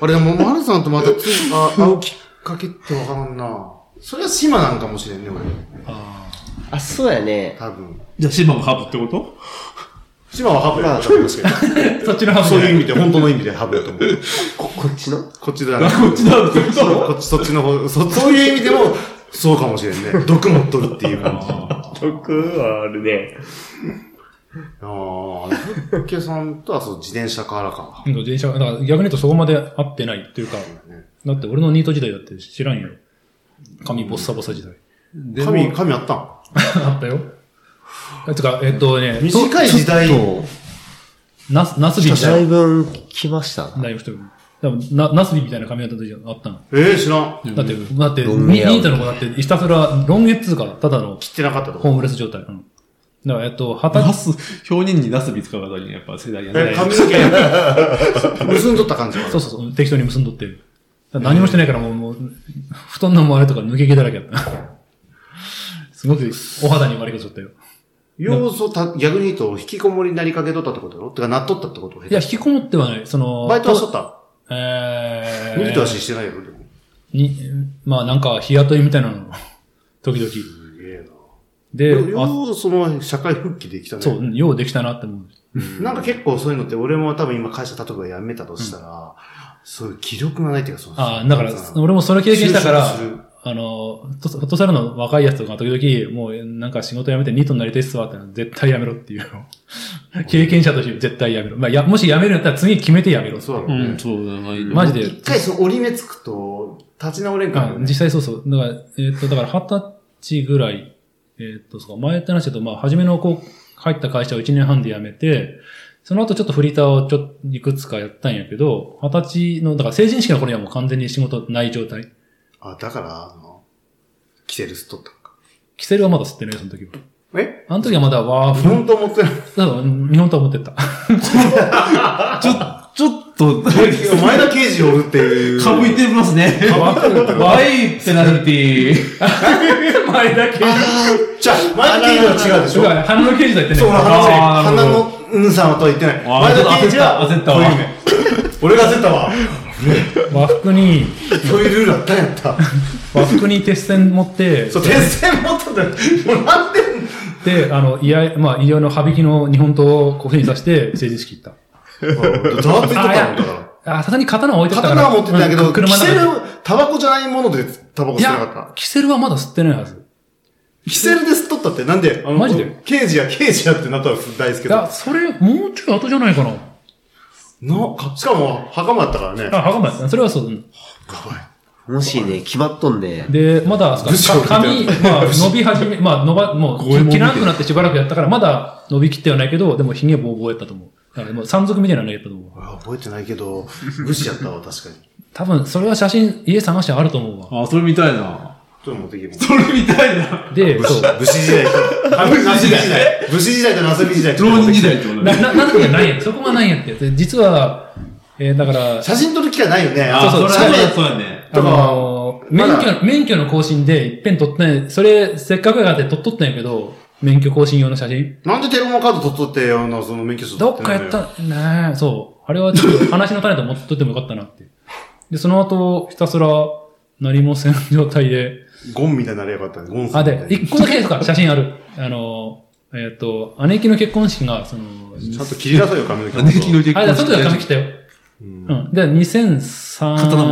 Speaker 4: あれ、でもう、丸さんとまたつ、あ、会うきっかけってわからんな。それは島なんかもしれんね、俺。
Speaker 1: あ
Speaker 2: あ、そうやね。
Speaker 4: 多分。
Speaker 3: じゃあ、シンバもハブってこと
Speaker 4: 島はハブだと思いますけど。
Speaker 1: ーそっちのハブ
Speaker 4: そういう
Speaker 1: ね
Speaker 4: 意味で、本当の意味でハブだと思う。
Speaker 2: こ、こっちの
Speaker 4: こっちだ
Speaker 3: あ、こっちだってこと
Speaker 4: そうこっち、そっちの方、そ、そういう意味でも、そうかもしれんね。毒持っとるっていう感じ。あ
Speaker 2: 得はあるね。
Speaker 4: あ、ふっけさんとはそう、自転車からか。
Speaker 1: うん自転車、だから逆に言うとそこまで会ってないっていうか、だって俺のニート時代だって知らんよ。髪ボッサボサ時代。
Speaker 3: でも
Speaker 4: 髪、髪あったん
Speaker 1: あったよ。てか、えっとね、
Speaker 4: 短い時代
Speaker 2: と、
Speaker 1: となす、なすびみ
Speaker 2: だ
Speaker 1: た
Speaker 2: い
Speaker 1: い
Speaker 2: ぶ来ました。
Speaker 1: な。だいぶ太い多分な、なすびみたいな髪型の時あったの。
Speaker 4: ええ、知らん。
Speaker 1: だって、だって、
Speaker 2: ロン毛
Speaker 1: ニ
Speaker 2: や
Speaker 1: ニートの子だって、ひたすら、ロン毛っつうか、ただの、
Speaker 4: 切ってなかったと
Speaker 1: ホー
Speaker 4: こ。
Speaker 1: ムレス状態。うん。だから、えっと、二十
Speaker 3: ナ
Speaker 1: 歳、
Speaker 3: ス、表人にナスビ使う方にやっぱ世代や
Speaker 4: え、
Speaker 3: ね。
Speaker 4: 髪の毛、 結んどった感じかな
Speaker 1: そうそうそう、適当に結んどって。だから何もしてないからもう、もう、布団の周りとか抜け毛だらけだった。すごく、お肌に悪いことちゃったよ。
Speaker 4: 要素た、逆に言うと、引きこもりになりかけとったってことだろてか、なっとったってこと
Speaker 1: いや、引きこもってはない。その、
Speaker 4: バイトはしとった。
Speaker 1: えー、
Speaker 4: 右と足してないよ、でも。
Speaker 1: に、まあなんか、日雇いみたいなの、時々。
Speaker 4: すげえな。
Speaker 1: で、あ
Speaker 4: よう、その、社会復帰できたね。
Speaker 1: そう、うんようできたなって思う。
Speaker 4: なんか結構そういうのって、俺も多分今会社例えば辞めたとしたら、そういう気力がないっていうか、そう
Speaker 1: ああ、だから、
Speaker 4: も
Speaker 1: 俺もそれ経験したから
Speaker 4: 就職する、
Speaker 1: あの、とフットサルの若いやつとか時々、もうなんか仕事辞めてニートになりたいっすわってのは絶対辞めろっていう のを経験者として絶対辞めろ。まあ、や、もし辞めるんだったら次決めて辞めろ。
Speaker 4: そうだろう
Speaker 3: う
Speaker 4: ね。
Speaker 3: ん、そうだないよ。
Speaker 1: マジで
Speaker 4: 一回その折り目つくと、立ち直れんから
Speaker 1: あ
Speaker 4: ね。
Speaker 1: 実際そうそう。だから、えーっ、と、だから二十歳ぐらい、えーっ、と、そうか、前って話だと、まあ、初めのこう、入った会社を1年半で辞めて、その後ちょっとフリーターをちょっといくつかやったんやけど、二十歳の、だから成人式の頃にはもう完全に仕事ない状態。
Speaker 4: あ、だから、あの、キセルス取ったのか。
Speaker 1: キセルはまだ吸ってない、その時は。
Speaker 4: え
Speaker 1: あの時はまだワー
Speaker 4: フ
Speaker 1: フ、
Speaker 4: ロント持 ってない。
Speaker 1: うん日本とは思ってた。
Speaker 3: ちょ、ちょっと、
Speaker 4: 前田刑事を売るっ ていう。
Speaker 3: かぶいてますね。ワイペナルティー。
Speaker 1: 前だけ。
Speaker 4: じゃあ、前田刑事は違うでし
Speaker 1: そ
Speaker 4: ょ
Speaker 1: うか、花の刑事だ言ってね。
Speaker 4: そう、
Speaker 1: あ
Speaker 4: 鼻
Speaker 3: あーなる
Speaker 4: の、鼻の、うんさんはとは言ってない。
Speaker 3: あー
Speaker 4: 前田刑事は、
Speaker 3: 焦ったわ
Speaker 4: こういうね俺が焦ったわ。
Speaker 1: 和服に、
Speaker 4: そういうルールあったんやった。
Speaker 1: 和服に鉄線持って、
Speaker 4: そう、鉄線持ったんだよ。もうなんで
Speaker 1: で、あの、いや、まあ、医療の羽引きの日本刀をこう背に刺して、成人式行った。
Speaker 4: ざわついとったもんだか
Speaker 1: あ、
Speaker 4: ら。
Speaker 1: さすがに刀は置いてたから。
Speaker 6: 刀は持ってたけ
Speaker 1: う
Speaker 6: ど、
Speaker 1: ん車
Speaker 6: キ
Speaker 1: の中
Speaker 6: セ
Speaker 1: で
Speaker 6: ル、タバコじゃないものでタバコ吸
Speaker 1: い
Speaker 6: ってなか
Speaker 1: や
Speaker 6: っ、
Speaker 1: キセルはまだ吸ってないはず。
Speaker 6: た。
Speaker 4: キセルで吸っとったって、なんで、あの
Speaker 1: マジで
Speaker 4: 刑事や刑事やってなったら大好き
Speaker 1: い
Speaker 4: だ。
Speaker 1: や、それ、もうちょい後じゃないかな。
Speaker 4: な、しかも、袴だったからね。
Speaker 1: あ、わかんない。それはそう。うん
Speaker 2: もしね、決まっとんね。
Speaker 1: で、まだ、か
Speaker 4: 将みたいな
Speaker 1: 髪、まあ、伸び始め、まあ、伸ば、も
Speaker 3: 五右衛
Speaker 1: う、
Speaker 3: 門
Speaker 1: 切らなくなってしばらくやったから、まだ伸びきってはないけど、でも、髭ボーボーやったと思う。だから、もう、山賊みたいなのやったと思う。
Speaker 4: 俺は覚えてないけど、無視やったわ、確かに。
Speaker 1: 多分、それは写真、家探してあると思うわ。
Speaker 3: あ、それみたいな。
Speaker 4: ちょっと持ってきて。
Speaker 3: それみたいな。
Speaker 1: で、そう。
Speaker 4: 武士時 代と、あ武士時代。武士時代と遊び時代。
Speaker 3: 浪人時代ってこと
Speaker 1: な、
Speaker 3: ね。
Speaker 1: な、なんとかないやん。そこがないやんって。で実は、えーだから、
Speaker 4: 写真撮る機会ないよね。
Speaker 3: あ、そ
Speaker 1: そう
Speaker 3: れ
Speaker 1: そう
Speaker 3: はねそうやね。
Speaker 1: あのー、免
Speaker 4: まだ
Speaker 1: 許、免許の更新で、いっぺん撮ってない、それ、せっかくやがって撮っとったんやけど、免許更新用の写真。
Speaker 4: なんでテレモンカード取っとって、あの、その免許証
Speaker 1: ど
Speaker 4: 取
Speaker 1: っ
Speaker 4: な
Speaker 1: かや
Speaker 4: いのよ
Speaker 1: った、ねえ、そう。あれはちょっと話の種と持っとってもよかったなって。で、その後、ひたすら、何もせん状態で。
Speaker 4: ゴンみたいになればよかったね。ゴンさ
Speaker 1: あ、
Speaker 4: んみたい
Speaker 1: で
Speaker 4: な。、
Speaker 1: 一個だけですか、写真ある。あのー、えっ、と、姉貴の結婚式が、その、
Speaker 4: ちゃんと切りなさいよ、髪の毛。
Speaker 3: 姉貴の結
Speaker 1: あれだ、
Speaker 3: 婚
Speaker 1: 外で髪切
Speaker 3: 式。
Speaker 1: ったよ。
Speaker 4: うん
Speaker 1: うん。で、2003年。
Speaker 3: 刀持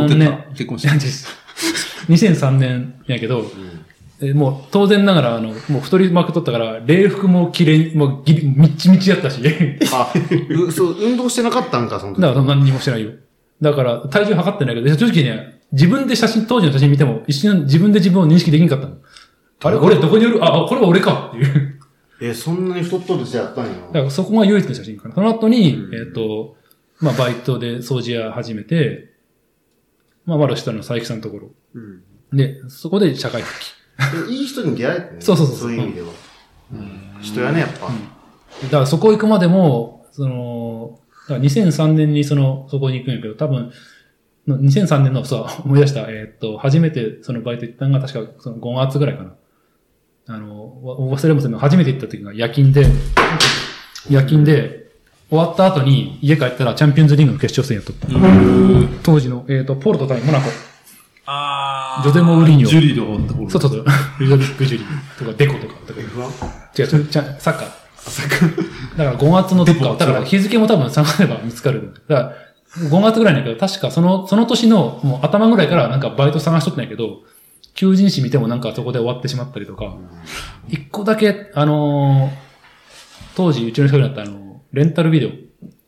Speaker 3: ってった。結婚
Speaker 1: いや違う
Speaker 3: 式。
Speaker 1: 2003年やけど、えーもう当然ながら、あの、もう太りまくっとったから、礼服も綺麗、もうギリ、みっちみちやったし。 だ
Speaker 4: あ、うそう、運動してなかったんか、その時。
Speaker 1: から何にもしてないよ。だから、体重測ってないけど、正直ね、自分で写真、当時の写真見ても、一瞬自分で自分を認識できんかったの。あれ俺どこにいるあ、あこれは俺かっていう。
Speaker 4: え、そんなに太っとる時代やったん
Speaker 1: だ
Speaker 4: や。
Speaker 1: からそこが唯一の写真かな。その後に、えっ、と、まあバイトで掃除屋始めて、まあまだ下の佐伯さんのところ。
Speaker 4: うん
Speaker 1: で、そこで社会復帰。
Speaker 4: でいい人に出会えてね。
Speaker 1: そうそうそう
Speaker 4: そういう意味では。人やね、やっぱ。
Speaker 1: だからそこ行くまでも、その、だから2003年にその、そこに行くんやけど、多分、の2003年の、そう、思い出した、えーっと、初めてそのバイト行ったのが確かその5月ぐらいかな。あの、わ忘れもせんの、初めて行った時が夜勤で、夜勤で、終わった後に家帰ったらチャンピオンズリーグの決勝戦やっとった。当時の、えーっ、と、ポルト対モナコ。
Speaker 3: あ
Speaker 1: ジョゼモウリーニョ
Speaker 3: ジュリーのところ。
Speaker 1: そうそうそう。ルドリック・ジュリーとかデコとか。とか違う違う、ちゃサッカー。だから5月のどっか、だから日付も多分下がれば見つかる。だから5月ぐらいなんだけど、確かその、その年のもう頭ぐらいからなんかバイト探しとったんやけど、求人誌見てもなんかそこで終わってしまったりとか、一個だけ、あのー当時うちの人になったあの、レンタルビデ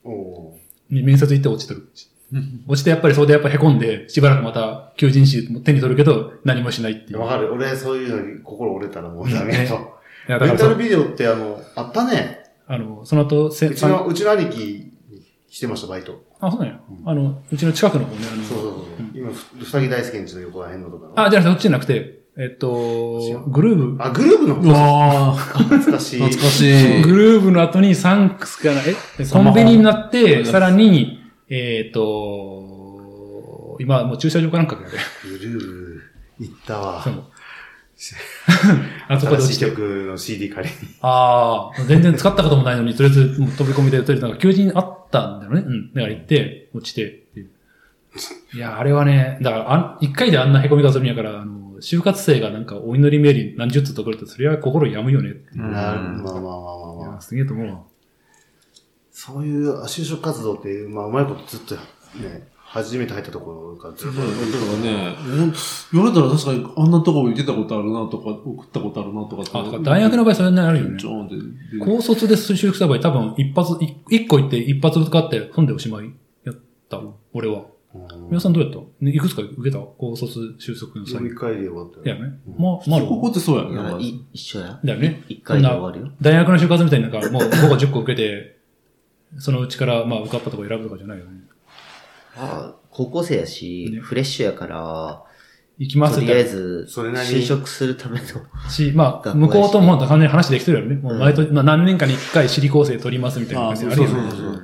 Speaker 1: オ
Speaker 4: おー
Speaker 1: に面接行って落ちとる。落ちてやっぱりそれでやっぱ凹んで、しばらくまた求人誌手に取るけど、何もしないっていう。
Speaker 4: わかる。俺、そういうのに心折れたらもうダメ
Speaker 1: うん
Speaker 4: と。
Speaker 1: いやだ
Speaker 4: レ
Speaker 1: か
Speaker 4: ン
Speaker 1: ら
Speaker 4: タ
Speaker 1: そ
Speaker 4: ル
Speaker 1: う
Speaker 4: ビデオって、あの、あったね。
Speaker 1: あの、その後、せ
Speaker 4: うちの、うちの兄貴してました、バイト。
Speaker 1: あ、そうなんや。あの、うちの近くの方ね、あの、
Speaker 4: そうそうそう。今、ふふさぎ大輔んちの横ら辺のとかの。
Speaker 1: あ、じゃなくて、そっちじゃなくて、えっと、グルーブ。
Speaker 4: あ、グループの
Speaker 3: う
Speaker 4: 方
Speaker 3: わー
Speaker 4: 懐かしい。
Speaker 3: 懐かしい。
Speaker 1: グルーブの後にサンクスから、え、コ
Speaker 3: サマ
Speaker 1: ン
Speaker 3: ホ
Speaker 1: ビニになって、
Speaker 3: ん
Speaker 1: さらに、えっと、今、もう駐車場かなんかで、
Speaker 4: グループ行ったわ
Speaker 1: そ。のあそこで落
Speaker 4: 新し
Speaker 1: ち
Speaker 4: い
Speaker 1: て。
Speaker 4: 曲の CD 借りに。
Speaker 1: ああ、全然使ったこともないのに、とりあえずもう飛び込みで、とりあえずなんか求人あったんだよね。うん。だから行って、落ちてって いう。いや、あれはね、だから、あん一回であんな凹みがするんやから、あの、就活生がなんかお祈りメール何十つとくると、それは心病むよねっていう。
Speaker 3: うん
Speaker 4: なるまあまあまあまあまあ。
Speaker 1: すげえと思うわ。
Speaker 6: そういう就職活動っていう、まあ、うまいことずっとね、初めて入ったところからずっと
Speaker 3: まあ、だからね、うん言われたら確かにあんなとこ行ってたことあるなとか、送ったことあるなとかって
Speaker 1: あ、だから大学の場合それなりあるよね
Speaker 3: ち。ょんって出て
Speaker 1: 高卒で就職した場合多分一発、い一個行って一発受かって、ほんでおしまいやった。俺は。皆さんどうやった、ね、いくつか受けた高卒就職の際。
Speaker 6: 飲み会で終わったよ
Speaker 1: だよね。まあ、まあ、
Speaker 3: 高校ってそうや
Speaker 2: い
Speaker 3: んな
Speaker 2: や、い一緒や。
Speaker 1: だよね。
Speaker 2: 一回で終わるよ。
Speaker 1: 大学の就活みたいになんか、もう5個10個受けて、そのうちから、まあ、受かったとこ選ぶとかじゃないよね。
Speaker 2: ああ高校生やし
Speaker 1: ね、
Speaker 2: フレッシュやから、
Speaker 1: 行きます
Speaker 2: と
Speaker 1: っ
Speaker 2: りあえ
Speaker 1: て。
Speaker 2: ず、
Speaker 4: それなりに
Speaker 2: 就職するための、
Speaker 1: し、まあ、
Speaker 2: 学校
Speaker 1: 向
Speaker 2: やし
Speaker 1: こうとも完全に話できてるよね。もう
Speaker 2: うん
Speaker 1: 毎年、まあ、何年かに1回、私立構成取りますみたいな感じであるよ
Speaker 3: あそう
Speaker 1: ね
Speaker 3: そう。そう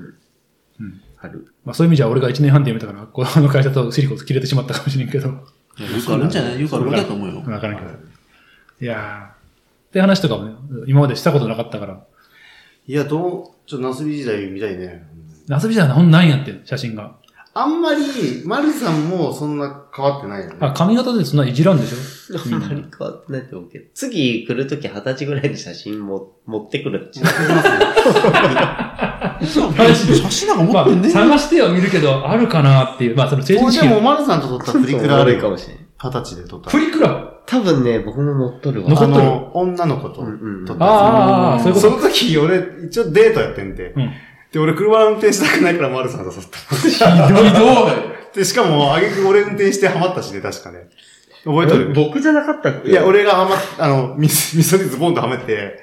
Speaker 1: うん
Speaker 2: ある。
Speaker 1: まあ、そういう意味じゃ、俺が1年半で辞めたから、この会社と私立構成切れてしまったかもしれんけど。
Speaker 3: いやよくあるんじゃないよくあるんだと思うよ。
Speaker 1: わからんけど。いやー。って話とかもね、今までしたことなかったから。
Speaker 6: いや、どう、ちょっとナスビ時代みたいね。
Speaker 1: 遊びじゃほんなんやって、写真が。
Speaker 6: あんまり、マルさんもそんな変わってないよね。
Speaker 1: あ、髪型でそんないじらんでしょ
Speaker 2: あんまり変わってないと思うけど、次来るとき二十歳ぐらいの写真も持ってくるっていう
Speaker 3: 写真なんか持ってんね。
Speaker 1: 探しては見るけど、あるかなっていう。まあ、その成人
Speaker 6: 俺
Speaker 1: 式
Speaker 6: でも
Speaker 1: の。
Speaker 6: マルさんと撮ったプリクラあ
Speaker 2: 悪
Speaker 6: る
Speaker 2: いか
Speaker 6: よ。
Speaker 2: もしれん。
Speaker 6: 二十歳で撮った
Speaker 1: プ。リクラ
Speaker 2: 多分ね、僕も持っとるわ。
Speaker 1: 残
Speaker 6: あ
Speaker 1: っとる
Speaker 6: の、女の子と
Speaker 2: うんうん
Speaker 6: 撮ったやつ。
Speaker 1: ああああ、そういうこ
Speaker 4: そ
Speaker 1: と。
Speaker 4: の時、俺、一応デートやってんて
Speaker 1: う。ん。
Speaker 4: で、俺、車運転したくないから、丸さん誘った。
Speaker 3: ひどいひど
Speaker 4: で、しかも、あげく俺運転してハマったしね、確かね。覚えとる
Speaker 2: 僕じゃなかったっけ
Speaker 4: いや、、俺がハマっ、あの、み、みそにズボンとはめて、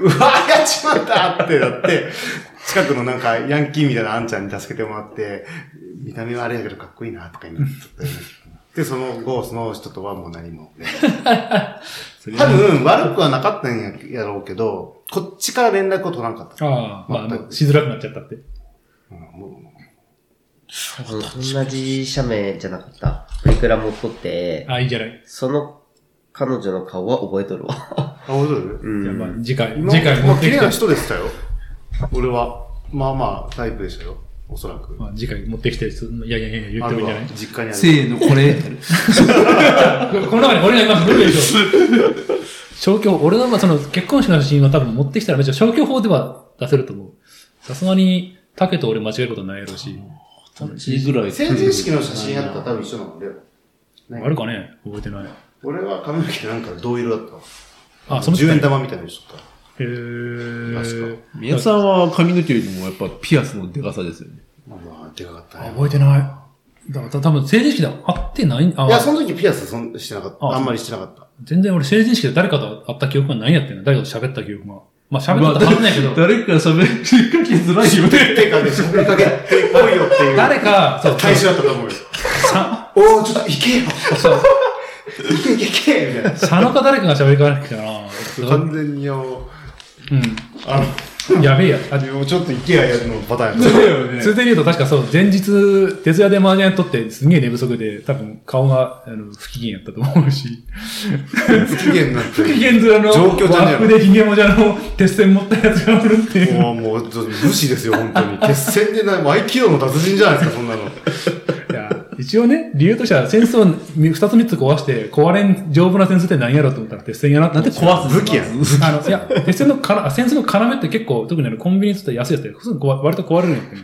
Speaker 4: うわー、やっちまったってなって、近くのなんか、ヤンキーみたいなあんちゃんに助けてもらって、見た目はあれやけどかっこいいな、とか言ってで、その後、その人とはもう何も。 多分、悪くはなかったんややろうけど、こっちから連絡を取らんかった。
Speaker 1: ああ、まあ、もうしづらくなっちゃったって。
Speaker 4: うんも
Speaker 2: 同じ社名じゃなかった。プリクラ持っとって
Speaker 1: あ、あ、いいんじゃない。
Speaker 2: その彼女の顔は覚えとるわ。
Speaker 4: うあ、覚えとる
Speaker 2: うん
Speaker 1: じゃあまあ、次回、
Speaker 4: 今
Speaker 1: 次回
Speaker 4: も
Speaker 1: 持
Speaker 4: う
Speaker 1: っ
Speaker 4: 綺
Speaker 1: てき
Speaker 4: 麗
Speaker 1: た
Speaker 4: な。人でしたよ。俺は。まあまあ、タイプでしたよ。おそらく。
Speaker 1: まあ、次回持ってきて、すいやいやいや、言ってもいいんじゃない
Speaker 4: あるわ実家にある。
Speaker 3: せーの、これ。
Speaker 1: この中に俺が今来るでしょ。消去法、俺のまあその結婚式の写真は多分持ってきたらめっちゃ消去法では出せると思う。さすがに、タケと俺間違えることないやろうし。
Speaker 3: 二十歳ぐらい。
Speaker 6: 成人式の写真やったら多分一緒なんだよ。
Speaker 1: あるかね覚えてない。
Speaker 6: 俺は髪の毛なんか銅色だったわ。
Speaker 1: あ、その時
Speaker 6: 10
Speaker 1: 代
Speaker 6: 円玉みたいなのしとった。
Speaker 1: へー
Speaker 6: 確。
Speaker 3: 宮田さんは髪の毛よりもやっぱピアスのデカさですよね。
Speaker 6: まあまあ、でかかった
Speaker 1: あ
Speaker 6: ね。
Speaker 1: 覚えてない。だから多分成人式で会ってない、あ
Speaker 6: いや、その時ピアスそんしてなかった。
Speaker 1: あ
Speaker 6: あんまりしてなかった。
Speaker 1: 全然俺成人式で誰かと会った記憶がないんやってんの誰かと喋った記憶が。まあ喋
Speaker 3: ま
Speaker 1: っ
Speaker 3: あ
Speaker 1: たってはずないけど。
Speaker 3: 誰か喋るかけづらいよ ね。
Speaker 6: てかね、喋りかけてこいよっていう。
Speaker 1: 誰か、そう、
Speaker 6: 対象だったと思うよ。
Speaker 1: さ
Speaker 6: おー、ちょっと行けよ
Speaker 1: そう
Speaker 6: 行け行け行けみたい
Speaker 1: 佐野か誰かが喋りかけたな。
Speaker 6: な。完全にあの、
Speaker 1: う
Speaker 6: あ
Speaker 1: ん。やべえやつ。あ
Speaker 6: の、ちょっと行けやのパターンやっ
Speaker 3: だよね
Speaker 1: ついでに言うと確かそう、前日、徹夜で麻雀とってすげえ寝不足で、多分顔が、あの、不機嫌やったと思うし。
Speaker 6: た。不機嫌になって。
Speaker 1: 不機嫌面の、
Speaker 6: 状況じゃねえよ
Speaker 1: ワップでヒゲもじゃの、鉄線持ったやつがおるっていう。
Speaker 6: もう、もう、ちょっと無視ですよ、本当に。決戦でない、もう合気道の達人じゃないですか、そんなの。
Speaker 1: いや、一応ね、理由としては戦争二つ三つ壊して、壊れん、丈夫な戦争って何やろうと思ったら鉄線やなって思
Speaker 3: な
Speaker 1: っ
Speaker 3: ん
Speaker 1: て
Speaker 3: で壊す
Speaker 6: 武器やん
Speaker 1: あの、いや、鉄線のから、戦争の要って結構、特にあの、コンビニとか安いやつで、普通に壊割と壊れるんやってね、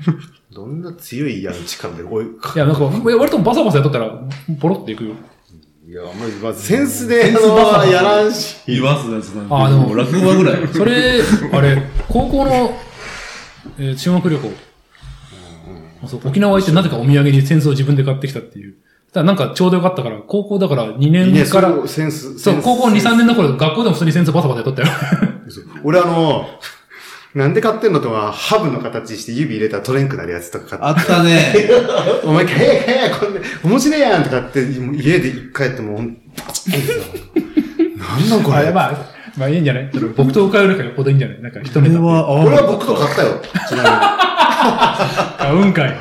Speaker 6: どんな強いやる力で追いか
Speaker 1: いや、なんか、割とバサバサやっとったら、ボロっていくよ。
Speaker 6: いや、あんまり、まあ、センスで、あ
Speaker 1: センスバカ
Speaker 6: の、
Speaker 1: だな
Speaker 6: やらんし。
Speaker 3: 言わすやつなんて。
Speaker 1: あでも
Speaker 3: う落語ぐらい。
Speaker 1: それ、あれ、高校の、えー中学旅行。あそう沖縄行ってなぜかお土産に扇子を自分で買ってきたっていう。だからなんかちょうどよかったから、高校だから2
Speaker 6: いいね
Speaker 1: 年
Speaker 6: そ
Speaker 1: か
Speaker 6: れ
Speaker 1: ら、
Speaker 6: をセンス。
Speaker 1: そう、高校2、3
Speaker 6: 年。
Speaker 1: 年の頃、学校でも普通に扇子バサバサやっと ったよ。
Speaker 6: 俺あの、なんで買ってんのとか、ハブの形して指入れたら取れんくなるやつとか買って
Speaker 3: あったね。
Speaker 6: お前、へえへえ、これ、面白いやんとかって、もう家で一回やっても、ほんバチッなんなんこ
Speaker 1: あ
Speaker 6: れ。
Speaker 1: れ、 まあ、まあいいんじゃないちょっと僕と買うよりかよっぽどいいんじゃないなんか人
Speaker 3: こ
Speaker 1: ネ
Speaker 3: れ
Speaker 1: タ。
Speaker 3: は合わ
Speaker 6: 俺
Speaker 3: な
Speaker 6: は
Speaker 3: かっ
Speaker 6: 僕と買ったよ。ちなみに。
Speaker 1: あ、うんかい。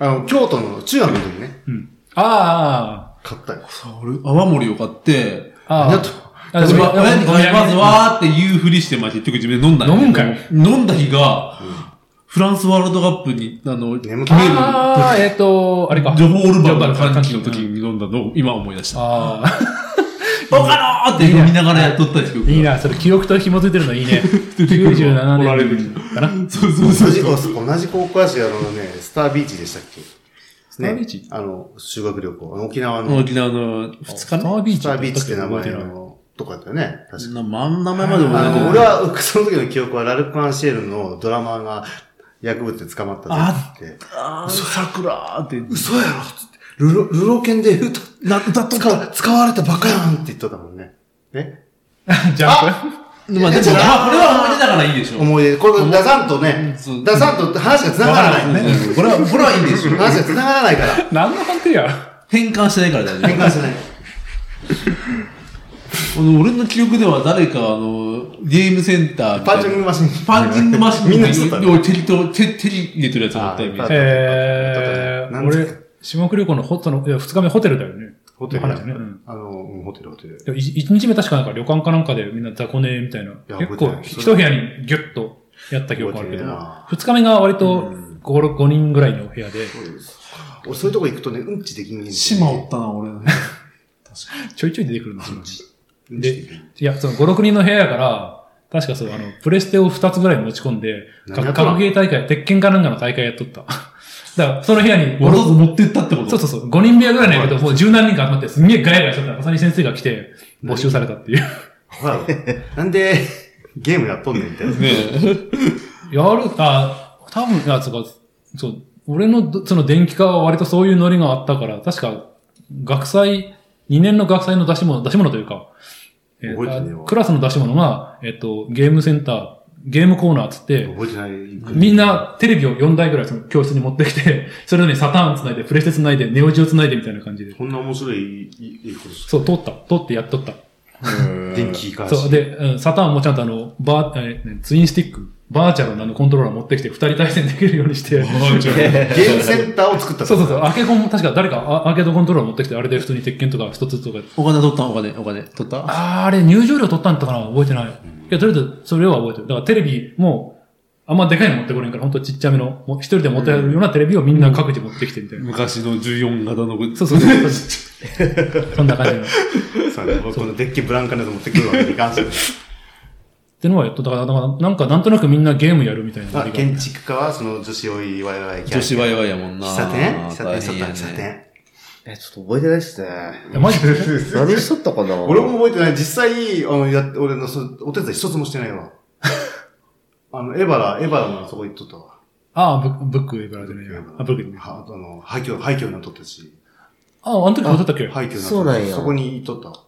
Speaker 6: あの、京都の中学の時にね、
Speaker 1: うん。あ
Speaker 6: 買ったよ。
Speaker 3: た。俺、泡盛を買って、
Speaker 1: あ、ああ。
Speaker 6: ありがとう
Speaker 1: あでも
Speaker 3: ま
Speaker 1: でもお土産
Speaker 3: ずわーって言うふりして、まあ結局自分で飲んだだけ
Speaker 1: 飲
Speaker 3: ど
Speaker 1: むんかい
Speaker 3: 飲んだ日が、フランスワールドカップに、あの、
Speaker 6: 眠くなる。
Speaker 1: ああ、えっ、と、あれか。
Speaker 3: ジョボールバーの
Speaker 1: ジョボールバーの
Speaker 3: 歓
Speaker 1: 歓
Speaker 3: 喜
Speaker 1: 喜
Speaker 3: の
Speaker 1: の
Speaker 3: 時
Speaker 1: 時
Speaker 3: に飲んだのを今思い出した。
Speaker 1: ああ。
Speaker 3: バカのーって見ながらやっとったんですけど。
Speaker 1: いいな、それ記憶と紐づいてるのいい ね。97
Speaker 3: 怒られ
Speaker 1: 年
Speaker 3: る
Speaker 1: かな。
Speaker 3: そうそうそ
Speaker 4: 同
Speaker 3: う。
Speaker 4: じ高同じ高校やし、あのね、スタービーチでしたっけス
Speaker 3: タービーチ
Speaker 4: あの、修学旅行。あの沖縄の、
Speaker 3: 沖縄の2
Speaker 1: ス
Speaker 3: 日
Speaker 1: タービーチ
Speaker 4: スタービーチって名
Speaker 1: 覚え
Speaker 4: 前
Speaker 1: てない
Speaker 4: の、とかだったよね。確か
Speaker 3: な、まん名前までも
Speaker 4: あ
Speaker 3: な
Speaker 4: の、
Speaker 3: い
Speaker 4: 俺は、その時の記憶は、ラルク・アンシエルのドラマーが薬物で捕まったって言って、
Speaker 3: あー、桜ーって、
Speaker 4: 嘘やろっつって、ルロ、ルロケンで歌
Speaker 3: な、だと
Speaker 4: 使わ使われたバカやんって言っとったもんね。ね
Speaker 1: ジャンプ
Speaker 3: まあでも、まあ、これは思い出だからいいでしょ。
Speaker 4: 思い出。これ、出さんとね
Speaker 3: そう、
Speaker 4: 出さんと話が繋がらない。ね
Speaker 3: これは、これはいいんですよ。
Speaker 4: 話が繋がらないから。
Speaker 1: 何の判定や
Speaker 3: 変換してないから大丈
Speaker 4: 変換しない。
Speaker 3: 夫。あの、俺の記憶では誰か、あの、ゲームセンターみた
Speaker 4: パ
Speaker 3: いな
Speaker 4: ンチングマシン。
Speaker 3: パンチングマシン
Speaker 4: みんな知っとったね
Speaker 3: 俺手にと、手、手に入れてるやつだったイメー
Speaker 4: あ
Speaker 3: ジ。
Speaker 1: え
Speaker 4: な
Speaker 1: ー、
Speaker 4: んで
Speaker 1: 俺、下国旅行のホットの、いや、二日目ホテルだよね。
Speaker 4: ホテル
Speaker 1: の話ね。うん
Speaker 4: あの、うんホテル、ホテル。
Speaker 1: でもい一日目確かなんか旅館かなんかでみんな雑魚寝みたいな。
Speaker 4: や
Speaker 1: 結
Speaker 4: 覚えて
Speaker 1: 構
Speaker 4: な、い
Speaker 1: 一部屋にギュッとやった記憶あるけど
Speaker 4: 覚えてないな、
Speaker 1: 二日目が割と
Speaker 4: うん
Speaker 1: 5、6 5人ぐらいの部屋で、
Speaker 4: 俺、そういうとこ行くとね、うんちできんねん。
Speaker 3: 島おったな、俺の部屋。
Speaker 1: ちょいちょい出てくるんですよ。
Speaker 4: うん
Speaker 1: で
Speaker 4: ちできん
Speaker 1: いや、その5、6人の部屋やから、確かそう、あの、プレステを2つぐらい持ち込んで、
Speaker 4: 何
Speaker 1: か
Speaker 4: やっとんの
Speaker 1: 格ゲー大会、鉄拳かなんかの大会やっとった。だ から、その部屋に、
Speaker 3: わざと持ってったってこ
Speaker 1: そう
Speaker 3: と
Speaker 1: そうそう、5人部屋ぐらいのやけど、もう十何人か集まって、すんげえガヤガヤしとったら、まさに先生が来て、募集されたっていう。
Speaker 4: ほら、なんで、ゲームやっとんねんみたいな。
Speaker 3: ね
Speaker 1: やる、 あ、多分、あ、そうか、そう、俺のど、その電気化は割とそういうノリがあったから、確か、学祭、2年の学祭の出し物、出し物というか、えー
Speaker 4: 覚えてねえわ
Speaker 1: クラスの出し物が、えっ、と、ゲームセンター、ゲームコーナーっつって、
Speaker 4: 覚えてない。
Speaker 1: みん、なテレビを4台ぐらいその教室に持ってきて、 それのにサターン繋いで、プレステ繋いで、ネオジオ繋いでみたいな感じで。
Speaker 4: こんな面白い、いいいいことし
Speaker 1: そう、通った。通ってやっとった。
Speaker 4: た。
Speaker 3: え。
Speaker 4: 電気か
Speaker 1: そう、で、うん、サターンもちゃんとあの、バー、えーツインスティック、バーチャルなあのコントローラー持ってきて、2人対戦できるようにして、
Speaker 4: ゲームセンターを作っ た。
Speaker 1: そうそうそう、アーケコンも確か誰かアアーケードコントローラー持ってきて、あれで普通に鉄拳とか一つとか。
Speaker 3: お金取ったお金、お金。取った
Speaker 1: あーあれ入場料取ったんだったかな覚えてない。いや、とりあえずそれは覚えてる。だからテレビも、あんまでかいの持ってこれんから、ほんとちっちゃめの、もう一人で持ってやるようなテレビをみんな各自持ってきてみたいな。
Speaker 3: 昔の14型の。
Speaker 1: そうそうそう。そんな感じの。っ
Speaker 4: そうね。僕このデッキブランカネット持ってくるわけにいかんし。
Speaker 1: てのはやっと、だから、だからなんかなんとなくみんなゲームやるみたいな
Speaker 4: ま
Speaker 1: ノ
Speaker 4: あ、
Speaker 1: リが。
Speaker 4: 建築家は、その女子多いワイワイキャラ
Speaker 3: 女子ワイワイやもんな。
Speaker 4: 喫茶店喫茶店、
Speaker 3: 大変やね
Speaker 4: 喫茶店。
Speaker 2: え、ちょっと覚えてないっすね。
Speaker 1: いやマジで
Speaker 2: 何しとったかな
Speaker 4: 俺も覚えてない。実際、あの、やっ俺のそ、お手伝い一つもしてな いわ。あの、エバラ、エバラもそこ行っとったわ。
Speaker 1: ああ、ブック、ブックいくらじゃねえよ。あ、ブックね。
Speaker 4: はあの、廃墟、廃墟になっとったし。
Speaker 1: ああ、あの時どうだったっけ
Speaker 4: 廃墟になっとったし
Speaker 2: そうなんや
Speaker 4: そこに行っとった。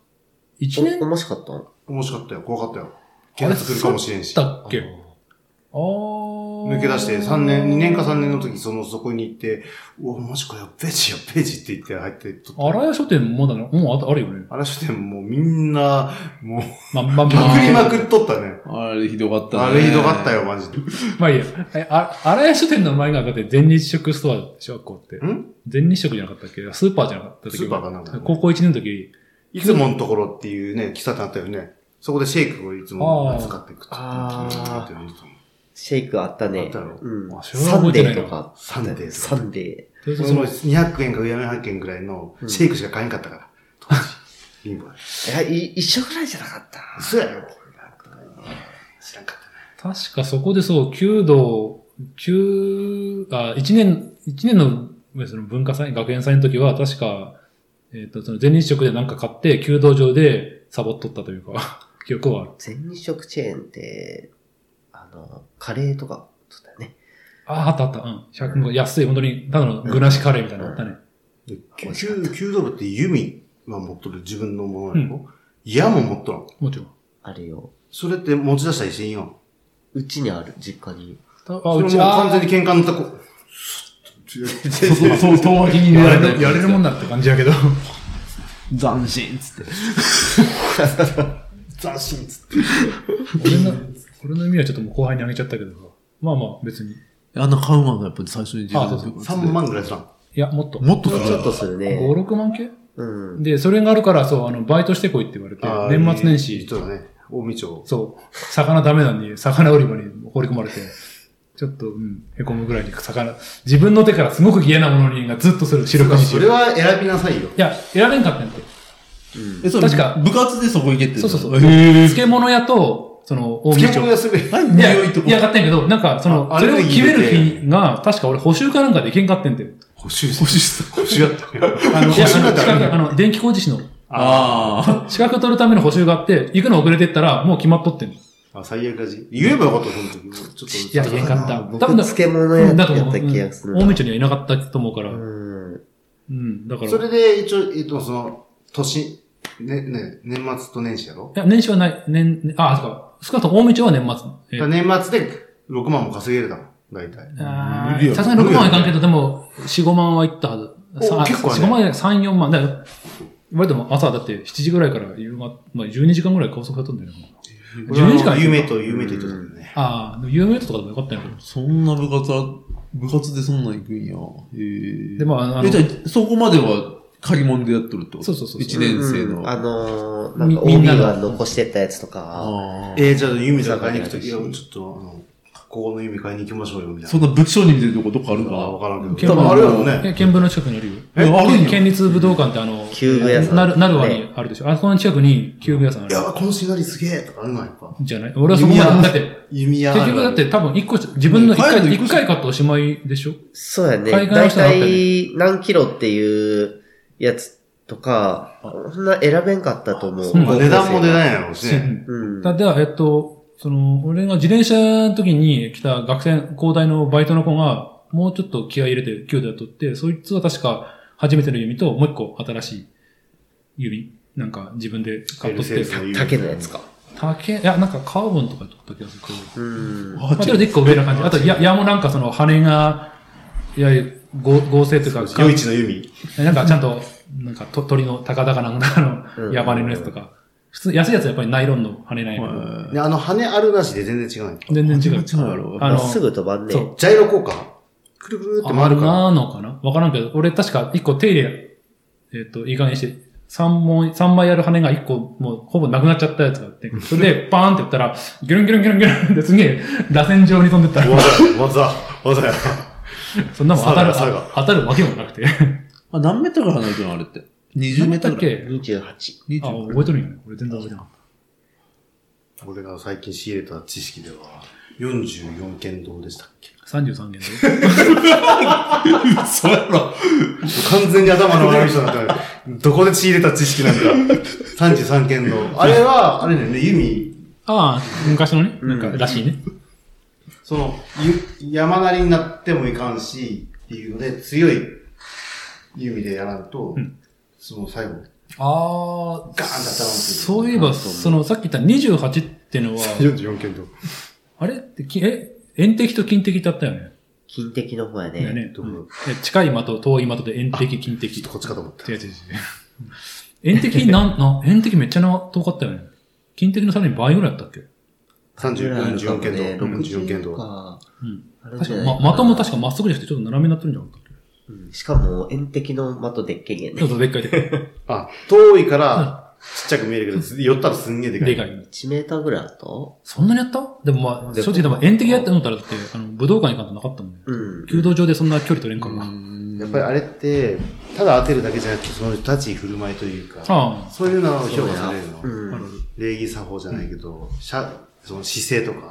Speaker 1: 一年
Speaker 2: お面白かったの
Speaker 4: 面白かったよ。怖かったよ。警察来るかもしれんし。
Speaker 1: あれそうだっけ
Speaker 4: あ
Speaker 1: ああ。
Speaker 4: の抜
Speaker 1: 抜
Speaker 4: け出して3年、2年か3年の時、その、そこに行って、うわ、マジか、やっべーじ、やっべーじって言って入ってとった。
Speaker 1: あらや書店もまだな、もうあとあるよね。
Speaker 4: あら書店もうみんな、もう、
Speaker 1: ま、ま、ま、
Speaker 4: まくりまくっとったね。
Speaker 3: あれひどかったね。
Speaker 4: あれひどかった。よ、マジで。
Speaker 1: まあいいや。え、あ、あらや書店の前が、だって全日食ストアでしょ、こうって。
Speaker 4: ん
Speaker 1: 全日食じゃなかったっけスーパーじゃなかったっけ
Speaker 4: スーパーかなんか
Speaker 1: 高校1年の時、
Speaker 4: いつものところっていうね、喫茶店あったよね。そこでシェイクをいつも使っていく。
Speaker 2: あー
Speaker 4: あー。
Speaker 2: シェイクあった
Speaker 4: あっ
Speaker 2: ね。
Speaker 4: たよ
Speaker 2: うん。
Speaker 1: あそれは
Speaker 2: サ
Speaker 1: 覚
Speaker 2: ン
Speaker 1: えてな
Speaker 2: デ
Speaker 1: い
Speaker 2: ー
Speaker 1: な
Speaker 2: とかあった。
Speaker 4: サンデーとか
Speaker 2: サンデ
Speaker 1: とりあえず
Speaker 4: 俺
Speaker 1: そ
Speaker 4: も
Speaker 1: の
Speaker 4: 200円か400円ぐらいのシェイクしか買えんかったから。当時貧乏や
Speaker 2: ー。いや、い一緒ぐらいじゃなかった。
Speaker 4: 嘘やろ。知らんかった。
Speaker 1: 確かそこでそう、弓道、九あ、1年、一年の、その文化祭、学園祭の時は、確か、えっ、と、その全日食でなんか買って、弓道場でサボっとったというか、 記憶はある。
Speaker 2: 全日食チェーンって、あの、カレーとか、そうだよね。
Speaker 1: ああ、あったあった。うん。百五安い、本当に、ただの具なしカレーみたいなのあったね。
Speaker 4: で、9、9ドルって弓は持っとる自分のものや
Speaker 1: う
Speaker 4: ろ矢も持っとる。
Speaker 1: もちろん。
Speaker 2: あれよ。
Speaker 4: それって持ち出したりしていいよ。
Speaker 2: うちにある、実家に。
Speaker 1: あ
Speaker 4: それもう完全に喧嘩のとこ。
Speaker 3: そうそうそう、遠巻きにやられた。
Speaker 1: やれるもんだって感じや けど。
Speaker 3: 斬新っつって。
Speaker 4: 斬新っつって。
Speaker 1: 俺の、俺の意味はちょっともう後輩にあげちゃったけどさ。まあまあ、別に。い
Speaker 3: あんな買うまんがやっぱり最初に自
Speaker 1: あそうそう
Speaker 4: 3万ぐらいすらん。
Speaker 1: や、もっと。
Speaker 3: もっと
Speaker 2: ち
Speaker 3: す
Speaker 2: ょ
Speaker 3: る
Speaker 2: っとするね。
Speaker 1: 5、6万系
Speaker 2: うん。
Speaker 1: で、それがあるから、そう、あの、バイトしてこいって言われて
Speaker 4: あ、ー
Speaker 1: 年末年
Speaker 4: いい
Speaker 1: 始、
Speaker 4: 人だね。大見町。
Speaker 1: そう、魚ダメなんで、魚売り場に放り込まれて、ちょっと、うん、へこむぐらいに魚、自分の手からすごく嫌なものにがずっとする、白
Speaker 4: そ
Speaker 1: く
Speaker 4: うかそれは選びなさいよ。
Speaker 1: いや、選べんかったんやって。
Speaker 3: え、それ
Speaker 1: 確か
Speaker 3: 部活でそこ行けって。
Speaker 1: そうそうそう
Speaker 3: へぇー。
Speaker 1: 漬物屋と、その、大
Speaker 6: 漬物休み。
Speaker 3: 何
Speaker 1: いや、
Speaker 3: 匂いと
Speaker 1: い
Speaker 3: か。
Speaker 1: や、買ってんけど、なんか、その、
Speaker 4: あ
Speaker 1: それを決め
Speaker 4: アレルギー出
Speaker 1: る日が、確か俺補修かなんかで行けんかってんだよ。
Speaker 4: 補修補修した。補修やった。
Speaker 1: あの、いやあ
Speaker 6: 補習なん
Speaker 1: の
Speaker 6: てあ
Speaker 1: 資
Speaker 6: るん
Speaker 1: 格、あの、電気工事士の
Speaker 3: あ
Speaker 1: 資格取るための補修があって、行くの遅れてったら、もう決まっとってんの。い
Speaker 4: あ、最悪だし。言えばよかった、本当に。ちょっと。
Speaker 1: や、言えんかった。
Speaker 2: 僕
Speaker 1: 多分だ、
Speaker 2: 漬物
Speaker 1: う
Speaker 2: や
Speaker 1: ん、だ
Speaker 2: っ
Speaker 1: と
Speaker 2: やっ
Speaker 1: 思う。
Speaker 2: た
Speaker 1: うん
Speaker 2: 気がするな。
Speaker 1: 大道にはいなかったと思うから。
Speaker 2: うん。
Speaker 1: うん、だから。
Speaker 4: それで、一応、えっと、その、年、ね、ね、年末と年始やろ
Speaker 1: いや、年始はない、年、年あ、そうか。少なくとも大道は年末。えー
Speaker 4: だから年末で6万も稼げれたの。大体。
Speaker 1: あ
Speaker 3: 無理
Speaker 1: ー
Speaker 3: や
Speaker 1: さすがに6万はいかんけど、でも、4、5万はいったはず。
Speaker 4: お
Speaker 1: さ
Speaker 4: 結構やね
Speaker 1: 4、5万じゃない、3、4万。だよ。割とも朝だって7時ぐらいから夕方、まあ12時間ぐらい高速やったんだよね。12時間
Speaker 4: 夢と夢と言ってたんだよね。
Speaker 1: ああ、でも有名とかでもよかったんやけど
Speaker 3: あ。。そんな部活は、部活でそんなん行くんや。へえ。
Speaker 1: で、まあ、あの
Speaker 3: え、じゃあ、そこまでは、借り物でやっとるってこと
Speaker 1: そうそうそう
Speaker 3: 一年生
Speaker 2: うんう
Speaker 3: の。
Speaker 2: んあ
Speaker 3: あ
Speaker 2: のー、なんか
Speaker 1: みみん
Speaker 2: OB
Speaker 1: なが
Speaker 2: が残してったやつとか、
Speaker 3: あ。
Speaker 4: えー、じゃあ、夢とか買いに行くとき、い
Speaker 2: 酒
Speaker 4: や
Speaker 2: 屋
Speaker 4: ち
Speaker 2: だ
Speaker 4: ょ
Speaker 2: し
Speaker 4: っと、あの、ここの夢買いに行きましょうよ、みたい
Speaker 3: そ
Speaker 4: な。
Speaker 3: んな物証に見てるとこどっかある
Speaker 4: ああ、わ
Speaker 3: か
Speaker 4: からんけ
Speaker 1: 見
Speaker 4: ど。多分あるやろうね。
Speaker 1: え県部の近くにあるよ。
Speaker 3: えあるんや
Speaker 1: 県県立武道館ってあの、
Speaker 2: キューブ屋さん
Speaker 1: なる、なるわにあるでしょ。あそこの近くにキューブ屋さんあ
Speaker 4: い
Speaker 1: る
Speaker 4: や。ー、このしなりすげえとかあるのやっぱ。
Speaker 1: じゃない俺はそこまで、だって、
Speaker 4: 弓矢。
Speaker 1: 結局だって多分一個し、自分の一
Speaker 3: 海外
Speaker 1: 回、
Speaker 3: の行く
Speaker 1: 一回買っておしまいでしょ
Speaker 2: そうやね。
Speaker 1: 海
Speaker 2: だ
Speaker 1: 外の
Speaker 2: い
Speaker 1: 人だったた
Speaker 2: い何キロっていうやつとか、そんな選べんかったと思う。
Speaker 1: そう
Speaker 4: まあ値段も出
Speaker 2: い。
Speaker 4: ないやろうしね。
Speaker 2: うん。
Speaker 1: だでは、えっと、その、俺が自転車の時に来た学生、高大のバイトの子が、もうちょっと気合い入れて、給料取って、そいつは確か、初めての弓と、もう一個新しい弓。なんか、自分で買っとっ
Speaker 4: セ
Speaker 1: て
Speaker 4: ル。セル
Speaker 2: 竹のやつか。
Speaker 1: 竹、いや、なんかカーボンとかで取った気がするけど。
Speaker 2: うん。
Speaker 1: まあ、ちょっと一個上な感じ。あと、や、矢もなんかその羽が、いや、合合成というか、
Speaker 4: 夜市の弓。
Speaker 1: なんかちゃんと、なんかと鳥の高々なんか
Speaker 2: う
Speaker 1: の
Speaker 2: ん
Speaker 1: 矢羽のやつとか。普通、安いやつはやっぱりナイロンの羽なんやけど、
Speaker 4: ね、あの、羽あるなしで全然違うんや
Speaker 1: 全然違う。
Speaker 3: 違うやろ。
Speaker 1: あ
Speaker 2: ま
Speaker 1: の
Speaker 2: っすぐ飛ばんね
Speaker 1: そ。う
Speaker 4: ジャイロ効果くるくるって回るから。
Speaker 1: なのかなわからんけど、俺確か一個手入れ、えっ、と、いい加減にして、三本、三枚ある羽が一個、もうほぼなくなっちゃったやつがあって、それで、バーンってやったら、ギュルンギュルンギュルンギュルンってすげえ、螺旋状に飛んでったら、
Speaker 4: 技、技、技や。
Speaker 1: そんなもん当たる、
Speaker 4: そうだそう
Speaker 1: 当
Speaker 4: だ
Speaker 1: たるわけもなくて。
Speaker 3: あ、何メートルから離れてるのあれって。20メートル
Speaker 1: だっ
Speaker 3: ぐらい。
Speaker 1: け
Speaker 2: 28。
Speaker 1: あ、
Speaker 3: 20
Speaker 1: 覚えとるんやね。俺全然覚えてなかっ
Speaker 4: 俺が最近仕入れた知識では、44件どうでしたっけ
Speaker 1: た。33件で。
Speaker 3: そうやろ。
Speaker 4: 完全に頭の悪い人になってないどこで仕入れた知識なんか。33件の。あれは、あれだよね、弓。
Speaker 1: ああ、昔のね、なんか、らしいね。
Speaker 4: その、ゆ山なりになってもいかんし、っていうので、強い弓でやらんと、その最後、
Speaker 1: ああ、
Speaker 4: ガーンって頭打つ
Speaker 1: そういえば、その、さっき言った28ってのは、
Speaker 4: 44件と。
Speaker 1: あれってき、え、遠敵と近敵ってあったよね。
Speaker 2: 金的の方や
Speaker 1: だよ
Speaker 2: ね。
Speaker 1: ね。うんで近い的と遠い的で遠敵、近敵。
Speaker 4: こっちかと思った。
Speaker 1: 違う違う違う。遠敵なん、な、遠敵めっちゃな遠かったよね。近敵のさらに倍ぐらいだったっけ
Speaker 4: 30 44件と、44件と。
Speaker 2: か。
Speaker 1: うん。
Speaker 2: あるん
Speaker 1: 確
Speaker 2: じ
Speaker 1: か
Speaker 2: ゃない
Speaker 1: ま、的も確かまっすぐじゃなくてちょっと斜めになってるんじゃなかったっ
Speaker 2: うんしかも、遠敵の的でっけえ
Speaker 1: けちょ
Speaker 2: ね
Speaker 1: っ。とでっかいでっかい。
Speaker 4: あ、遠いから、ちっちゃく見えるけど、寄ったらすんげえでか
Speaker 1: で
Speaker 4: い。
Speaker 1: かい。
Speaker 2: 1メーターぐらいあった
Speaker 1: そんなにやったでもまあ、
Speaker 2: で
Speaker 1: 正直でも遠敵やって思ったらだって、あの、武道館行かんとなかったもんね。
Speaker 2: うん。
Speaker 1: 弓道場でそんな距離取れんから。
Speaker 4: やっぱりあれって、ただ当てるだけじゃなくて、その立ち居振る舞いというか、
Speaker 1: あ
Speaker 4: そういうのが評
Speaker 2: そう
Speaker 4: 価
Speaker 2: や
Speaker 4: されるの。
Speaker 2: う
Speaker 1: あ、ある
Speaker 2: ん。
Speaker 4: 礼儀作法じゃないけど、しゃその姿勢とか。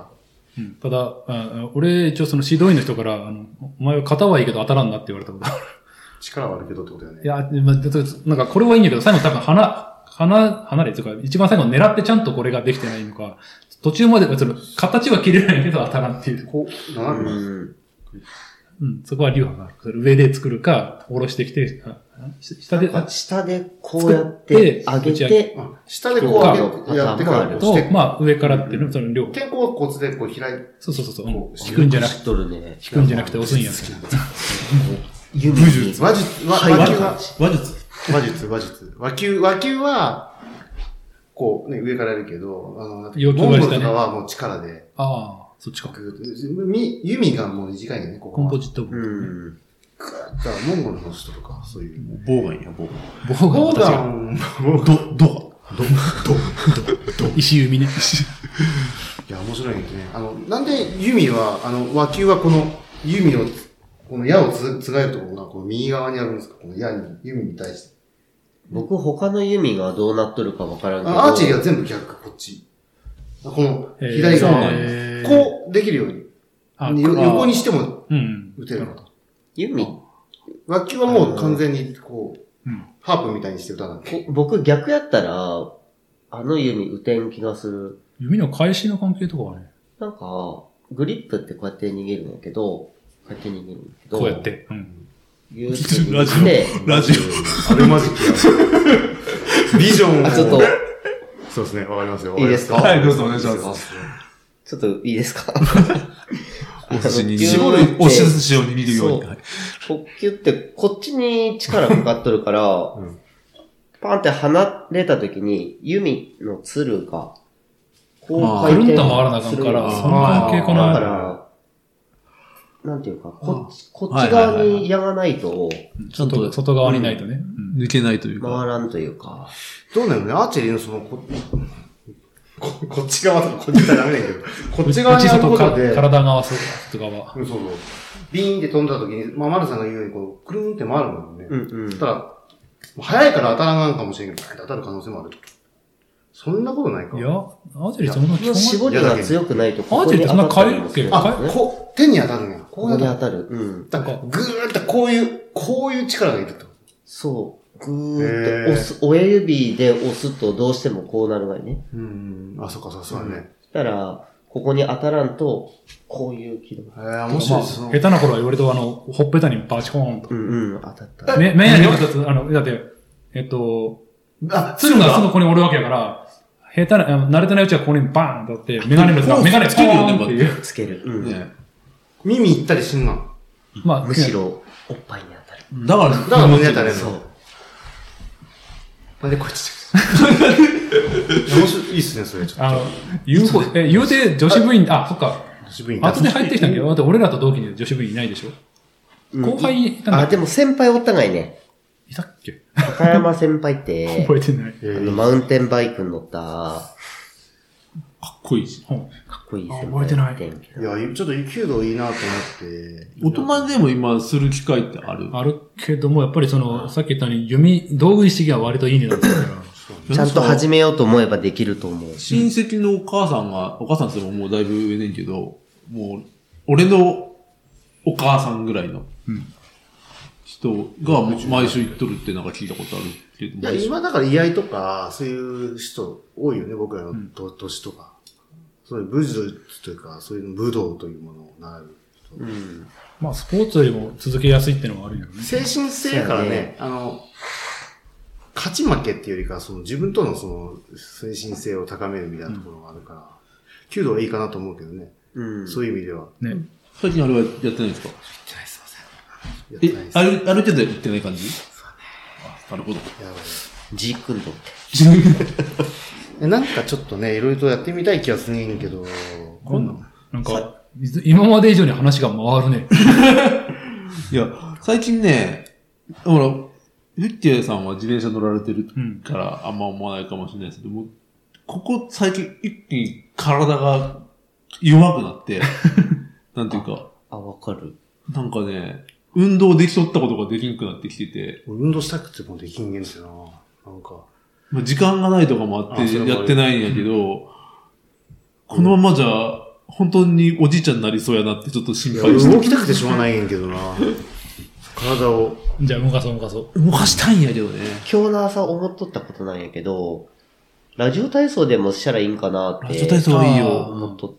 Speaker 1: うんただ、ああ俺、一応その指導員の人から、あの、お前は型はいいけど当たらんなって言われたことある。
Speaker 4: 力はあるけどってことだよね。
Speaker 1: いや、まあ、だとなんかこれはいいんだけど、最後多分花、花、離れというか、一番最後狙ってちゃんとこれができてないのか、途中まで、その、形は切れないけど当たらんっていう。
Speaker 4: こう、斜めに
Speaker 2: うん。
Speaker 1: うん、そこは流派がある。それ上で作るか、下ろしてきて、あ下で、あ
Speaker 2: 下でこうやって上げ
Speaker 1: 作って
Speaker 2: て、
Speaker 4: うん下でこう上げてやってからこうし
Speaker 1: と、
Speaker 4: て、
Speaker 1: まあ上からっていうの、その両方。
Speaker 4: 肩甲骨でこう開いて、
Speaker 1: そうそうそうそう。
Speaker 4: こう
Speaker 1: 引くんじゃなくて、
Speaker 2: とるね。
Speaker 1: 引くんじゃなくて押すんや。
Speaker 2: 弓 に
Speaker 4: 話術、わ
Speaker 2: はい
Speaker 4: 和球は、
Speaker 3: 話術。
Speaker 4: 和術、和術。和球、和球は、こうね、上からやるけど、あの、モン
Speaker 1: 要求
Speaker 4: ゴ
Speaker 1: が
Speaker 4: ル
Speaker 1: した
Speaker 4: と
Speaker 1: ね
Speaker 4: かはもう力で、
Speaker 1: ああ、そっちか。
Speaker 4: グーッとみ弓がもう短いよね、こ
Speaker 1: コ
Speaker 4: こ
Speaker 1: ン
Speaker 4: は。
Speaker 1: ポジット棒。
Speaker 2: うん。
Speaker 4: だからモンゴルの人とか、そういう。
Speaker 3: ボウガンや、ボウ
Speaker 1: 棒が
Speaker 4: ボー
Speaker 1: 私
Speaker 4: ガ
Speaker 1: が、
Speaker 4: ン、
Speaker 3: ガン。ど、ど
Speaker 1: 石弓ね。
Speaker 4: いや、面白いよね。あの、なんで弓は、あの、和球はこの弓を、この矢をつつがえるところが、この右側にあるんですかこの矢に、弓に対して。
Speaker 2: 僕、他のユミがどうなっとるかわからんけど。
Speaker 4: あアーチェリーは全部逆、こっち。この
Speaker 1: えー
Speaker 4: 左側まで。
Speaker 1: えー
Speaker 4: こうできるように。
Speaker 1: あ
Speaker 4: よ
Speaker 1: あ
Speaker 4: 横にしても
Speaker 1: うん。
Speaker 4: 打てるのと。
Speaker 2: ユミ、
Speaker 4: 楽器はもう完全にこう
Speaker 1: うん、
Speaker 4: ハープみたいにして歌なんで。
Speaker 2: こ僕逆やったら、あのユミ打てん気がする。
Speaker 1: 弓の返しの関係とかはね、
Speaker 2: なんか、グリップってこうやって逃げるんやけど、こうやって逃げるんやけど。
Speaker 1: こうやっ。て。うん。
Speaker 2: ギューって握って、
Speaker 3: ラジ
Speaker 4: あれマジックや。ビジョン
Speaker 2: あ、ちょっと、
Speaker 4: そうですね、わかりますよ
Speaker 2: いいですか
Speaker 3: はいどうぞお願いします
Speaker 2: す。ちょっといいですか
Speaker 3: オ。お寿司に
Speaker 2: ギュー
Speaker 3: 絞る
Speaker 2: って、
Speaker 3: お寿司を握るように。
Speaker 2: そう
Speaker 3: はい
Speaker 2: こうキュって、こっちに力かかっとる から、
Speaker 4: ん
Speaker 2: パンって離れた時に、弓の鶴が、こう
Speaker 3: まあ
Speaker 1: くるんと回らなあかんから、
Speaker 2: す
Speaker 1: そ
Speaker 2: る
Speaker 1: んな関係か
Speaker 2: だか
Speaker 1: な。
Speaker 2: ら、なんていうか、こっち、こっ
Speaker 3: は
Speaker 2: ち
Speaker 3: いはいはいは
Speaker 2: 側
Speaker 3: い
Speaker 2: に矢がないと、
Speaker 3: ちゃん
Speaker 1: 外
Speaker 3: と
Speaker 1: 外側にないとね。うん
Speaker 3: 抜けないという
Speaker 2: 回
Speaker 3: か。
Speaker 2: らんというか、
Speaker 4: どうなのね、アーチェリーのその、こ、 ここっち側とかこっち側ダメだけど、こっち側にあるこ
Speaker 1: 内
Speaker 4: と
Speaker 1: 外
Speaker 4: で、
Speaker 1: か体が合わせる外側。
Speaker 4: うんそうそう。ビーンって飛んだ時に、まあ、マルさんが言うように、こう、くるんって回るもんね。
Speaker 2: うんうん
Speaker 4: た。だ、もう早いから当たらんかもしれんけど、当たる可能性もある。そんなことないか。
Speaker 1: いや、アーチェリーそんな
Speaker 2: この
Speaker 1: 基本
Speaker 2: 絞りが強くないと、
Speaker 1: ア
Speaker 2: こ
Speaker 1: ー
Speaker 2: こ
Speaker 1: チェ
Speaker 2: に
Speaker 1: リーってそん
Speaker 2: 当た
Speaker 1: な
Speaker 2: った
Speaker 1: 変
Speaker 2: り
Speaker 1: える
Speaker 2: も
Speaker 1: っ
Speaker 2: す
Speaker 1: け
Speaker 2: る。こ
Speaker 4: あ、こう、手に当たるんや。こ
Speaker 2: こ
Speaker 4: うや
Speaker 2: に
Speaker 4: った
Speaker 2: 当たる。うん。
Speaker 4: だから、ぐーってこういう、こういう力がいると。
Speaker 2: そう。ぐーって押す、親指で押すとどうしてもこうなるわいね。
Speaker 4: うん。あ、そっか、そう、そうだね。
Speaker 2: だから、ここに当たらんと、こういう軌道が。
Speaker 4: えー、面
Speaker 1: ま
Speaker 4: 白
Speaker 1: あ、
Speaker 4: いそ
Speaker 1: 下
Speaker 4: の
Speaker 1: 手な頃は割とあの、ほっぺたにバチコーンと。
Speaker 2: うんうん、当たった。
Speaker 1: め、目やり方と、あの、だって、えっと、
Speaker 4: あ、
Speaker 1: 鶴がすぐここにおるわけやから、下手な、あの慣れてないうちはここにバーンとあって、メガネの
Speaker 3: こう
Speaker 1: メガネ
Speaker 3: つけるよね
Speaker 1: ポーンっていう。
Speaker 2: つける。うん。
Speaker 3: ね
Speaker 4: 耳行ったりしんな。
Speaker 1: まあ、
Speaker 2: むしろ、おっぱいに当たる。
Speaker 3: だから、
Speaker 4: だから胸当たれる
Speaker 2: そう
Speaker 4: の。。 なんでこうやって面白い、いいっすね、それ。ちょっと
Speaker 1: あの、言うほ、え、言うて女子部員、あ、そっか。
Speaker 4: 女子部員
Speaker 1: 後で入ってきたんだけど、だって俺らと同期で女子部員いないでしょ
Speaker 2: うん
Speaker 1: 後輩いたんだ
Speaker 2: あ、
Speaker 1: っけ
Speaker 2: でも先輩おったがいね。
Speaker 1: いたっけ
Speaker 2: 高山先輩って、
Speaker 1: 覚えてない。
Speaker 4: え
Speaker 2: あ
Speaker 4: ー
Speaker 2: の、マウンテンバイクに乗った、か
Speaker 3: かっこいいし。
Speaker 1: うん
Speaker 2: っこいい先輩。
Speaker 1: あ覚えてない
Speaker 2: ってんけど
Speaker 4: いや、ちょっと弓道いいなと思って。
Speaker 3: 大人でも今する機会ってある。
Speaker 1: あるけども、やっぱりその、さっき言ったように、弓、道具意識が割といいねだったから。
Speaker 2: ちゃんと始めようと思えばできると思う。
Speaker 3: 親戚のお母さんが、お母さんって言ってももうだいぶ上ねんけど、もう、俺のお母さんぐらいの
Speaker 1: うん
Speaker 3: 人がもう毎週行っとるってなんか聞いたことあるけど、
Speaker 4: いや、
Speaker 3: 毎週
Speaker 4: 今だから居合とか、そういう人多いよね、僕らのと年とか。そういう武術というか、そういう武道というものを習う
Speaker 2: う
Speaker 4: 人。
Speaker 2: ん。
Speaker 1: まあ、スポーツよりも続けやすいってのはあるよね。
Speaker 4: 精神性やから
Speaker 2: そうや
Speaker 4: ね
Speaker 2: ね、
Speaker 4: あの、勝ち負けっていうよりか、その自分とのその精神性を高めるみたいなところがあるから、弓道はいいかなと思うけどね、
Speaker 2: うん。
Speaker 4: そういう意味では。
Speaker 1: ね。
Speaker 3: 最近あれはやってないんですか
Speaker 4: やって
Speaker 3: え
Speaker 4: ないで、す。
Speaker 3: あ
Speaker 4: や
Speaker 3: る、ある程度行ってない感じあなるほど。
Speaker 4: ばい
Speaker 2: ジークンド。
Speaker 4: えなんかちょっとね、いろいろとやってみたい気がするんやけど、
Speaker 1: こんなん。なんか、いず今まで以上に話が回るね。
Speaker 3: いや、最近ね、ほら、フッティアさんは自転車乗られてる
Speaker 1: うん
Speaker 3: からあんま思わないかもしれないですけど、もうここ最近一気に体が弱くなって、なんていうか、
Speaker 2: あ、わかる。
Speaker 3: なんかね、運動できとったことができなくなってきてて、
Speaker 4: 運動したくてもできんげんすよな。なんか、
Speaker 3: まあ、時間がないとかもあっ
Speaker 4: あそれ
Speaker 3: て
Speaker 4: もある
Speaker 3: やってないんやけど、このままじゃ、本当におじいちゃんになりそうやなってちょっと心
Speaker 4: いや
Speaker 3: 配して
Speaker 4: 動きたくてしょうがないんやけどな。体を。
Speaker 1: じゃあ、動かそう動かそう。
Speaker 3: 動かしたいんやけどね。
Speaker 2: 今日の朝思っとったことなんやけど、ラジオ体操でもしたらいいんかなって。
Speaker 3: ラジオ体操はいい
Speaker 1: あー
Speaker 3: よ。
Speaker 2: 思っとっ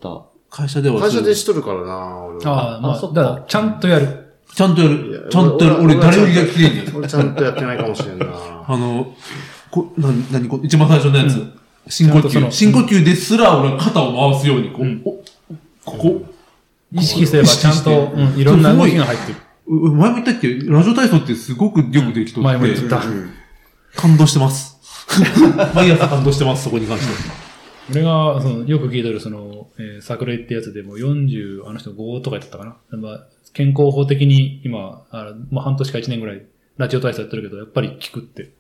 Speaker 2: た。
Speaker 3: 会社では
Speaker 4: 会社で
Speaker 3: ち
Speaker 4: しとるからな、俺は。
Speaker 1: ああ、まあ、
Speaker 2: あそっか
Speaker 1: だから、ちゃんとやる。
Speaker 3: ゃんとや
Speaker 4: いや
Speaker 3: る。ちゃんとやる。俺、誰よりが綺麗にやる。
Speaker 4: 俺ちゃんとやってないかもしれんな。
Speaker 3: あの、こ、な、なに、こ一番最初のやつ。深呼
Speaker 1: ちゃんとそ
Speaker 3: 吸。
Speaker 1: の
Speaker 3: 深呼吸ですら俺は肩を回すように、こう、
Speaker 1: うん
Speaker 3: おここ、
Speaker 1: 意識すれば、ちゃんと、
Speaker 3: 意識
Speaker 1: うんいろんな動きが入ってる。
Speaker 3: う前も言ったっけラジオ体操ってすごくよくできとって。
Speaker 1: 前も言ってた。
Speaker 3: 感動してます。 毎朝感動してます、そこに関しては。
Speaker 1: 俺が、その、よく聞いてる、その、えー、桜井ってやつでも40、あの人5とかやってたかな。まあ、健康法的に今、あまあ、半年か1年ぐらい、ラジオ体操やってるけど、やっぱり効くって。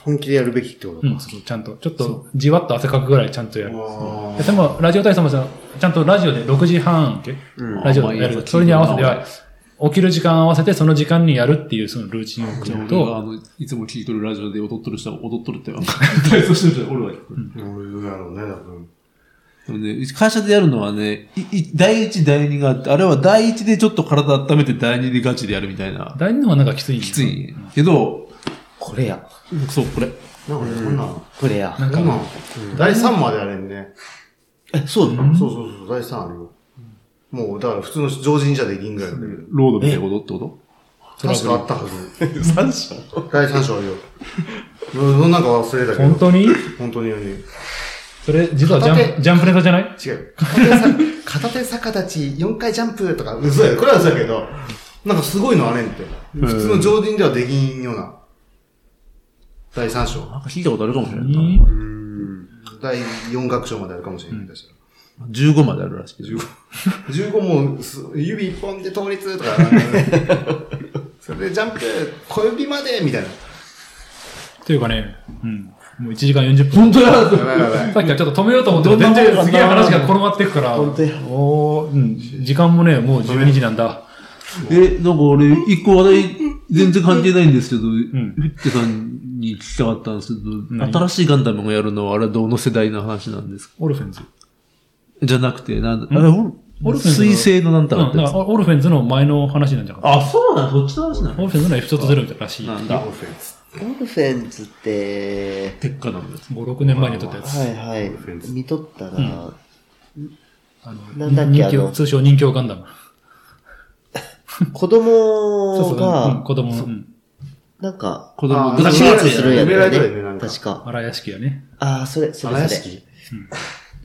Speaker 4: 本気でやるべきってこと
Speaker 1: う
Speaker 4: か。
Speaker 1: ん、そうちゃんと。ちょっと、じわっと汗かくぐらいちゃんとやる。
Speaker 4: あ
Speaker 1: ででも、ラジオ体操もさ、ちゃんとラジオで6時半っけ、
Speaker 2: うん
Speaker 1: ラジオでや
Speaker 3: 毎朝聞い
Speaker 1: る。
Speaker 3: て
Speaker 1: それに合わせては、起きる時間合わせて、その時間にやるっていう、そのルーチンを
Speaker 3: じゃ
Speaker 1: 組
Speaker 3: あ
Speaker 1: む
Speaker 3: 俺があ
Speaker 1: と、
Speaker 3: の、いつも聞いとるラジオで踊っとる人は踊っとるってよ。体操してる人は俺は聞く。
Speaker 4: 俺やろうね、多分。
Speaker 3: でもね、会社でやるのはね、いい第一、第二があって、あれは第一でちょっと体温めて第二でガチでやるみたいな。
Speaker 1: 第二の方がなんかきついんや
Speaker 3: きついんやけど、
Speaker 2: これや。
Speaker 3: そう、これ。
Speaker 4: なんかね、こんなん、
Speaker 2: これや。
Speaker 1: なん
Speaker 4: こんなん
Speaker 1: か、、
Speaker 4: 第3までやれんね。
Speaker 2: え、そう
Speaker 4: そうそうそう、第3あるよ。もう、だから普通の常人じゃできんぐらいだけど。
Speaker 3: ロードみたいなことってこ
Speaker 1: トラブル
Speaker 4: 確かあったはず。
Speaker 3: と三章
Speaker 4: 第3章あるよ。うんなんか忘れたけど。
Speaker 1: 本当に
Speaker 4: 本当によね。
Speaker 1: それ、実はジ
Speaker 4: 片
Speaker 1: ャ
Speaker 4: 手
Speaker 1: ンジャンプネタじゃない
Speaker 4: 違う。片手さ片手逆立ち4回ジャンプとか、嘘や。これは嘘やけど、なんかすごいのあれんって。普通の常人ではできんような。第3章。
Speaker 3: なんか聞いたことあるかもしれないな。
Speaker 1: に
Speaker 4: 第4学章まであるかもしれない。確か
Speaker 3: 15まであるらしいけど。
Speaker 4: 15もす指1本で倒立 とか、それでジャンプ、小指までみたいな。
Speaker 1: というかね、うん。もう1時間40分。本当だ
Speaker 4: やばいやばい。
Speaker 1: さっきはちょっと止めようと思っても
Speaker 3: どんな
Speaker 1: 全
Speaker 3: も
Speaker 1: 然
Speaker 3: んかな
Speaker 1: すげえ話が転がっていくから。
Speaker 2: 本当や
Speaker 1: おーうん。時間もね、もう12時なんだ。
Speaker 3: え、なんか俺、一個話題、全然関係ないんですけど、
Speaker 1: ん
Speaker 3: フッテさんに聞きたかったんですけ
Speaker 1: 何
Speaker 3: ど、新しいガンダムがやるのは、あれはどの世代の話なんですか
Speaker 1: オルフェンズ。
Speaker 3: じゃなくて、なんだ、あれ、
Speaker 1: オルフェンズの
Speaker 3: 水星のなんたら
Speaker 1: う
Speaker 3: っ
Speaker 1: ん
Speaker 3: て
Speaker 1: だ
Speaker 3: や
Speaker 1: か
Speaker 3: つ
Speaker 1: ら。オルフェンズの前の話なんじゃなかっ
Speaker 3: あ、そうなんそっちの話な
Speaker 1: た。オルフェンズのエピソード0みたいならしい。
Speaker 3: な
Speaker 1: 5、
Speaker 3: ん
Speaker 4: オ
Speaker 3: だ
Speaker 4: ル。フェンス。
Speaker 2: オルフェンズって、
Speaker 3: 鉄火なんです。
Speaker 1: 6年前に撮ったやつ。
Speaker 2: はいはい
Speaker 4: フェン。ズ
Speaker 2: 見とったな。
Speaker 1: あ
Speaker 2: な
Speaker 1: の
Speaker 2: んだっけ
Speaker 1: 人
Speaker 2: あ
Speaker 1: 形、
Speaker 2: の
Speaker 1: 通称人形ガンダム。
Speaker 2: 子
Speaker 1: そうそううん、
Speaker 2: 供が、
Speaker 1: 子供の、うん
Speaker 2: なんか、
Speaker 3: 子供
Speaker 4: あ
Speaker 3: が
Speaker 4: ー
Speaker 2: 手
Speaker 4: そ
Speaker 2: 術
Speaker 4: うなんです
Speaker 2: するんやった
Speaker 4: やめられ
Speaker 2: よ
Speaker 4: たよねなん
Speaker 2: ね。
Speaker 4: か
Speaker 2: 確か。
Speaker 1: 荒屋敷やね。
Speaker 2: ああ、それ、それ
Speaker 4: 花屋
Speaker 2: それ。
Speaker 4: 敷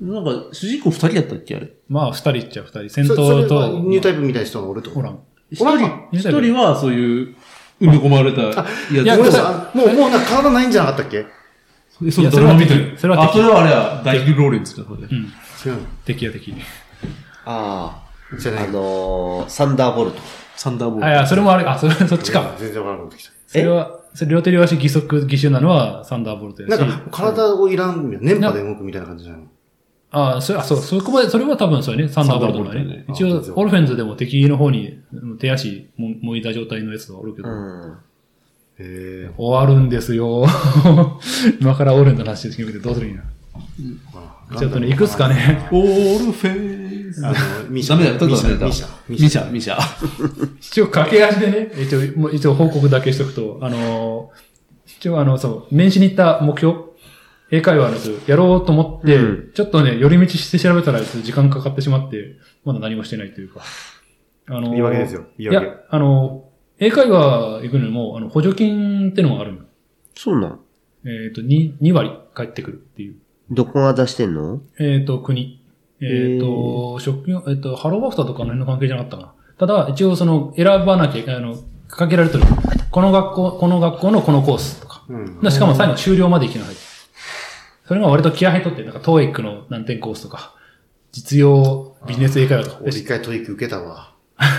Speaker 3: なんか、主人公二人やったっけあれ。
Speaker 1: まあ、二人っちゃ二人。戦
Speaker 4: そそれ
Speaker 1: 闘
Speaker 4: は
Speaker 1: と、
Speaker 4: ニュータイプみたいな人がおると。
Speaker 1: ほらん。
Speaker 3: 一
Speaker 4: おらん
Speaker 3: 人
Speaker 4: か、
Speaker 3: 一人はそういう、埋め込まれた
Speaker 4: いや、
Speaker 3: や
Speaker 4: ご
Speaker 3: つ
Speaker 4: めんなさい。もう、もうなんか体ないんじゃなかったっけ違う
Speaker 3: えそ
Speaker 1: い
Speaker 3: の
Speaker 1: や
Speaker 3: ドラマ見てる。
Speaker 1: それは敵
Speaker 3: あ、それはあれや、ダイキルローレンスか、それ。
Speaker 1: うん。
Speaker 4: の
Speaker 1: 敵や敵。
Speaker 2: あ
Speaker 4: じゃ
Speaker 2: あ、
Speaker 4: な
Speaker 2: あ
Speaker 4: いか。
Speaker 2: のー、サンダーボルト。
Speaker 3: サンダーボルト。
Speaker 1: あ、いや、それもあれ、あ、それ、そっちか。
Speaker 4: 全然わからなくなってき
Speaker 1: それは、それ両手両足義足義手なのはサンダーボルトや
Speaker 4: た。
Speaker 1: し。
Speaker 4: なんか、体をいらんみたいな、電波で動くみたいな感じじゃないの
Speaker 1: ああ、それ、あ、そう、そこまで、それは多分そうね、サンダーボルトだ
Speaker 3: サンダーボ
Speaker 1: ね
Speaker 3: ル。トね
Speaker 1: 一応
Speaker 4: あ、
Speaker 1: オルフェンズでも敵の方にうん手足ももいた状態のやつはおるけ
Speaker 2: う
Speaker 1: ど、
Speaker 2: ん。
Speaker 4: へえ。
Speaker 1: 終わるんですよ。 今からオルフェンズの話してみてどうするんや。ちょっとね、いくつかね、
Speaker 3: オールフェイス。
Speaker 4: あの、ミシャ。
Speaker 3: ダメだよ、ただ
Speaker 4: ミシャ
Speaker 3: ダメだ。
Speaker 4: ミシャ。
Speaker 3: ミシャ、ミシャ。
Speaker 1: 一応駆け足でね、一応、もう一応報告だけしとくと、あのー、一応あの、そう、年始に行った目標、英会話のやつ、やろうと思って、
Speaker 2: うん
Speaker 1: ちょっとね、寄り道して調べたら、時間かかってしまって、まだ何もしてないというか。あのー
Speaker 4: 言い訳ですよ。言
Speaker 1: い
Speaker 4: い訳。
Speaker 1: や、あの、英会話行くのにも、あの、補助金ってのがあるの。
Speaker 2: そうなん
Speaker 1: えっ、と、2、2割返ってくるっていう。
Speaker 2: どこが出してんの
Speaker 1: えっ、と、国。えっ、と、職業、えっ、と、ハローワークターとかの辺の関係じゃなかったな。ただ、一応その、選ばなきゃいけない、あの、かけられてる。この学校、この学校のこのコースとか。
Speaker 4: うん。
Speaker 1: しかも最後終了まで行きなさい。それが割と気合入っとって、なんか、トーイックの何点コースとか、実用ビジネス英会話と か。
Speaker 4: 俺一回トリック受けたわ。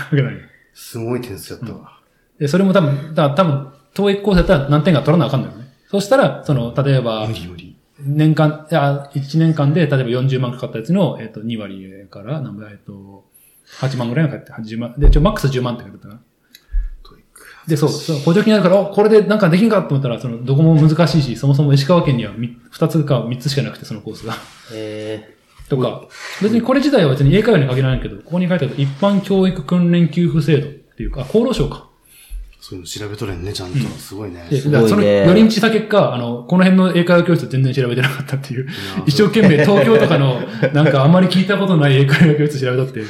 Speaker 1: 受けない
Speaker 4: すごい点数やったわ。
Speaker 1: で、それも多分、だ多分、教育コースだったら何点か取らなあかんのよね。そしたら、その、例えば
Speaker 4: 無、理無理。
Speaker 1: 年間、いや、1年間で、例えば40万かかったやつの、えっ、と、2割から、何倍、えっ、と、8万ぐらいがかかって、80万、で、ちょ、マックス10万って書いてたかな。
Speaker 4: トリック。
Speaker 1: で、そう、そう補助金あるから、おこれでなんかできんかと思ったら、その、どこも難しいし、そもそも石川県には2つか3つしかなくて、そのコース が。
Speaker 2: え
Speaker 1: とか、別にこれ自体は別に英会話に限らないけど、ここに書いてある一般教育訓練給付制度っていうか、あ厚労省か。
Speaker 4: そういうの調べとれんね、ちゃんと。すごいね。
Speaker 1: で、
Speaker 2: ごいね
Speaker 1: その、寄り道した結果、あの、この辺の英会話教室全然調べてなかったっていう。一生懸命東京とかの、なんかあんまり聞いたことない英会話教室調べたくて。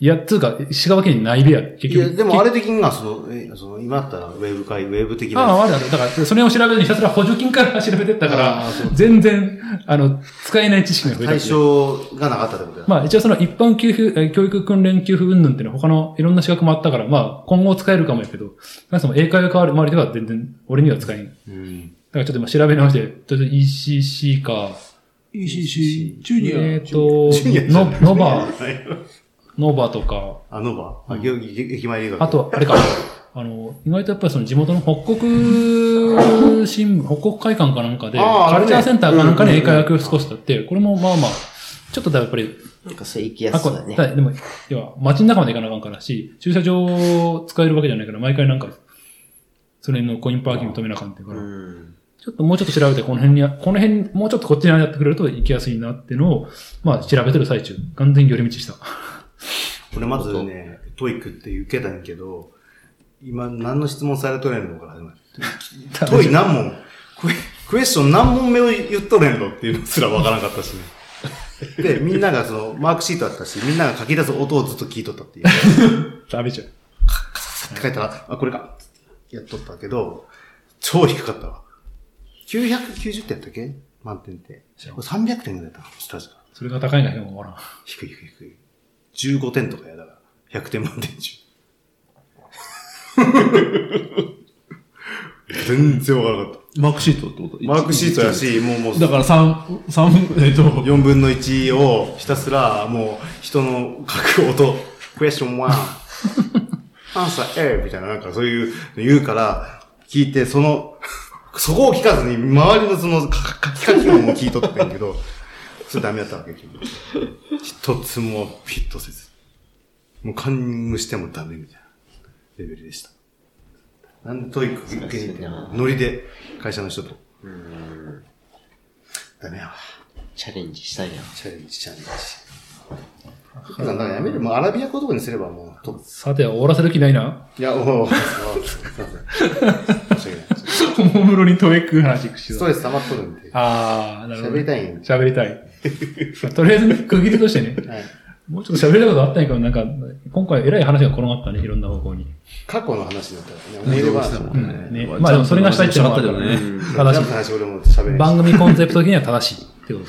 Speaker 1: いや、つうか、石川県にないべや。結
Speaker 4: い
Speaker 1: 局。
Speaker 4: や、でもあれ的には、その、え、その、今あったら、ウェブ会、ウェブ的
Speaker 1: ああ、
Speaker 4: な。
Speaker 1: わかるわかるだから、それを調べずにひたすら補助金から調べてったか
Speaker 4: あ
Speaker 1: ら
Speaker 4: あそう、
Speaker 1: 全然、あの、使えない知識が増えたっ
Speaker 4: 対
Speaker 1: ていう。
Speaker 4: 象がなかったってことだ。
Speaker 1: まあ一応その一般給付、えー教育訓練給付云々っていうのは他のいろんな資格もあったから、まあ今後使えるかもやけど、なんかその英会話周り周りでは全然俺には使えん。だか
Speaker 4: うん。
Speaker 1: らちょっと今調べ直して、とりあえず ECC か、
Speaker 3: ECC、ジ
Speaker 1: えっ、
Speaker 3: ア。
Speaker 1: と
Speaker 4: ジュニア、じ
Speaker 1: ノ
Speaker 4: ゃない
Speaker 1: ノバ、ノバとか、
Speaker 4: あ、ノバあ、ぎょ駅前留学。
Speaker 1: あと、あれか、あの、意外とやっぱりその地元の北国新聞、北国会館かなんかで、
Speaker 4: あーあ
Speaker 1: カ
Speaker 4: る
Speaker 1: ル
Speaker 4: ね
Speaker 1: チャーセンターかなんか
Speaker 4: うん
Speaker 1: で
Speaker 4: う
Speaker 1: 英
Speaker 4: んうん
Speaker 1: 会話教室少しだって、これもまあまあ、ちょっとだやっぱり
Speaker 2: なんかそれ行きや
Speaker 1: あ、
Speaker 2: す
Speaker 1: こ
Speaker 2: そうだ
Speaker 1: れ、
Speaker 2: ね。
Speaker 1: ただでも、要は、街の中まで行かなあかんからし、駐車場を使えるわけじゃないから、毎回なんか、それのコインパーキング止めなあかんっていうか
Speaker 2: う
Speaker 1: ら、
Speaker 2: ん。
Speaker 1: ちょっともうちょっと調べて、この辺に、この辺、もうちょっとこっちにやってくれると行きやすいなってのを、まあ、調べてる最中、完全に寄り道した。
Speaker 4: 俺まずね、トイックって受けたんやけど、今何の質問されとれんのかな。トイ何問クエクエスチョン何問目を言っとれんのっていうのすらわからなかったしね。で、みんながその、マークシートあったし、みんなが書き出す音をずっと聞いとったっていう。
Speaker 1: 食べちゃう。
Speaker 4: って書いたら、あ、これか。やっとったけど、超低かったわ。990点だっけ満点って。これ300点ぐらいだったの確か。
Speaker 1: それが高いな、でも、ほらん。
Speaker 4: 低い低い低い。15点とかやだから。100点満点中。全然わからなかっ
Speaker 3: マークシートってこと
Speaker 4: た。マークシートや。し、もうもう、
Speaker 3: だから3、三えっと、
Speaker 4: 4分の1をひたすらもう人の書く音、クエスチョン1、アンサー A みたいななんかそういうの言うから聞いて、その、そこを聞かずに周りのその書き書き音も聞いとったんやけど、 それダメだったわけ結局一つもフィットせず。もうカンニングしてもダメみたいなレベルでした。なんでトイック受けに行ってんのノリで会社の人と。ダメやわ。
Speaker 2: チャレンジしたいな。
Speaker 4: チャレンジ、チャレンジ。だからやめる、もうアラビア語とかにすればもう、と
Speaker 1: さて、終わらせる気ない な。
Speaker 4: いや、おお、すいません申し訳ない
Speaker 1: おもむろにトイック話聞くし
Speaker 4: ストレス溜まっとるんで。
Speaker 1: あー、なるほど。
Speaker 4: 喋りたいんよ
Speaker 1: 喋りたい。とりあえずね、区切りとしてね。
Speaker 4: はい
Speaker 1: もうちょっと喋れたことあったんやけど、なんか、今回偉い話が転がったね、いろんな方向に。
Speaker 4: 過去の話だったらね、思い出話だもん。
Speaker 1: うんねまあでもそれがしたいっていうの
Speaker 3: の
Speaker 1: も
Speaker 3: あ
Speaker 1: あ
Speaker 3: っ
Speaker 1: るか
Speaker 3: たけど
Speaker 1: らね
Speaker 3: ね。
Speaker 1: 正
Speaker 4: ジ
Speaker 1: し
Speaker 4: ャンプの話俺も喋れ
Speaker 1: い。
Speaker 4: る。
Speaker 1: 番組コンセプト的には正しいって こと。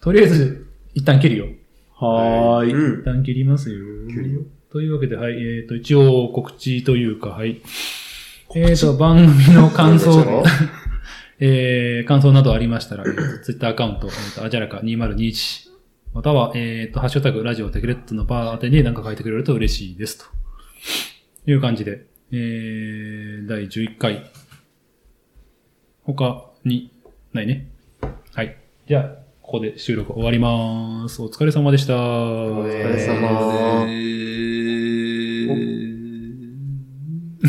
Speaker 1: とりあえず、一旦切るよ。
Speaker 3: はーい。
Speaker 1: 一旦切りますよ。というわけで、はい、えっ、と、一応告知というか、はい。えっ、と、番組の感 想、えー、感想などありましたら、えー、ツイッターアカウント、えーと、アジャラカ2021、または、えっ、と、ハッシュタグ、ラジオテクレッツのバー宛てに何か書いてくれると嬉しいです、という感じで、えー、第11回。他に、ないね。はい。じゃあ、ここで収録終わります。お疲れ様でした。お疲
Speaker 2: お疲れ様。
Speaker 3: えー